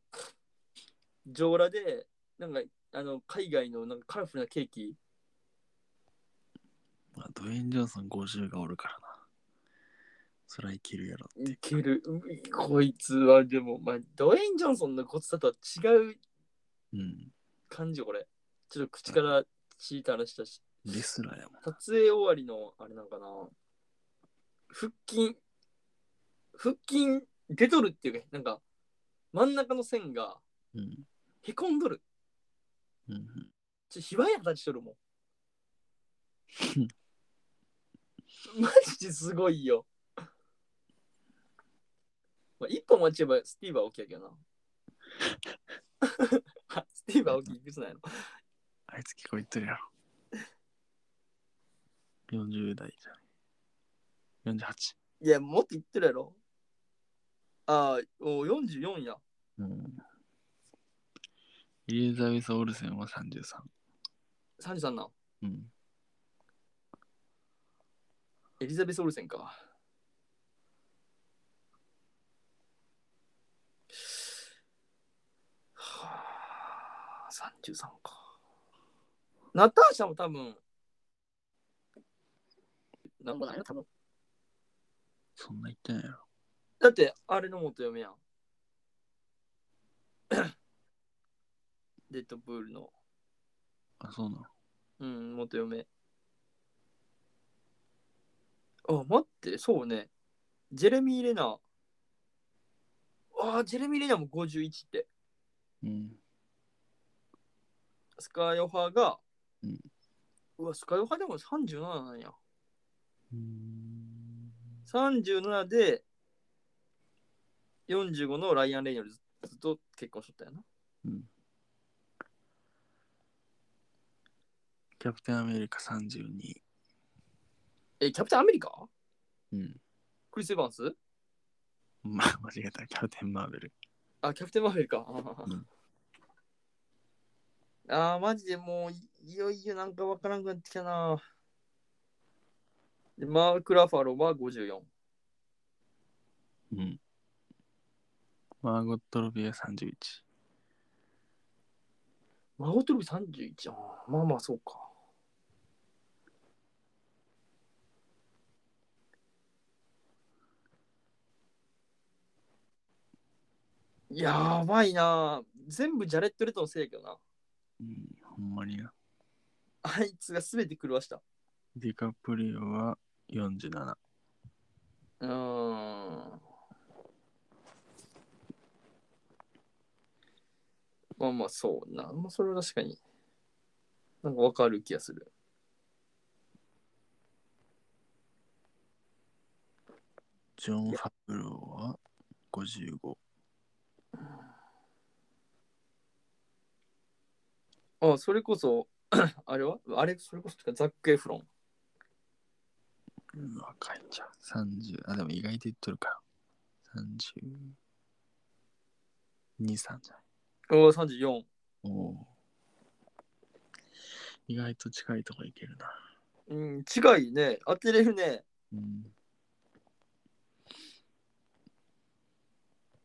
[SPEAKER 2] 上裸で、なんか、あの、海外のなんかカラフルなケーキ。
[SPEAKER 1] まあ、ドウェイン・ジョンソン50がおるからな。そらいけるやろってい
[SPEAKER 2] いうける。うこいつは、でも、まあ、ドウェイン・ジョンソンのごつさとは違う
[SPEAKER 1] うん。
[SPEAKER 2] 感じよ、これ。ちょっと口から血垂らしたし。
[SPEAKER 1] レスラーやもん。
[SPEAKER 2] 撮影終わりの、あれなんかな。腹筋、腹筋出とるっていうか、なんか、真ん中の線が
[SPEAKER 1] うん。
[SPEAKER 2] へこんどる。
[SPEAKER 1] うん
[SPEAKER 2] ちょ、ひばや形しとる [laughs] も
[SPEAKER 1] うん
[SPEAKER 2] ん。マジですごいよ。まあ、一歩間違えばスティーブ・アオキやけどな。あ [laughs] スティーブ・アオキいくつなんやろ
[SPEAKER 1] あいつ聞こえてるやろ。40代じゃん。48。
[SPEAKER 2] いや、もっと言ってるやろ。ああ、お44や。
[SPEAKER 1] うん。エリザベス・オルセンは33。
[SPEAKER 2] 33なん。
[SPEAKER 1] うん。
[SPEAKER 2] エリザベス・オルセンか。はあ、33か。ナターシャも多分。なんぼなんや多分。
[SPEAKER 1] そんな言ってないやろ。
[SPEAKER 2] だって、あれの元嫁やん。 [coughs] デッドプールの、
[SPEAKER 1] あ、そうなの。
[SPEAKER 2] うん、元嫁。あ、待って、そうね。ジェレミー・レナー。あー、ジェレミー・レナーも51って。
[SPEAKER 1] うん。
[SPEAKER 2] スカヨハが、
[SPEAKER 1] うん
[SPEAKER 2] うわ、スカヨハでも37なんや。
[SPEAKER 1] うん。
[SPEAKER 2] 37で、45のライアン・レイノルズと結婚しとったよな。
[SPEAKER 1] キャプテンアメリカ32。
[SPEAKER 2] え、キャプテンアメリカ
[SPEAKER 1] うん。
[SPEAKER 2] クリス・エヴァンス
[SPEAKER 1] [laughs] まあ、間違えた。キャプテンマーベル。
[SPEAKER 2] あ、キャプテンマーフィーか。
[SPEAKER 1] うん
[SPEAKER 2] ああ、マジでもうい、いよいよなんかわからんくなってきたな。でマーク・ラファローは54。
[SPEAKER 1] うん。マーゴット・ロビア31。
[SPEAKER 2] マゴトルビ31。あーまあまあ、そうか。やばいな。全部ジャレット・レトのせいやけどな。
[SPEAKER 1] うん、ほんまにな。
[SPEAKER 2] あいつが全て狂わした。
[SPEAKER 1] ディカプリオは47。
[SPEAKER 2] うーん。まあまあそうな。まあそれは確かに。なんかわかる気がする。
[SPEAKER 1] ジョン・ファブローは55。
[SPEAKER 2] あ、それこそ、 [coughs] あれはあれ、それこそてかザック・エフロン。
[SPEAKER 1] うん、若いんじゃん。30。あ、でも意外と言っとるか。32、3じゃない。
[SPEAKER 2] おお、34。
[SPEAKER 1] おお。意外と近いとこいけるな。
[SPEAKER 2] うん、近いね。当てれるね。
[SPEAKER 1] うん。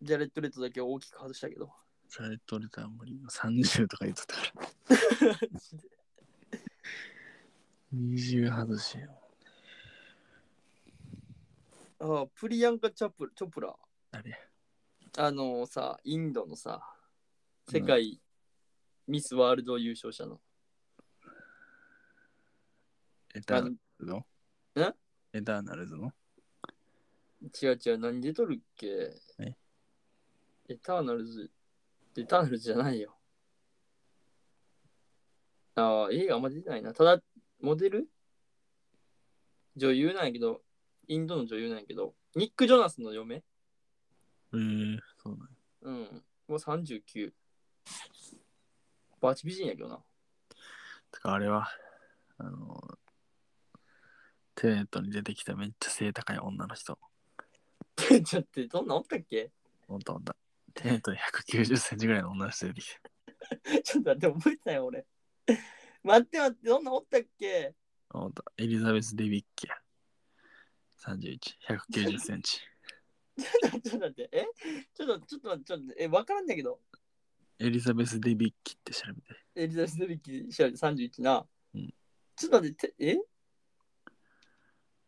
[SPEAKER 2] ジャレット・レッドだけ大きく外したけど。
[SPEAKER 1] ジャレット・レターも30とか言ってたから。20外しよ。
[SPEAKER 2] ああ、プリヤンカ・チャプチョプラ。
[SPEAKER 1] 誰
[SPEAKER 2] あのさ、インドのさ、世界ミスワールド優勝者の。
[SPEAKER 1] エタ
[SPEAKER 2] あ
[SPEAKER 1] ーナ
[SPEAKER 2] の
[SPEAKER 1] ルズの
[SPEAKER 2] え
[SPEAKER 1] エターナルズの
[SPEAKER 2] 違う違う、何で撮るっけ
[SPEAKER 1] え
[SPEAKER 2] エターナルズ、エターナルズじゃないよ。ああ、映画あんま出てないな。ただ、モデル女優なんやけど、インドの女優なんやけど、ニック・ジョナスの嫁
[SPEAKER 1] えー、そうなんや
[SPEAKER 2] うん。もう39。バチ美人やけどな。 [laughs]
[SPEAKER 1] てかあれは、あの、テネットに出てきためっちゃ背高い女の人。
[SPEAKER 2] ちょっと、どんなんおったっけ
[SPEAKER 1] ほんとほんと。テネットで190センチぐらいの女の人出てきた。
[SPEAKER 2] [laughs] ちょっと待って、覚えてないよ、俺。待って待って、どんなんおったっけ
[SPEAKER 1] ほんと。エリザベス・デビッキや。31、190センチ。
[SPEAKER 2] [laughs] ちょっと待って、えちょっと、ちょっと待って、ちょっと待って、え、わからんだけど。
[SPEAKER 1] エリザベス・デビッキって調べて。
[SPEAKER 2] エリザベス・デビッキー調べて31な。
[SPEAKER 1] うん
[SPEAKER 2] ちょっと待って、てえ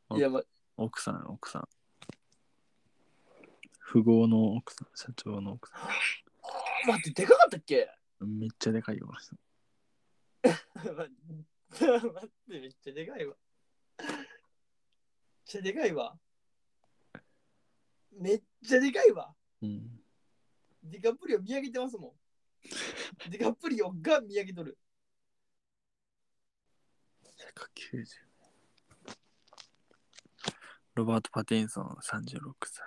[SPEAKER 1] あ
[SPEAKER 2] いや、ま、
[SPEAKER 1] 奥さん、奥さん。富豪の奥さん、社長の奥さ
[SPEAKER 2] 待って、でかかったっけ
[SPEAKER 1] ん。めっちゃでかいよ、この人。
[SPEAKER 2] 待って、待ってめっちゃでかいわ。めっちゃでかいわ。めっちゃでかいわ。
[SPEAKER 1] うん。
[SPEAKER 2] ディカプリオ見上げてますもん。ディカプリオが見上げとる。
[SPEAKER 1] 190。ロバート・パティンソン、36歳。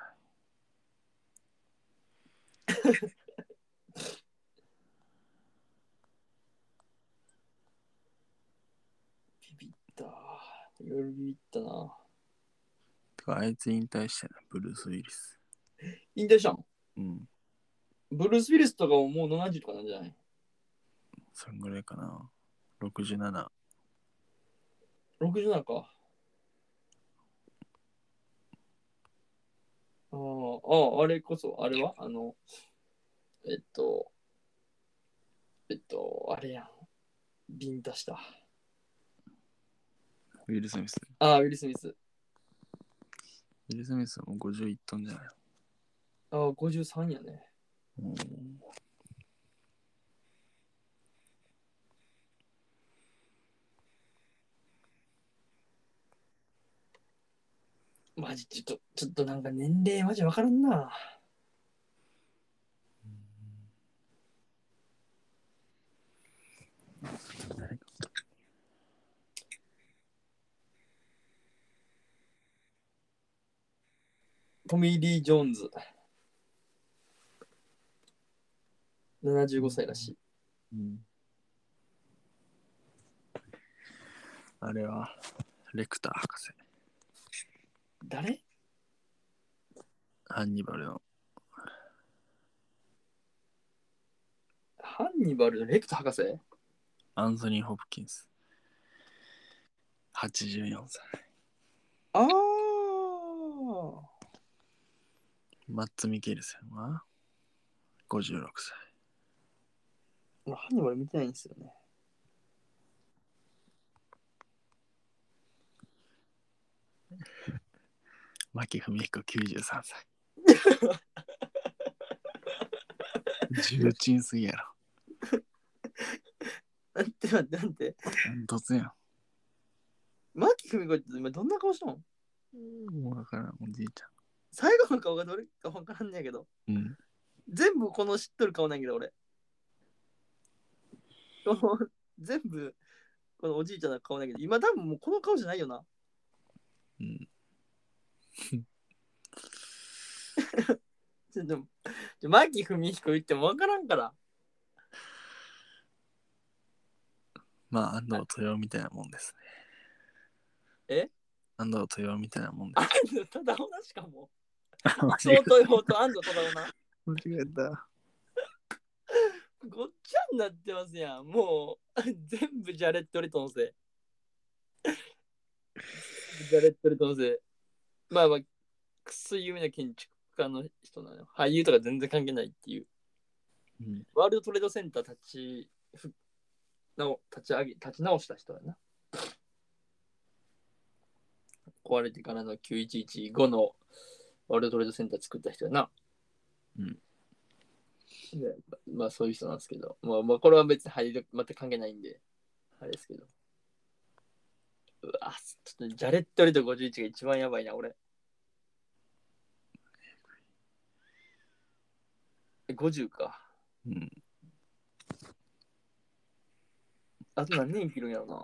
[SPEAKER 2] ビビった。いろいろビビったな。
[SPEAKER 1] てか、あいつ引退したな、ブルース・ウィリス。
[SPEAKER 2] 引退したん
[SPEAKER 1] うん。
[SPEAKER 2] ブルース・ウィリスとかももう70とかなんじゃない
[SPEAKER 1] そんぐらいかな。67。
[SPEAKER 2] ?67 か。あーあ、あれこそ、あれはあの、えっと、えっと、あれやん。ビンタした。
[SPEAKER 1] ウィル・スミス。
[SPEAKER 2] ああ、ウィル・スミス。
[SPEAKER 1] ウィル・スミスはもう50いっとんじゃない
[SPEAKER 2] ああ、53やね。
[SPEAKER 1] うん。
[SPEAKER 2] マジ、ちょっと、ちょっとなんか年齢マジわからんな。
[SPEAKER 1] 誰か
[SPEAKER 2] トミー・リー・ジョーンズ。75歳らしい。
[SPEAKER 1] うん。あれは、レクター博士。
[SPEAKER 2] 誰
[SPEAKER 1] ハンニバルの
[SPEAKER 2] ハンニバルのレクト博士
[SPEAKER 1] アンソニー・ホプキンス。84歳。
[SPEAKER 2] ああ
[SPEAKER 1] マッツ・ミケルセンは56歳。
[SPEAKER 2] 俺ハンニバル見てないんですよね。 [laughs]
[SPEAKER 1] 牧文彦93歳。重鎮すぎやろ。
[SPEAKER 2] なんて待って待って。
[SPEAKER 1] 突然。
[SPEAKER 2] マキフミコって今どんな顔したの
[SPEAKER 1] もうわからん、おじいち
[SPEAKER 2] 最後の顔がどれか分からんねやけど。
[SPEAKER 1] ゃん。うん。
[SPEAKER 2] 全部この知っとる顔なんやけど俺。 [laughs] この全部このおじいちゃんの顔なんやけど、今多分もうこの顔じゃないよな。
[SPEAKER 1] うん。
[SPEAKER 2] ちょでもちょマキフミヒコ言っても分からんから。 [laughs]
[SPEAKER 1] まあ、安藤豊雄みたいなもんですね。
[SPEAKER 2] え
[SPEAKER 1] 安藤豊雄みたいなもんで
[SPEAKER 2] 安藤忠雄なしかも。
[SPEAKER 1] す。間
[SPEAKER 2] 相
[SPEAKER 1] 違
[SPEAKER 2] 当法と安藤忠雄な。
[SPEAKER 1] えた。
[SPEAKER 2] ごっちゃになってますやん。もう全部ジャレット・レトのせい。ジャレット・レトのせい。まあまあ、くっそ有名な建築家の人なの。俳優とか全然関係ないっていう。
[SPEAKER 1] うん
[SPEAKER 2] ワールドトレードセンター立ちふ直立ち上げ立ち直した人やな。壊れてからの9115のワールドトレードセンター作った人やな。
[SPEAKER 1] うん
[SPEAKER 2] で。まあそういう人なんですけど、まあ、まあこれは別に入る全く関係ないんで、あれですけど。うわ、ちょっとジャレット・レト51が一番やばいな、俺。え50か。
[SPEAKER 1] うん。
[SPEAKER 2] あと何年生きるんやろな。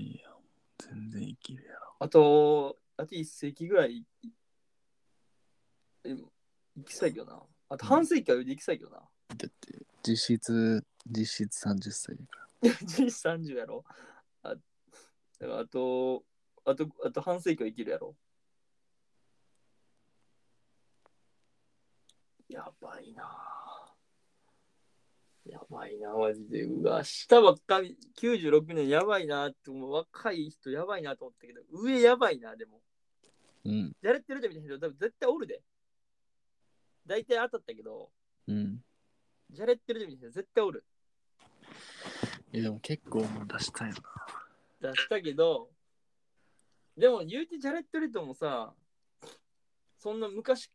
[SPEAKER 1] いいよ。全然生きるやろ。
[SPEAKER 2] あと、あと1世紀ぐらい、え生きそうやけどな。あと半世紀は生きそうやけどな。
[SPEAKER 1] だって、実質、実質30歳だから。
[SPEAKER 2] 人生30やろ。あだからあと、あと、あと半世紀は生きるやろ。やばいなぁやばいなぁマジで。うわ、下ばっかり、96年やばいなぁって、もう若い人やばいなと思ったけど、上やばいなぁでも。
[SPEAKER 1] うん。
[SPEAKER 2] やれてるみたいな人多分絶対おるで。大体当たったけど、
[SPEAKER 1] うん。
[SPEAKER 2] じゃれてるみたいな人絶対おる。
[SPEAKER 1] いや、でも結構もう出したいな。
[SPEAKER 2] 出したけど、でも言うてジャレット・レトもさ、そんな昔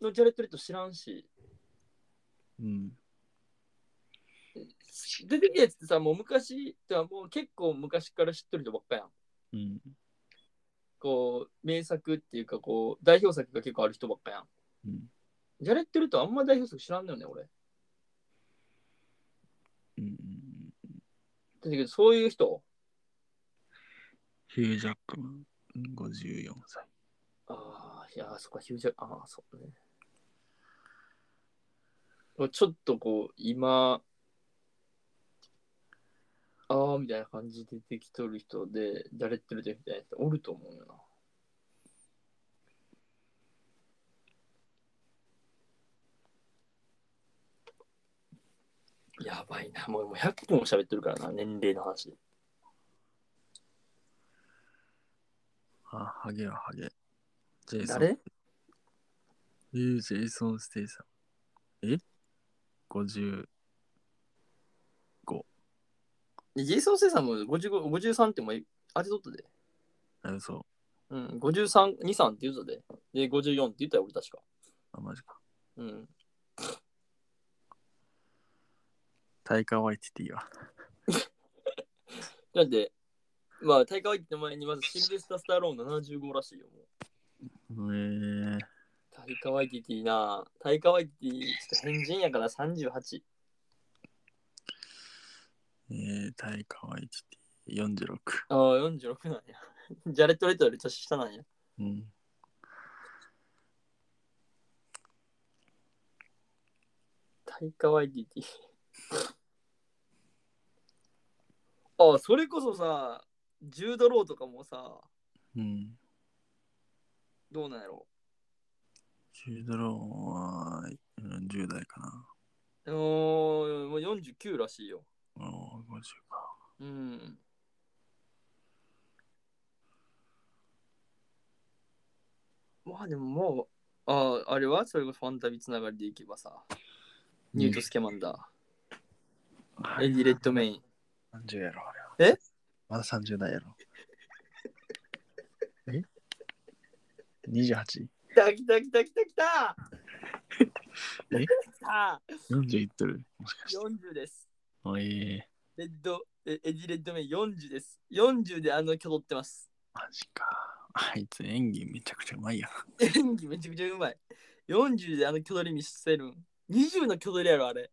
[SPEAKER 2] のジャレット・レト知らんし、
[SPEAKER 1] うん。
[SPEAKER 2] 出てきたやつってさ、もう昔、てかもう結構昔から知ってる人ばっかやん。
[SPEAKER 1] うん。
[SPEAKER 2] こう、名作っていうか、こう、代表作が結構ある人ばっかやん。
[SPEAKER 1] うん。
[SPEAKER 2] ジャレット・レトあんま代表作知らんのよね、俺。
[SPEAKER 1] うんうん。
[SPEAKER 2] だけど、そういう人
[SPEAKER 1] ヒュージャックマン、54歳。
[SPEAKER 2] ああ、いやー、そっか、ヒュージャック、ああ、そうね。まあちょっとこう、今、ああ、みたいな感じで出てきとる人で、じゃれってるみたいな人おると思うよな。やばいな、もうもう100分も喋ってるからな、年齢の話で。
[SPEAKER 1] あ、ハゲはハゲ。ジェイソン。
[SPEAKER 2] 誰
[SPEAKER 1] えージェイソン・ステイさん。え ?50。
[SPEAKER 2] ジェイソン・セイさんも55 53ってもう当てとったで。
[SPEAKER 1] あ、そう。
[SPEAKER 2] うん、53、2、3って言うとで。で、54って言ったよ、俺確か。
[SPEAKER 1] あ、マジか。
[SPEAKER 2] うん。
[SPEAKER 1] タイカ・ワイティティは。
[SPEAKER 2] なんで、まあ、大会行って前にまずシルベスタ・スタローン75らしいよ、もう。
[SPEAKER 1] えー、
[SPEAKER 2] タイカワイティティなタイカワイティティ、ちょっと変人やから38。
[SPEAKER 1] えー、タイカ・ワイティティ46。
[SPEAKER 2] ああ、46なんや。 [laughs] ジャレット・レッドより年下なんや。
[SPEAKER 1] うん。
[SPEAKER 2] タイカワイティティ。 [laughs] ああ、それこそさ、ジュード・ローとかもさ、
[SPEAKER 1] うん。
[SPEAKER 2] どうなんやろ
[SPEAKER 1] ジュードローンはうん10代かな。
[SPEAKER 2] うーんもう49らしいよ。
[SPEAKER 1] ああ、50か。
[SPEAKER 2] うん。まあでももう、ああ、あれはそれこそファンタビつながりでいけばさ、ニュート・スケマンダー、エディ・レッド・メイン。
[SPEAKER 1] 30やろ、あれ
[SPEAKER 2] え
[SPEAKER 1] は。まだ30代やろ。 [laughs] え ?28?
[SPEAKER 2] 来た来た来た来た来 [laughs] た
[SPEAKER 1] え
[SPEAKER 2] 来た
[SPEAKER 1] 40いってるもしかして。
[SPEAKER 2] !40 です。
[SPEAKER 1] あええ
[SPEAKER 2] レッド、えエディ・レッド・メイン40です。40であの曲取ってます。
[SPEAKER 1] マジか。あいつ演技めちゃくちゃうまいやん。
[SPEAKER 2] 演技めちゃくちゃうまい。40であの巨取り見せるん。20の巨取りやろ、あれ。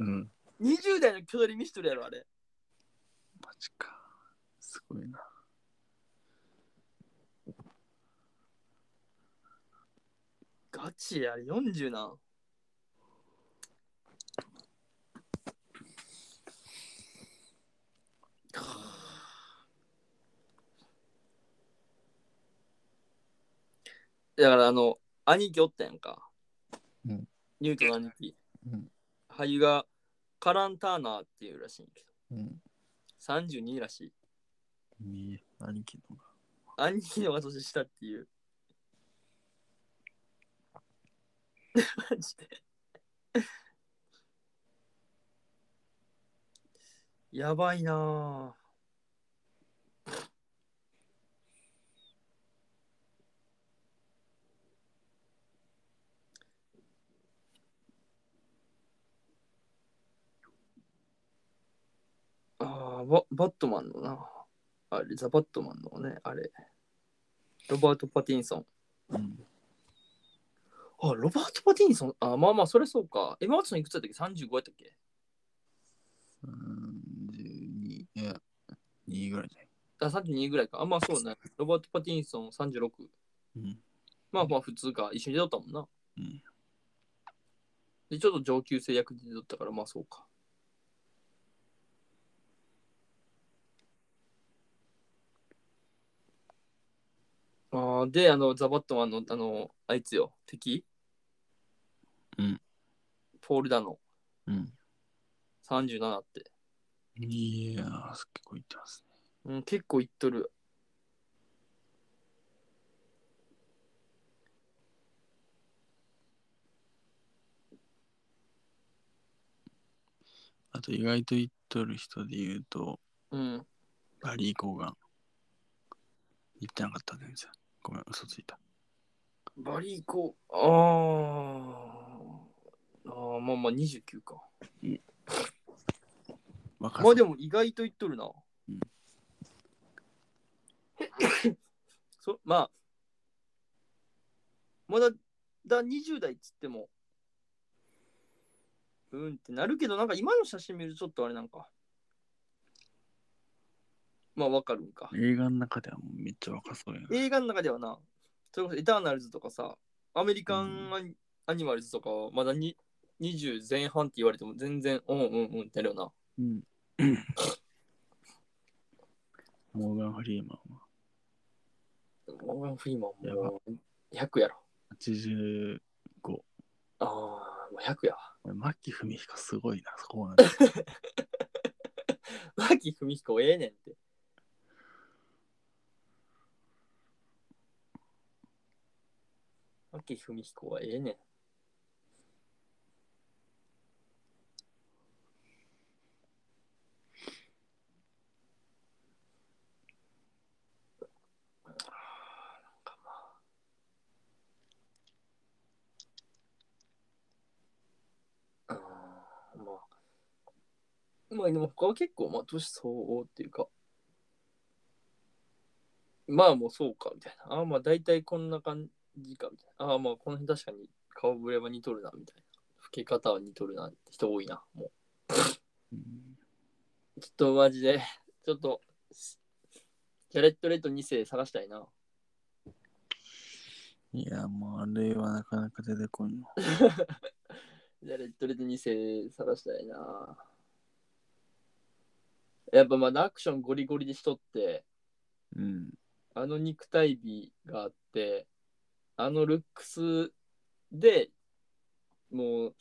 [SPEAKER 1] うん。
[SPEAKER 2] 20代の巨取り見せとるやろ、あれ。
[SPEAKER 1] マジか。すごいな。
[SPEAKER 2] ガチや、あれ40なん。だからあの、兄貴おったやんか。
[SPEAKER 1] うん
[SPEAKER 2] ニュートの兄貴。
[SPEAKER 1] うん
[SPEAKER 2] 俳優がカランターナーっていうらしいんやけ
[SPEAKER 1] うん。
[SPEAKER 2] ど、32らしい。
[SPEAKER 1] いい兄貴のが。
[SPEAKER 2] 兄貴のが年下っていう。マジで。やばいなぁ。ああ、ババットマンのな。あれ、ザ・バットマンのね、あれ。ロバート・パティンソン。
[SPEAKER 1] うん。
[SPEAKER 2] あ、ロバート・パティンソン。あ、まあまあ、それそうか。エマ・ワトソンいくつだったっけ ?35 やったっけ
[SPEAKER 1] 32、いや、2ぐらいじゃない。
[SPEAKER 2] あ、32ぐらいか。あ、まあそうね。ロバート・パティンソン36。
[SPEAKER 1] うん。
[SPEAKER 2] まあまあ、普通か。一緒に出とったもんな。
[SPEAKER 1] うん。
[SPEAKER 2] で、ちょっと上級生役で出とったから、まあそうか。あーで、あの、ザ・バットマンの、あの、あいつよ、敵
[SPEAKER 1] うん。
[SPEAKER 2] ポール・ダノ、
[SPEAKER 1] うん。
[SPEAKER 2] 37って。
[SPEAKER 1] いやー、結構いってますね。
[SPEAKER 2] うん、結構いっとる。
[SPEAKER 1] あと、意外といっとる人で言うと、
[SPEAKER 2] うん。
[SPEAKER 1] バリー・コーガン。いってなかったね、全然。ごめん、嘘ついた。
[SPEAKER 2] バリーコー、あーあー、まあまあ29か。
[SPEAKER 1] 若
[SPEAKER 2] まあ
[SPEAKER 1] さ
[SPEAKER 2] でも意外といっとるな。
[SPEAKER 1] ん
[SPEAKER 2] [laughs] そまあ、まだだ20代っつっても、うんってなるけど、なんか今の写真見るとちょっとあれなんか。まあわかるんか。
[SPEAKER 1] 映画の中ではもうめっちゃ若そうやな。
[SPEAKER 2] 映画の中ではな、それこそエターナルズとかさ、アメリカンアニ,、マルズとかはまだに20前半って言われても全然、うんうんうんってなるよな。
[SPEAKER 1] うん。 [coughs] モーガン・フリーマンは
[SPEAKER 2] モーガン・フリーマン
[SPEAKER 1] やば
[SPEAKER 2] も100やろ。
[SPEAKER 1] 85。
[SPEAKER 2] ああ、もう100やわ。
[SPEAKER 1] 牧文彦すごいな、そこまで。
[SPEAKER 2] 牧文彦ええねんって。牧文彦はええねん。あーなんかまあうんまあまあでも他は結構まあ年相応っていうかまあもうそうかみたいなああまあ大体こんな感じかみたいなああまあこの辺確かに顔ぶれは似とるなみたいな老け方は似とるなって人多いなも
[SPEAKER 1] うん
[SPEAKER 2] うちょっとマジでちょっとジャレット・レッド2世探したいない
[SPEAKER 1] や、もうあれはなかなか出てこんの。
[SPEAKER 2] ジャレット・レッド2世探したいなやっぱまだアクションゴリゴリでしとって
[SPEAKER 1] うん。
[SPEAKER 2] あの肉体美があって、あのルックスでもう、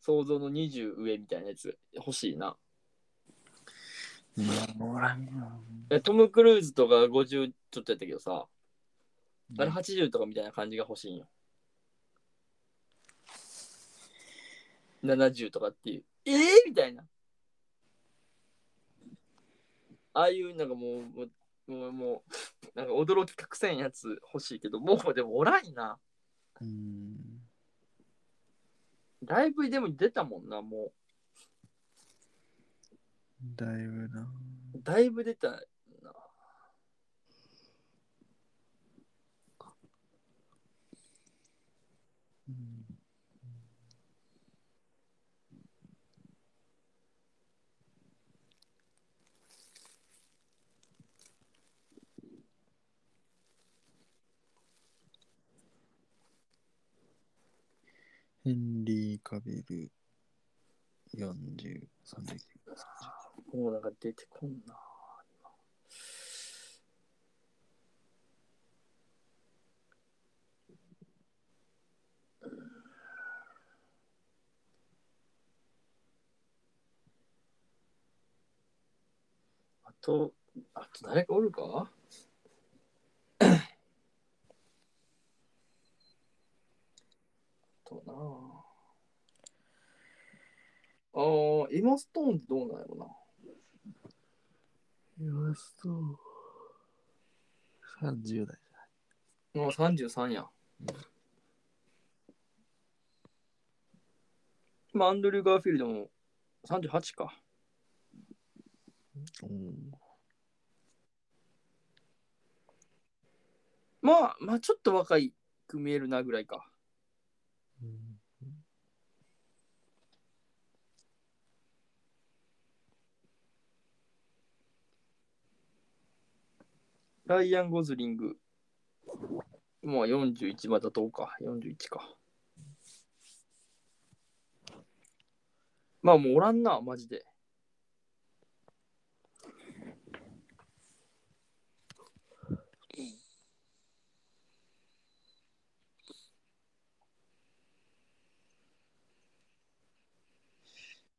[SPEAKER 2] 想像の20上みたいなやつ欲しいな。
[SPEAKER 1] うん、おらんよ
[SPEAKER 2] えトム・クルーズとか50ちょっとやったけどさ、あれ
[SPEAKER 1] ね
[SPEAKER 2] 80とかみたいな感じが欲しいんよ。70とかっていう。えー、みたいな。ああいうなんかもう、もう、もう、もうなんか驚き隠せんやつ欲しいけど、もうでもおらんな。
[SPEAKER 1] うん。
[SPEAKER 2] ライブでも出たもんな、も
[SPEAKER 1] だいぶな。
[SPEAKER 2] う。だいぶ出たな。
[SPEAKER 1] うんヘンリー・カビル40、30
[SPEAKER 2] もうなんか出てこんな。あと、あと誰かおるかあとなああー、エマストーンってどうなんやろな。
[SPEAKER 1] いや、そう。30代。
[SPEAKER 2] もう33や。まあ、アンドリュー・ガーフィールドも38か。
[SPEAKER 1] うん。
[SPEAKER 2] まあ、まあ、ちょっと若いく見えるなぐらいか。ライアン・ゴズリング。まあ、41まだどうか。41か。まあ、もうおらんな、マジで。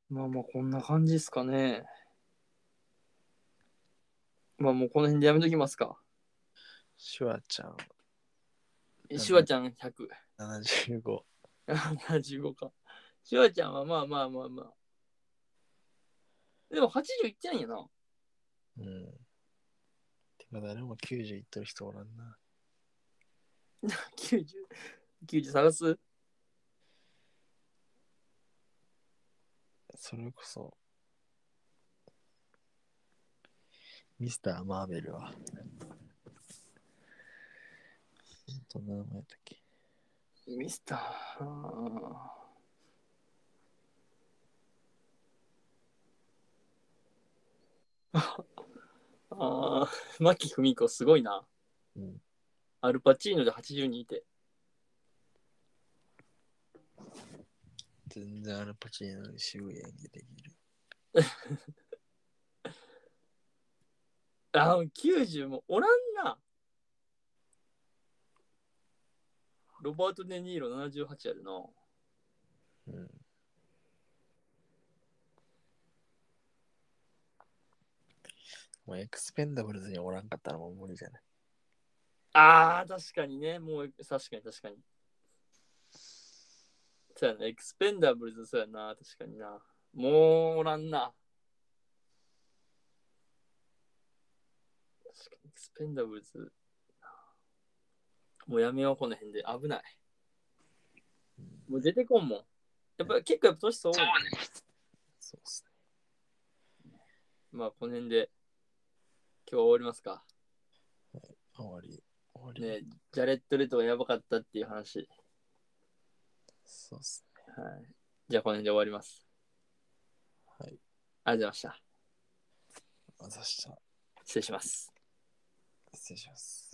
[SPEAKER 2] まあまあこんな感じですかね。まあもうこの辺でやめときますか。
[SPEAKER 1] シュワちゃんい
[SPEAKER 2] シュワちゃん100。 [laughs]
[SPEAKER 1] 75。
[SPEAKER 2] 75か。シュワちゃんはまあまあまあまあ。でも80いってないんやな。
[SPEAKER 1] うん。てか誰も90いってる人おらんな。
[SPEAKER 2] 90。90探す
[SPEAKER 1] それこそ、ミスター・マーベルは。どんな名前だっけ
[SPEAKER 2] ミスター。 [laughs] あーあー、牧文子すごいな。
[SPEAKER 1] うん。
[SPEAKER 2] アルパチーノで82いて。
[SPEAKER 1] 全然アルパチーノに渋い演技できる。
[SPEAKER 2] あ、90もおらんな。ロバート・デ・ニーロ78やるな。
[SPEAKER 1] うん。もうエクスペンダブルズにおらんかったらもう無理じゃない。
[SPEAKER 2] あー、確かにね。もう、確かに確かに。そうやな、エクスペンダブルズ、そうやな、確かにな。もうおらんな。確かに、エクスペンダブルズ。もうやめよう、この辺で。危ない。もう出てこんもん。やっぱ結構やっぱ年相応やね。
[SPEAKER 1] そうっすね。
[SPEAKER 2] まあ、この辺で、今日終わりますか。
[SPEAKER 1] 終わり。終わり。
[SPEAKER 2] ねジャレット・レトがやばかったっていう話。はい。
[SPEAKER 1] そうっすね。
[SPEAKER 2] じゃあ、この辺で終わります。
[SPEAKER 1] はい。
[SPEAKER 2] ありがとうございました。
[SPEAKER 1] あざした。
[SPEAKER 2] 失礼します。
[SPEAKER 1] 失礼します。